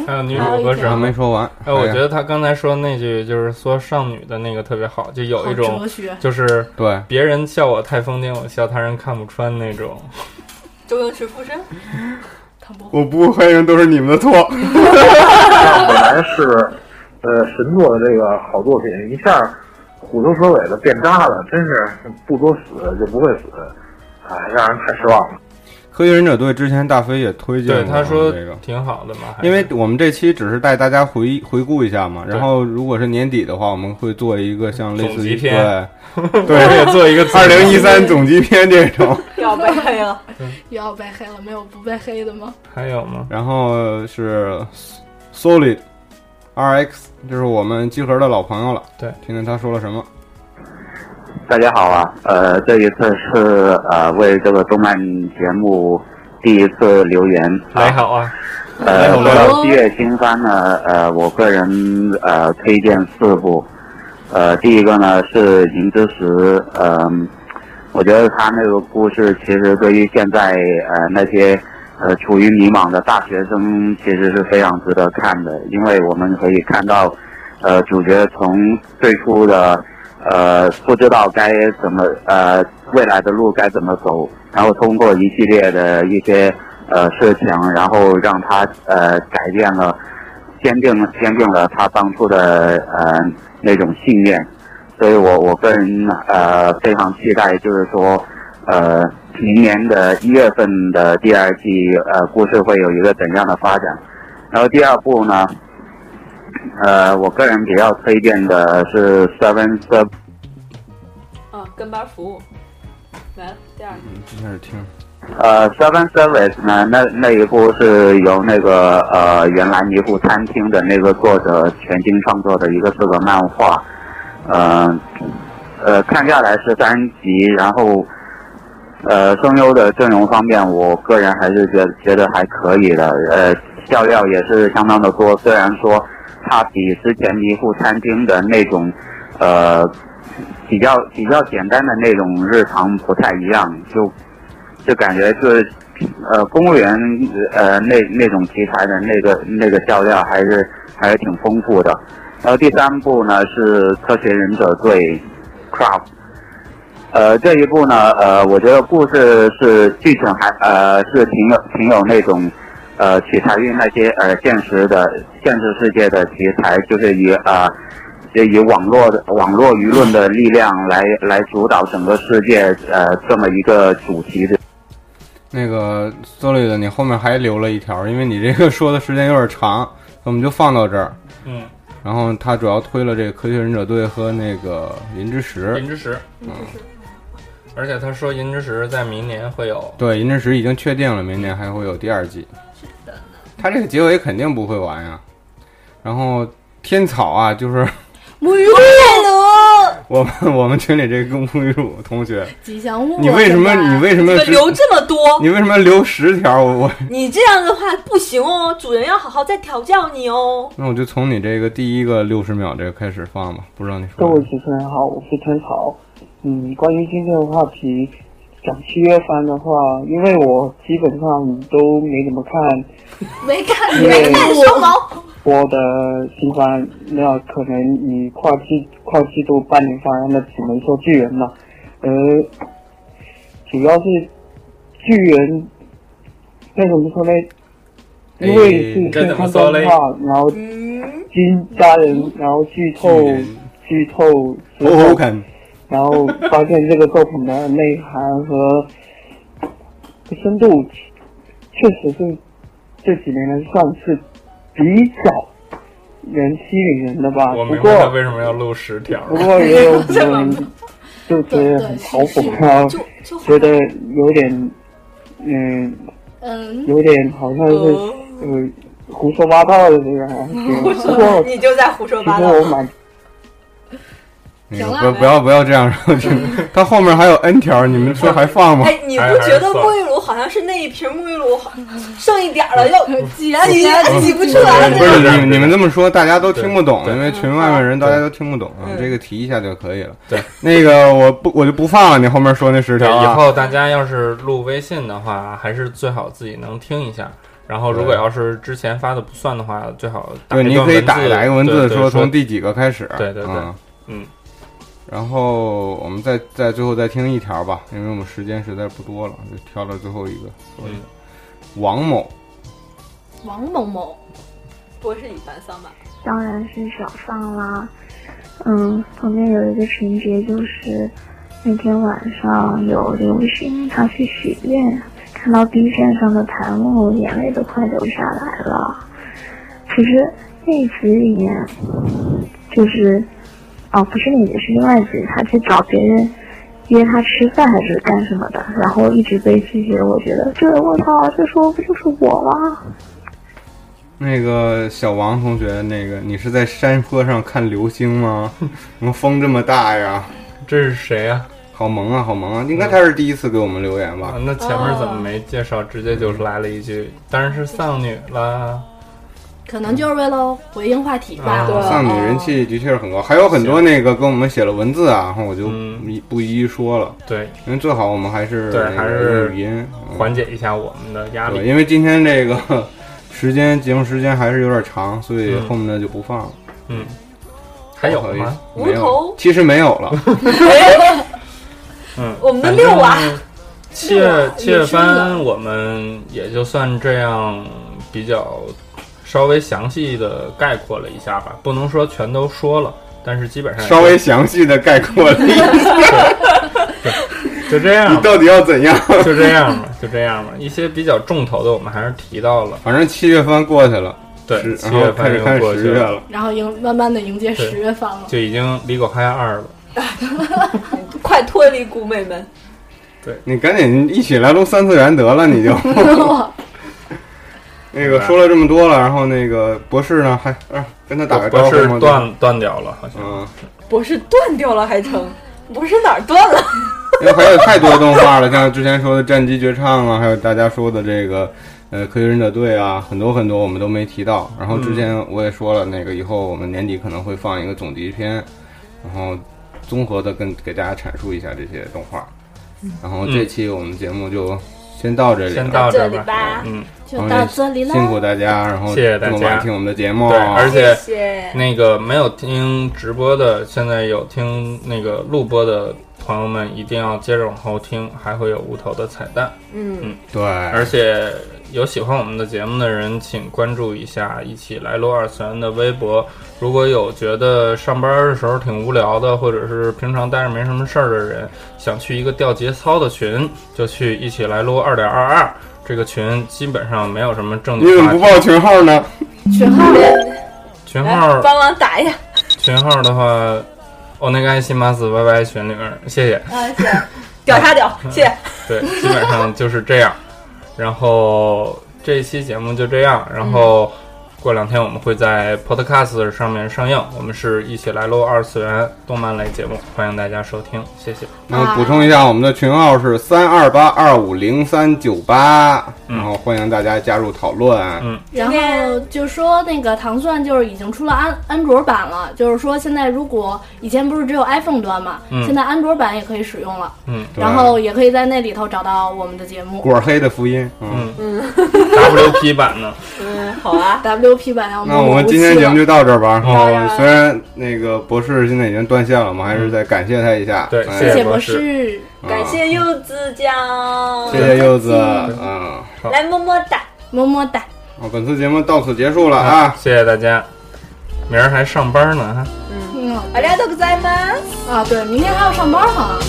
Speaker 1: 还有女主和什
Speaker 2: 还
Speaker 1: 么
Speaker 2: 没？说完。
Speaker 1: 哎，我
Speaker 2: 呀
Speaker 1: 觉得他刚才说那句就是说剩女的那个特别好，就有
Speaker 6: 好
Speaker 1: 一种
Speaker 6: 哲学，
Speaker 1: 就是
Speaker 2: 对，
Speaker 1: 别人笑我太疯癫，我笑他人看不穿那种。
Speaker 3: 周星驰附身，
Speaker 6: 他不
Speaker 2: 我不黑人都是你们的错。
Speaker 10: 那本来是呃神作的这个好作品，一下虎头蛇尾的变渣了，真是不作死就不会死，哎，让人太失望了。
Speaker 2: 科学忍者队之前大飞也推荐
Speaker 1: 对，
Speaker 2: 过
Speaker 1: 他说
Speaker 2: 这个。
Speaker 1: 挺好的嘛，还是
Speaker 2: 因为我们这期只是带大家回回顾一下嘛，然后如果是年底的话，我们会做一个像类
Speaker 1: 总
Speaker 2: 似
Speaker 1: 集
Speaker 2: 于
Speaker 1: 篇
Speaker 2: 对
Speaker 1: 我
Speaker 2: 对
Speaker 1: 也做一个自
Speaker 2: 二零一三总集篇这种，
Speaker 3: 要 被黑了。
Speaker 6: 又要被黑了，没有不被黑的吗？
Speaker 1: 还有吗？
Speaker 2: 然后是 Solid RX，这是我们集合的老朋友了，
Speaker 1: 对，
Speaker 2: 听听他说了什么。
Speaker 11: 大家好啊，呃，这一次是呃为这个动漫节目第一次留言
Speaker 1: 来
Speaker 11: 啊，
Speaker 1: 好啊，
Speaker 11: 呃，说到七月新番呢，呃，我个人呃推荐四部，呃，第一个呢是《银之石》，嗯、我觉得他那个故事其实对于现在呃那些呃处于迷茫的大学生其实是非常值得看的，因为我们可以看到，呃，主角从最初的呃不知道该怎么呃未来的路该怎么走，然后通过一系列的一些呃事情，然后让他呃改变了，坚定了坚定了他当初的呃那种信念，所以我我个人呃非常期待，就是说呃明年的一月份的第二季呃故事会有一个怎样的发展，然后第二部呢。呃，我个人比较推荐的是 Seven s e v e
Speaker 3: 啊，跟班服务。来了，第二个，
Speaker 2: 嗯，开始听。
Speaker 11: 呃，Seven Service 呢，那那一部是由那个呃原来一部餐厅的那个作者全新创作的一个四个漫画，呃呃看下来是三集，然后呃声优的阵容方面，我个人还是觉觉得还可以的，呃笑料也是相当的多。虽然说它比之前迷糊餐厅的那种呃比较比较简单的那种日常不太一样，就就感觉是呃公务员呃那那种题材的那个那个笑料还是还是挺丰富的。然后第三部呢是《科学忍者队 Craft》，呃，这一部呢，呃，我觉得故事是剧情还呃是挺有挺有那种，呃，取材于那些呃现实的现实世界的题材，就是以呃就以网络的网络舆论的力量来来主导整个世界呃这么一个主题的。
Speaker 2: 那个 s o l i 的，你后面还留了一条，因为你这个说的时间有点长，我们就放到这儿。
Speaker 1: 嗯，
Speaker 2: 然后他主要推了这个科学忍者队和那个银之石
Speaker 1: 银，之石，嗯，而且他说银之石在明年会有，
Speaker 2: 对，银之石已经确定了，明年还会有第二季。他这个结尾肯定不会完呀。然后天草啊，就是
Speaker 3: 沐浴露，
Speaker 2: 我们 我们群里这个沐浴露同学，
Speaker 6: 吉祥物啊。
Speaker 2: 你为什么
Speaker 6: 现在
Speaker 2: 你为什么要
Speaker 3: 这个
Speaker 2: 只
Speaker 3: 留这么多，
Speaker 2: 你为什么要留十条？我我
Speaker 3: 你这样的话不行哦，主人要好好再调教你 哦。
Speaker 2: 那我就从你这个第一个六十秒这个开始放吧，不知道你
Speaker 12: 各
Speaker 2: 说
Speaker 12: 位
Speaker 2: 什么。
Speaker 12: 主持人好，我是天草。嗯，关于今天的话题，讲七月番的话，因为我基本上都没怎么看
Speaker 6: 没看
Speaker 12: 因为
Speaker 3: 看双毛，
Speaker 12: 嗯我的新番，那可能以跨季跨季度半年番，那只能说巨人了。呃，主要是巨人，那怎么说呢？因为
Speaker 2: 哎
Speaker 12: 是
Speaker 1: 这怎
Speaker 12: 先
Speaker 1: 么
Speaker 12: 看
Speaker 1: 说
Speaker 12: 动
Speaker 1: 嘞
Speaker 12: 画，然后
Speaker 3: 嗯，
Speaker 12: 经家人，然后剧透
Speaker 2: 巨人
Speaker 12: 剧透之
Speaker 2: 哦
Speaker 12: 后
Speaker 2: 哦，看，
Speaker 12: 然后发现这个作品的内涵和深度，确实是这几年来算是比较能吸引人的吧。
Speaker 1: 我
Speaker 12: 不
Speaker 1: 明白他
Speaker 12: 过
Speaker 1: 为什么要录十条了
Speaker 12: 不。过也有嗯很多人就觉得很嘲讽，然后
Speaker 3: 就就
Speaker 12: 觉得有点嗯，
Speaker 6: 嗯，
Speaker 12: 有点好像是呃胡说八道的这个 感觉。不过
Speaker 3: 你就在胡说
Speaker 12: 其
Speaker 3: 八
Speaker 12: 实
Speaker 3: 道。
Speaker 12: 我蛮
Speaker 2: 那
Speaker 6: 行
Speaker 2: 个
Speaker 6: 了
Speaker 2: 不不要不要这样， 然后就他后面还有 N 条，你们说还放吗？
Speaker 3: 哎，你不觉得沐浴露好像是那一瓶沐浴露好剩一点儿了， 要
Speaker 6: 既然
Speaker 3: 挤挤不出 来
Speaker 2: 不
Speaker 3: 了？
Speaker 2: 是你你们这么说，大家都
Speaker 1: 对
Speaker 2: 听不懂，
Speaker 1: 对
Speaker 2: 因为群外面人大家都听不懂啊
Speaker 3: 嗯。
Speaker 2: 这个提一下就可以了。
Speaker 1: 对，
Speaker 2: 那个我不我就不放了，你后面说那十
Speaker 1: 对，
Speaker 2: 条
Speaker 1: 以
Speaker 2: 啊。
Speaker 1: 后大家要是录微信的话，还是最好自己能听一下。然后，如果
Speaker 2: 对
Speaker 1: 要是之前发的不算的话，最好打
Speaker 2: 对，
Speaker 1: 一
Speaker 2: 你
Speaker 1: 段
Speaker 2: 可以
Speaker 1: 文
Speaker 2: 打
Speaker 1: 字
Speaker 2: 来个文
Speaker 1: 对
Speaker 2: 字
Speaker 1: 对
Speaker 2: 说从第几个开始。
Speaker 1: 对对对
Speaker 2: 嗯
Speaker 1: 嗯。
Speaker 2: 然后我们再再最后再听一条吧，因为我们时间实在不多了，就挑了最后一个。所以
Speaker 1: 嗯
Speaker 2: 王某，
Speaker 6: 王某某，
Speaker 3: 博士一般三吧。
Speaker 8: 当然是少放啦。嗯，旁边有一个情节就是，那天晚上有流星，他去许愿，看到 B 站上的弹幕，眼泪都快流下来了。可是那集里面，就是，哦，不是那集，是另外一集，他去找别人。约他吃饭还是干什么的，然后一直被拒绝。我觉得这我操，这说不就是我吗？
Speaker 2: 那个小王同学，那个你是在山坡上看流星 吗？怎么风这么大呀？
Speaker 1: 这是谁呀、
Speaker 2: 好萌啊，好
Speaker 1: 嗯
Speaker 2: 萌啊！应该他是第一次给我们留言吧？
Speaker 1: 啊？那前面怎么没介绍？直接就来了一句，当然是丧女啦。
Speaker 6: 可能就是为了回应话题吧。哦
Speaker 1: 啊
Speaker 2: 丧女人气的确是很高，还有很多那个跟我们写了文字啊，然后我就
Speaker 1: 嗯
Speaker 2: 一不一一说了，
Speaker 1: 对，
Speaker 2: 因为最好我们还是
Speaker 1: 对
Speaker 2: 那个
Speaker 1: 还是
Speaker 2: 用语音嗯
Speaker 1: 缓解一下我们的压
Speaker 2: 对，
Speaker 1: 力。
Speaker 2: 因为今天这个 时间节目时间还是有点长，所以
Speaker 1: 嗯
Speaker 2: 后面的就不放了。
Speaker 1: 嗯，还有
Speaker 2: 不好意思
Speaker 1: 吗？，
Speaker 2: 没
Speaker 3: 无
Speaker 2: 有
Speaker 3: 头，
Speaker 2: 其实没有了。
Speaker 1: 嗯，
Speaker 3: 我们的六啊
Speaker 1: 反 正七月七
Speaker 6: 也
Speaker 1: 月
Speaker 6: 是
Speaker 1: 番我们也就算这样比较稍微详细的概括了一下吧，不能说全都说了，但是基本上
Speaker 2: 稍微详细的概括了一下，
Speaker 1: 就这
Speaker 2: 你
Speaker 1: 样吧，
Speaker 2: 到底要怎 样？
Speaker 1: 就这样吧，就这样吧。一些比较重头的我们还是提到了，
Speaker 2: 反正七月份过去了，
Speaker 1: 对，
Speaker 2: 十
Speaker 1: 七
Speaker 2: 然后
Speaker 1: 月
Speaker 2: 开
Speaker 1: 份
Speaker 2: 始
Speaker 1: 又
Speaker 2: 看
Speaker 1: 过
Speaker 2: 十
Speaker 1: 去
Speaker 2: 月
Speaker 1: 了，
Speaker 2: 了。
Speaker 6: 然后迎慢慢的迎接
Speaker 1: 对
Speaker 6: 十月份了。
Speaker 1: 就已经离狗嗨二了。
Speaker 3: 快脱离姑妹们！
Speaker 2: 你赶紧一起来录三次元得了，你就那个说了这么多了，然后那个博士呢，还啊跟他打个招
Speaker 1: 博
Speaker 2: 呼
Speaker 1: 士
Speaker 2: 吗？
Speaker 1: 断断掉了，好像。
Speaker 2: 嗯，
Speaker 3: 博士断掉了还成？博士哪儿断了？
Speaker 2: 因为还有太多动画了，像之前说的《战机绝唱》啊，还有大家说的这个。呃，科学忍者队啊，很多很多我们都没提到。然后之前我也说了，那个以后我们年底可能会放一个总集篇，然后综合的跟给大家阐述一下这些动画。然后这期我们节目就先到这里了，
Speaker 1: 嗯先到这
Speaker 3: 这
Speaker 1: 儿
Speaker 3: 里吧，
Speaker 1: 嗯，
Speaker 6: 就到这里了。
Speaker 2: 辛苦大家，然后
Speaker 1: 谢谢大
Speaker 2: 这么
Speaker 1: 家
Speaker 2: 晚听我们的节目，
Speaker 1: 对，而且
Speaker 3: 谢谢。
Speaker 1: 那个没有听直播的，现在有听那个录播的朋友们，一定要接着往后听，还会有无头的彩蛋。
Speaker 3: 嗯，
Speaker 2: 对，
Speaker 1: 而且有喜欢我们的节目的人，请关注一下“一起来撸二次元”的微博。如果有觉得上班的时候挺无聊的，或者是平常待着没什么事儿的人，想去一个掉节操的群，就去“一起来撸二点二二”这个群，基本上没有什么正
Speaker 2: 你
Speaker 1: 经
Speaker 2: 怎么
Speaker 1: 话题。
Speaker 2: 不报群号
Speaker 6: 啊
Speaker 2: 呢？
Speaker 3: 群号
Speaker 1: 群
Speaker 3: 来
Speaker 1: 号
Speaker 3: 帮忙打一下。
Speaker 1: 群号的话，我那个爱心马死 YY 群里面，谢谢。
Speaker 3: 啊，谢谢， 屌啥屌，谢谢。
Speaker 1: 对，基本上就是这样。然后这一期节目就这样，然后过两天我们会在 Podcast 上面上映。我们是一起来录二次元动漫类节目，欢迎大家收听，谢谢。
Speaker 2: 然后补充一下，我们的群号是三二八二五零三九八，
Speaker 1: 嗯
Speaker 2: 然后欢迎大家加入讨论。
Speaker 1: 嗯，
Speaker 6: 然后就说那个糖蒜就是已经出了安安卓版了，就是说现在如果以前不是只有 iPhone 端嘛，
Speaker 1: 嗯
Speaker 6: 现在安卓版也可以使用了，
Speaker 1: 嗯
Speaker 2: 对
Speaker 6: 然后也可以在那里头找到我们的节目。
Speaker 2: 果黑的福音，嗯，
Speaker 1: ，WP 版呢？
Speaker 3: 嗯，好啊，
Speaker 6: WP 版要
Speaker 2: 那我们今天节目就到这儿吧。然
Speaker 1: 好
Speaker 2: 后虽然那个博士现在已经断线了，我们还是再感谢他一下。
Speaker 1: 对
Speaker 2: 哎
Speaker 1: 谢
Speaker 6: 谢
Speaker 1: 谢
Speaker 6: 博
Speaker 1: 博
Speaker 6: 士，
Speaker 2: 嗯
Speaker 3: 感谢柚子酱，
Speaker 2: 谢谢柚子，嗯，
Speaker 3: 来么么哒。
Speaker 6: 么么哒。
Speaker 2: 好，本次节目到此结束了啊，
Speaker 1: 谢谢大家，明儿还上班呢哈。
Speaker 6: 嗯
Speaker 3: ありがとうございます。
Speaker 6: 啊，对，明天还要上班哈。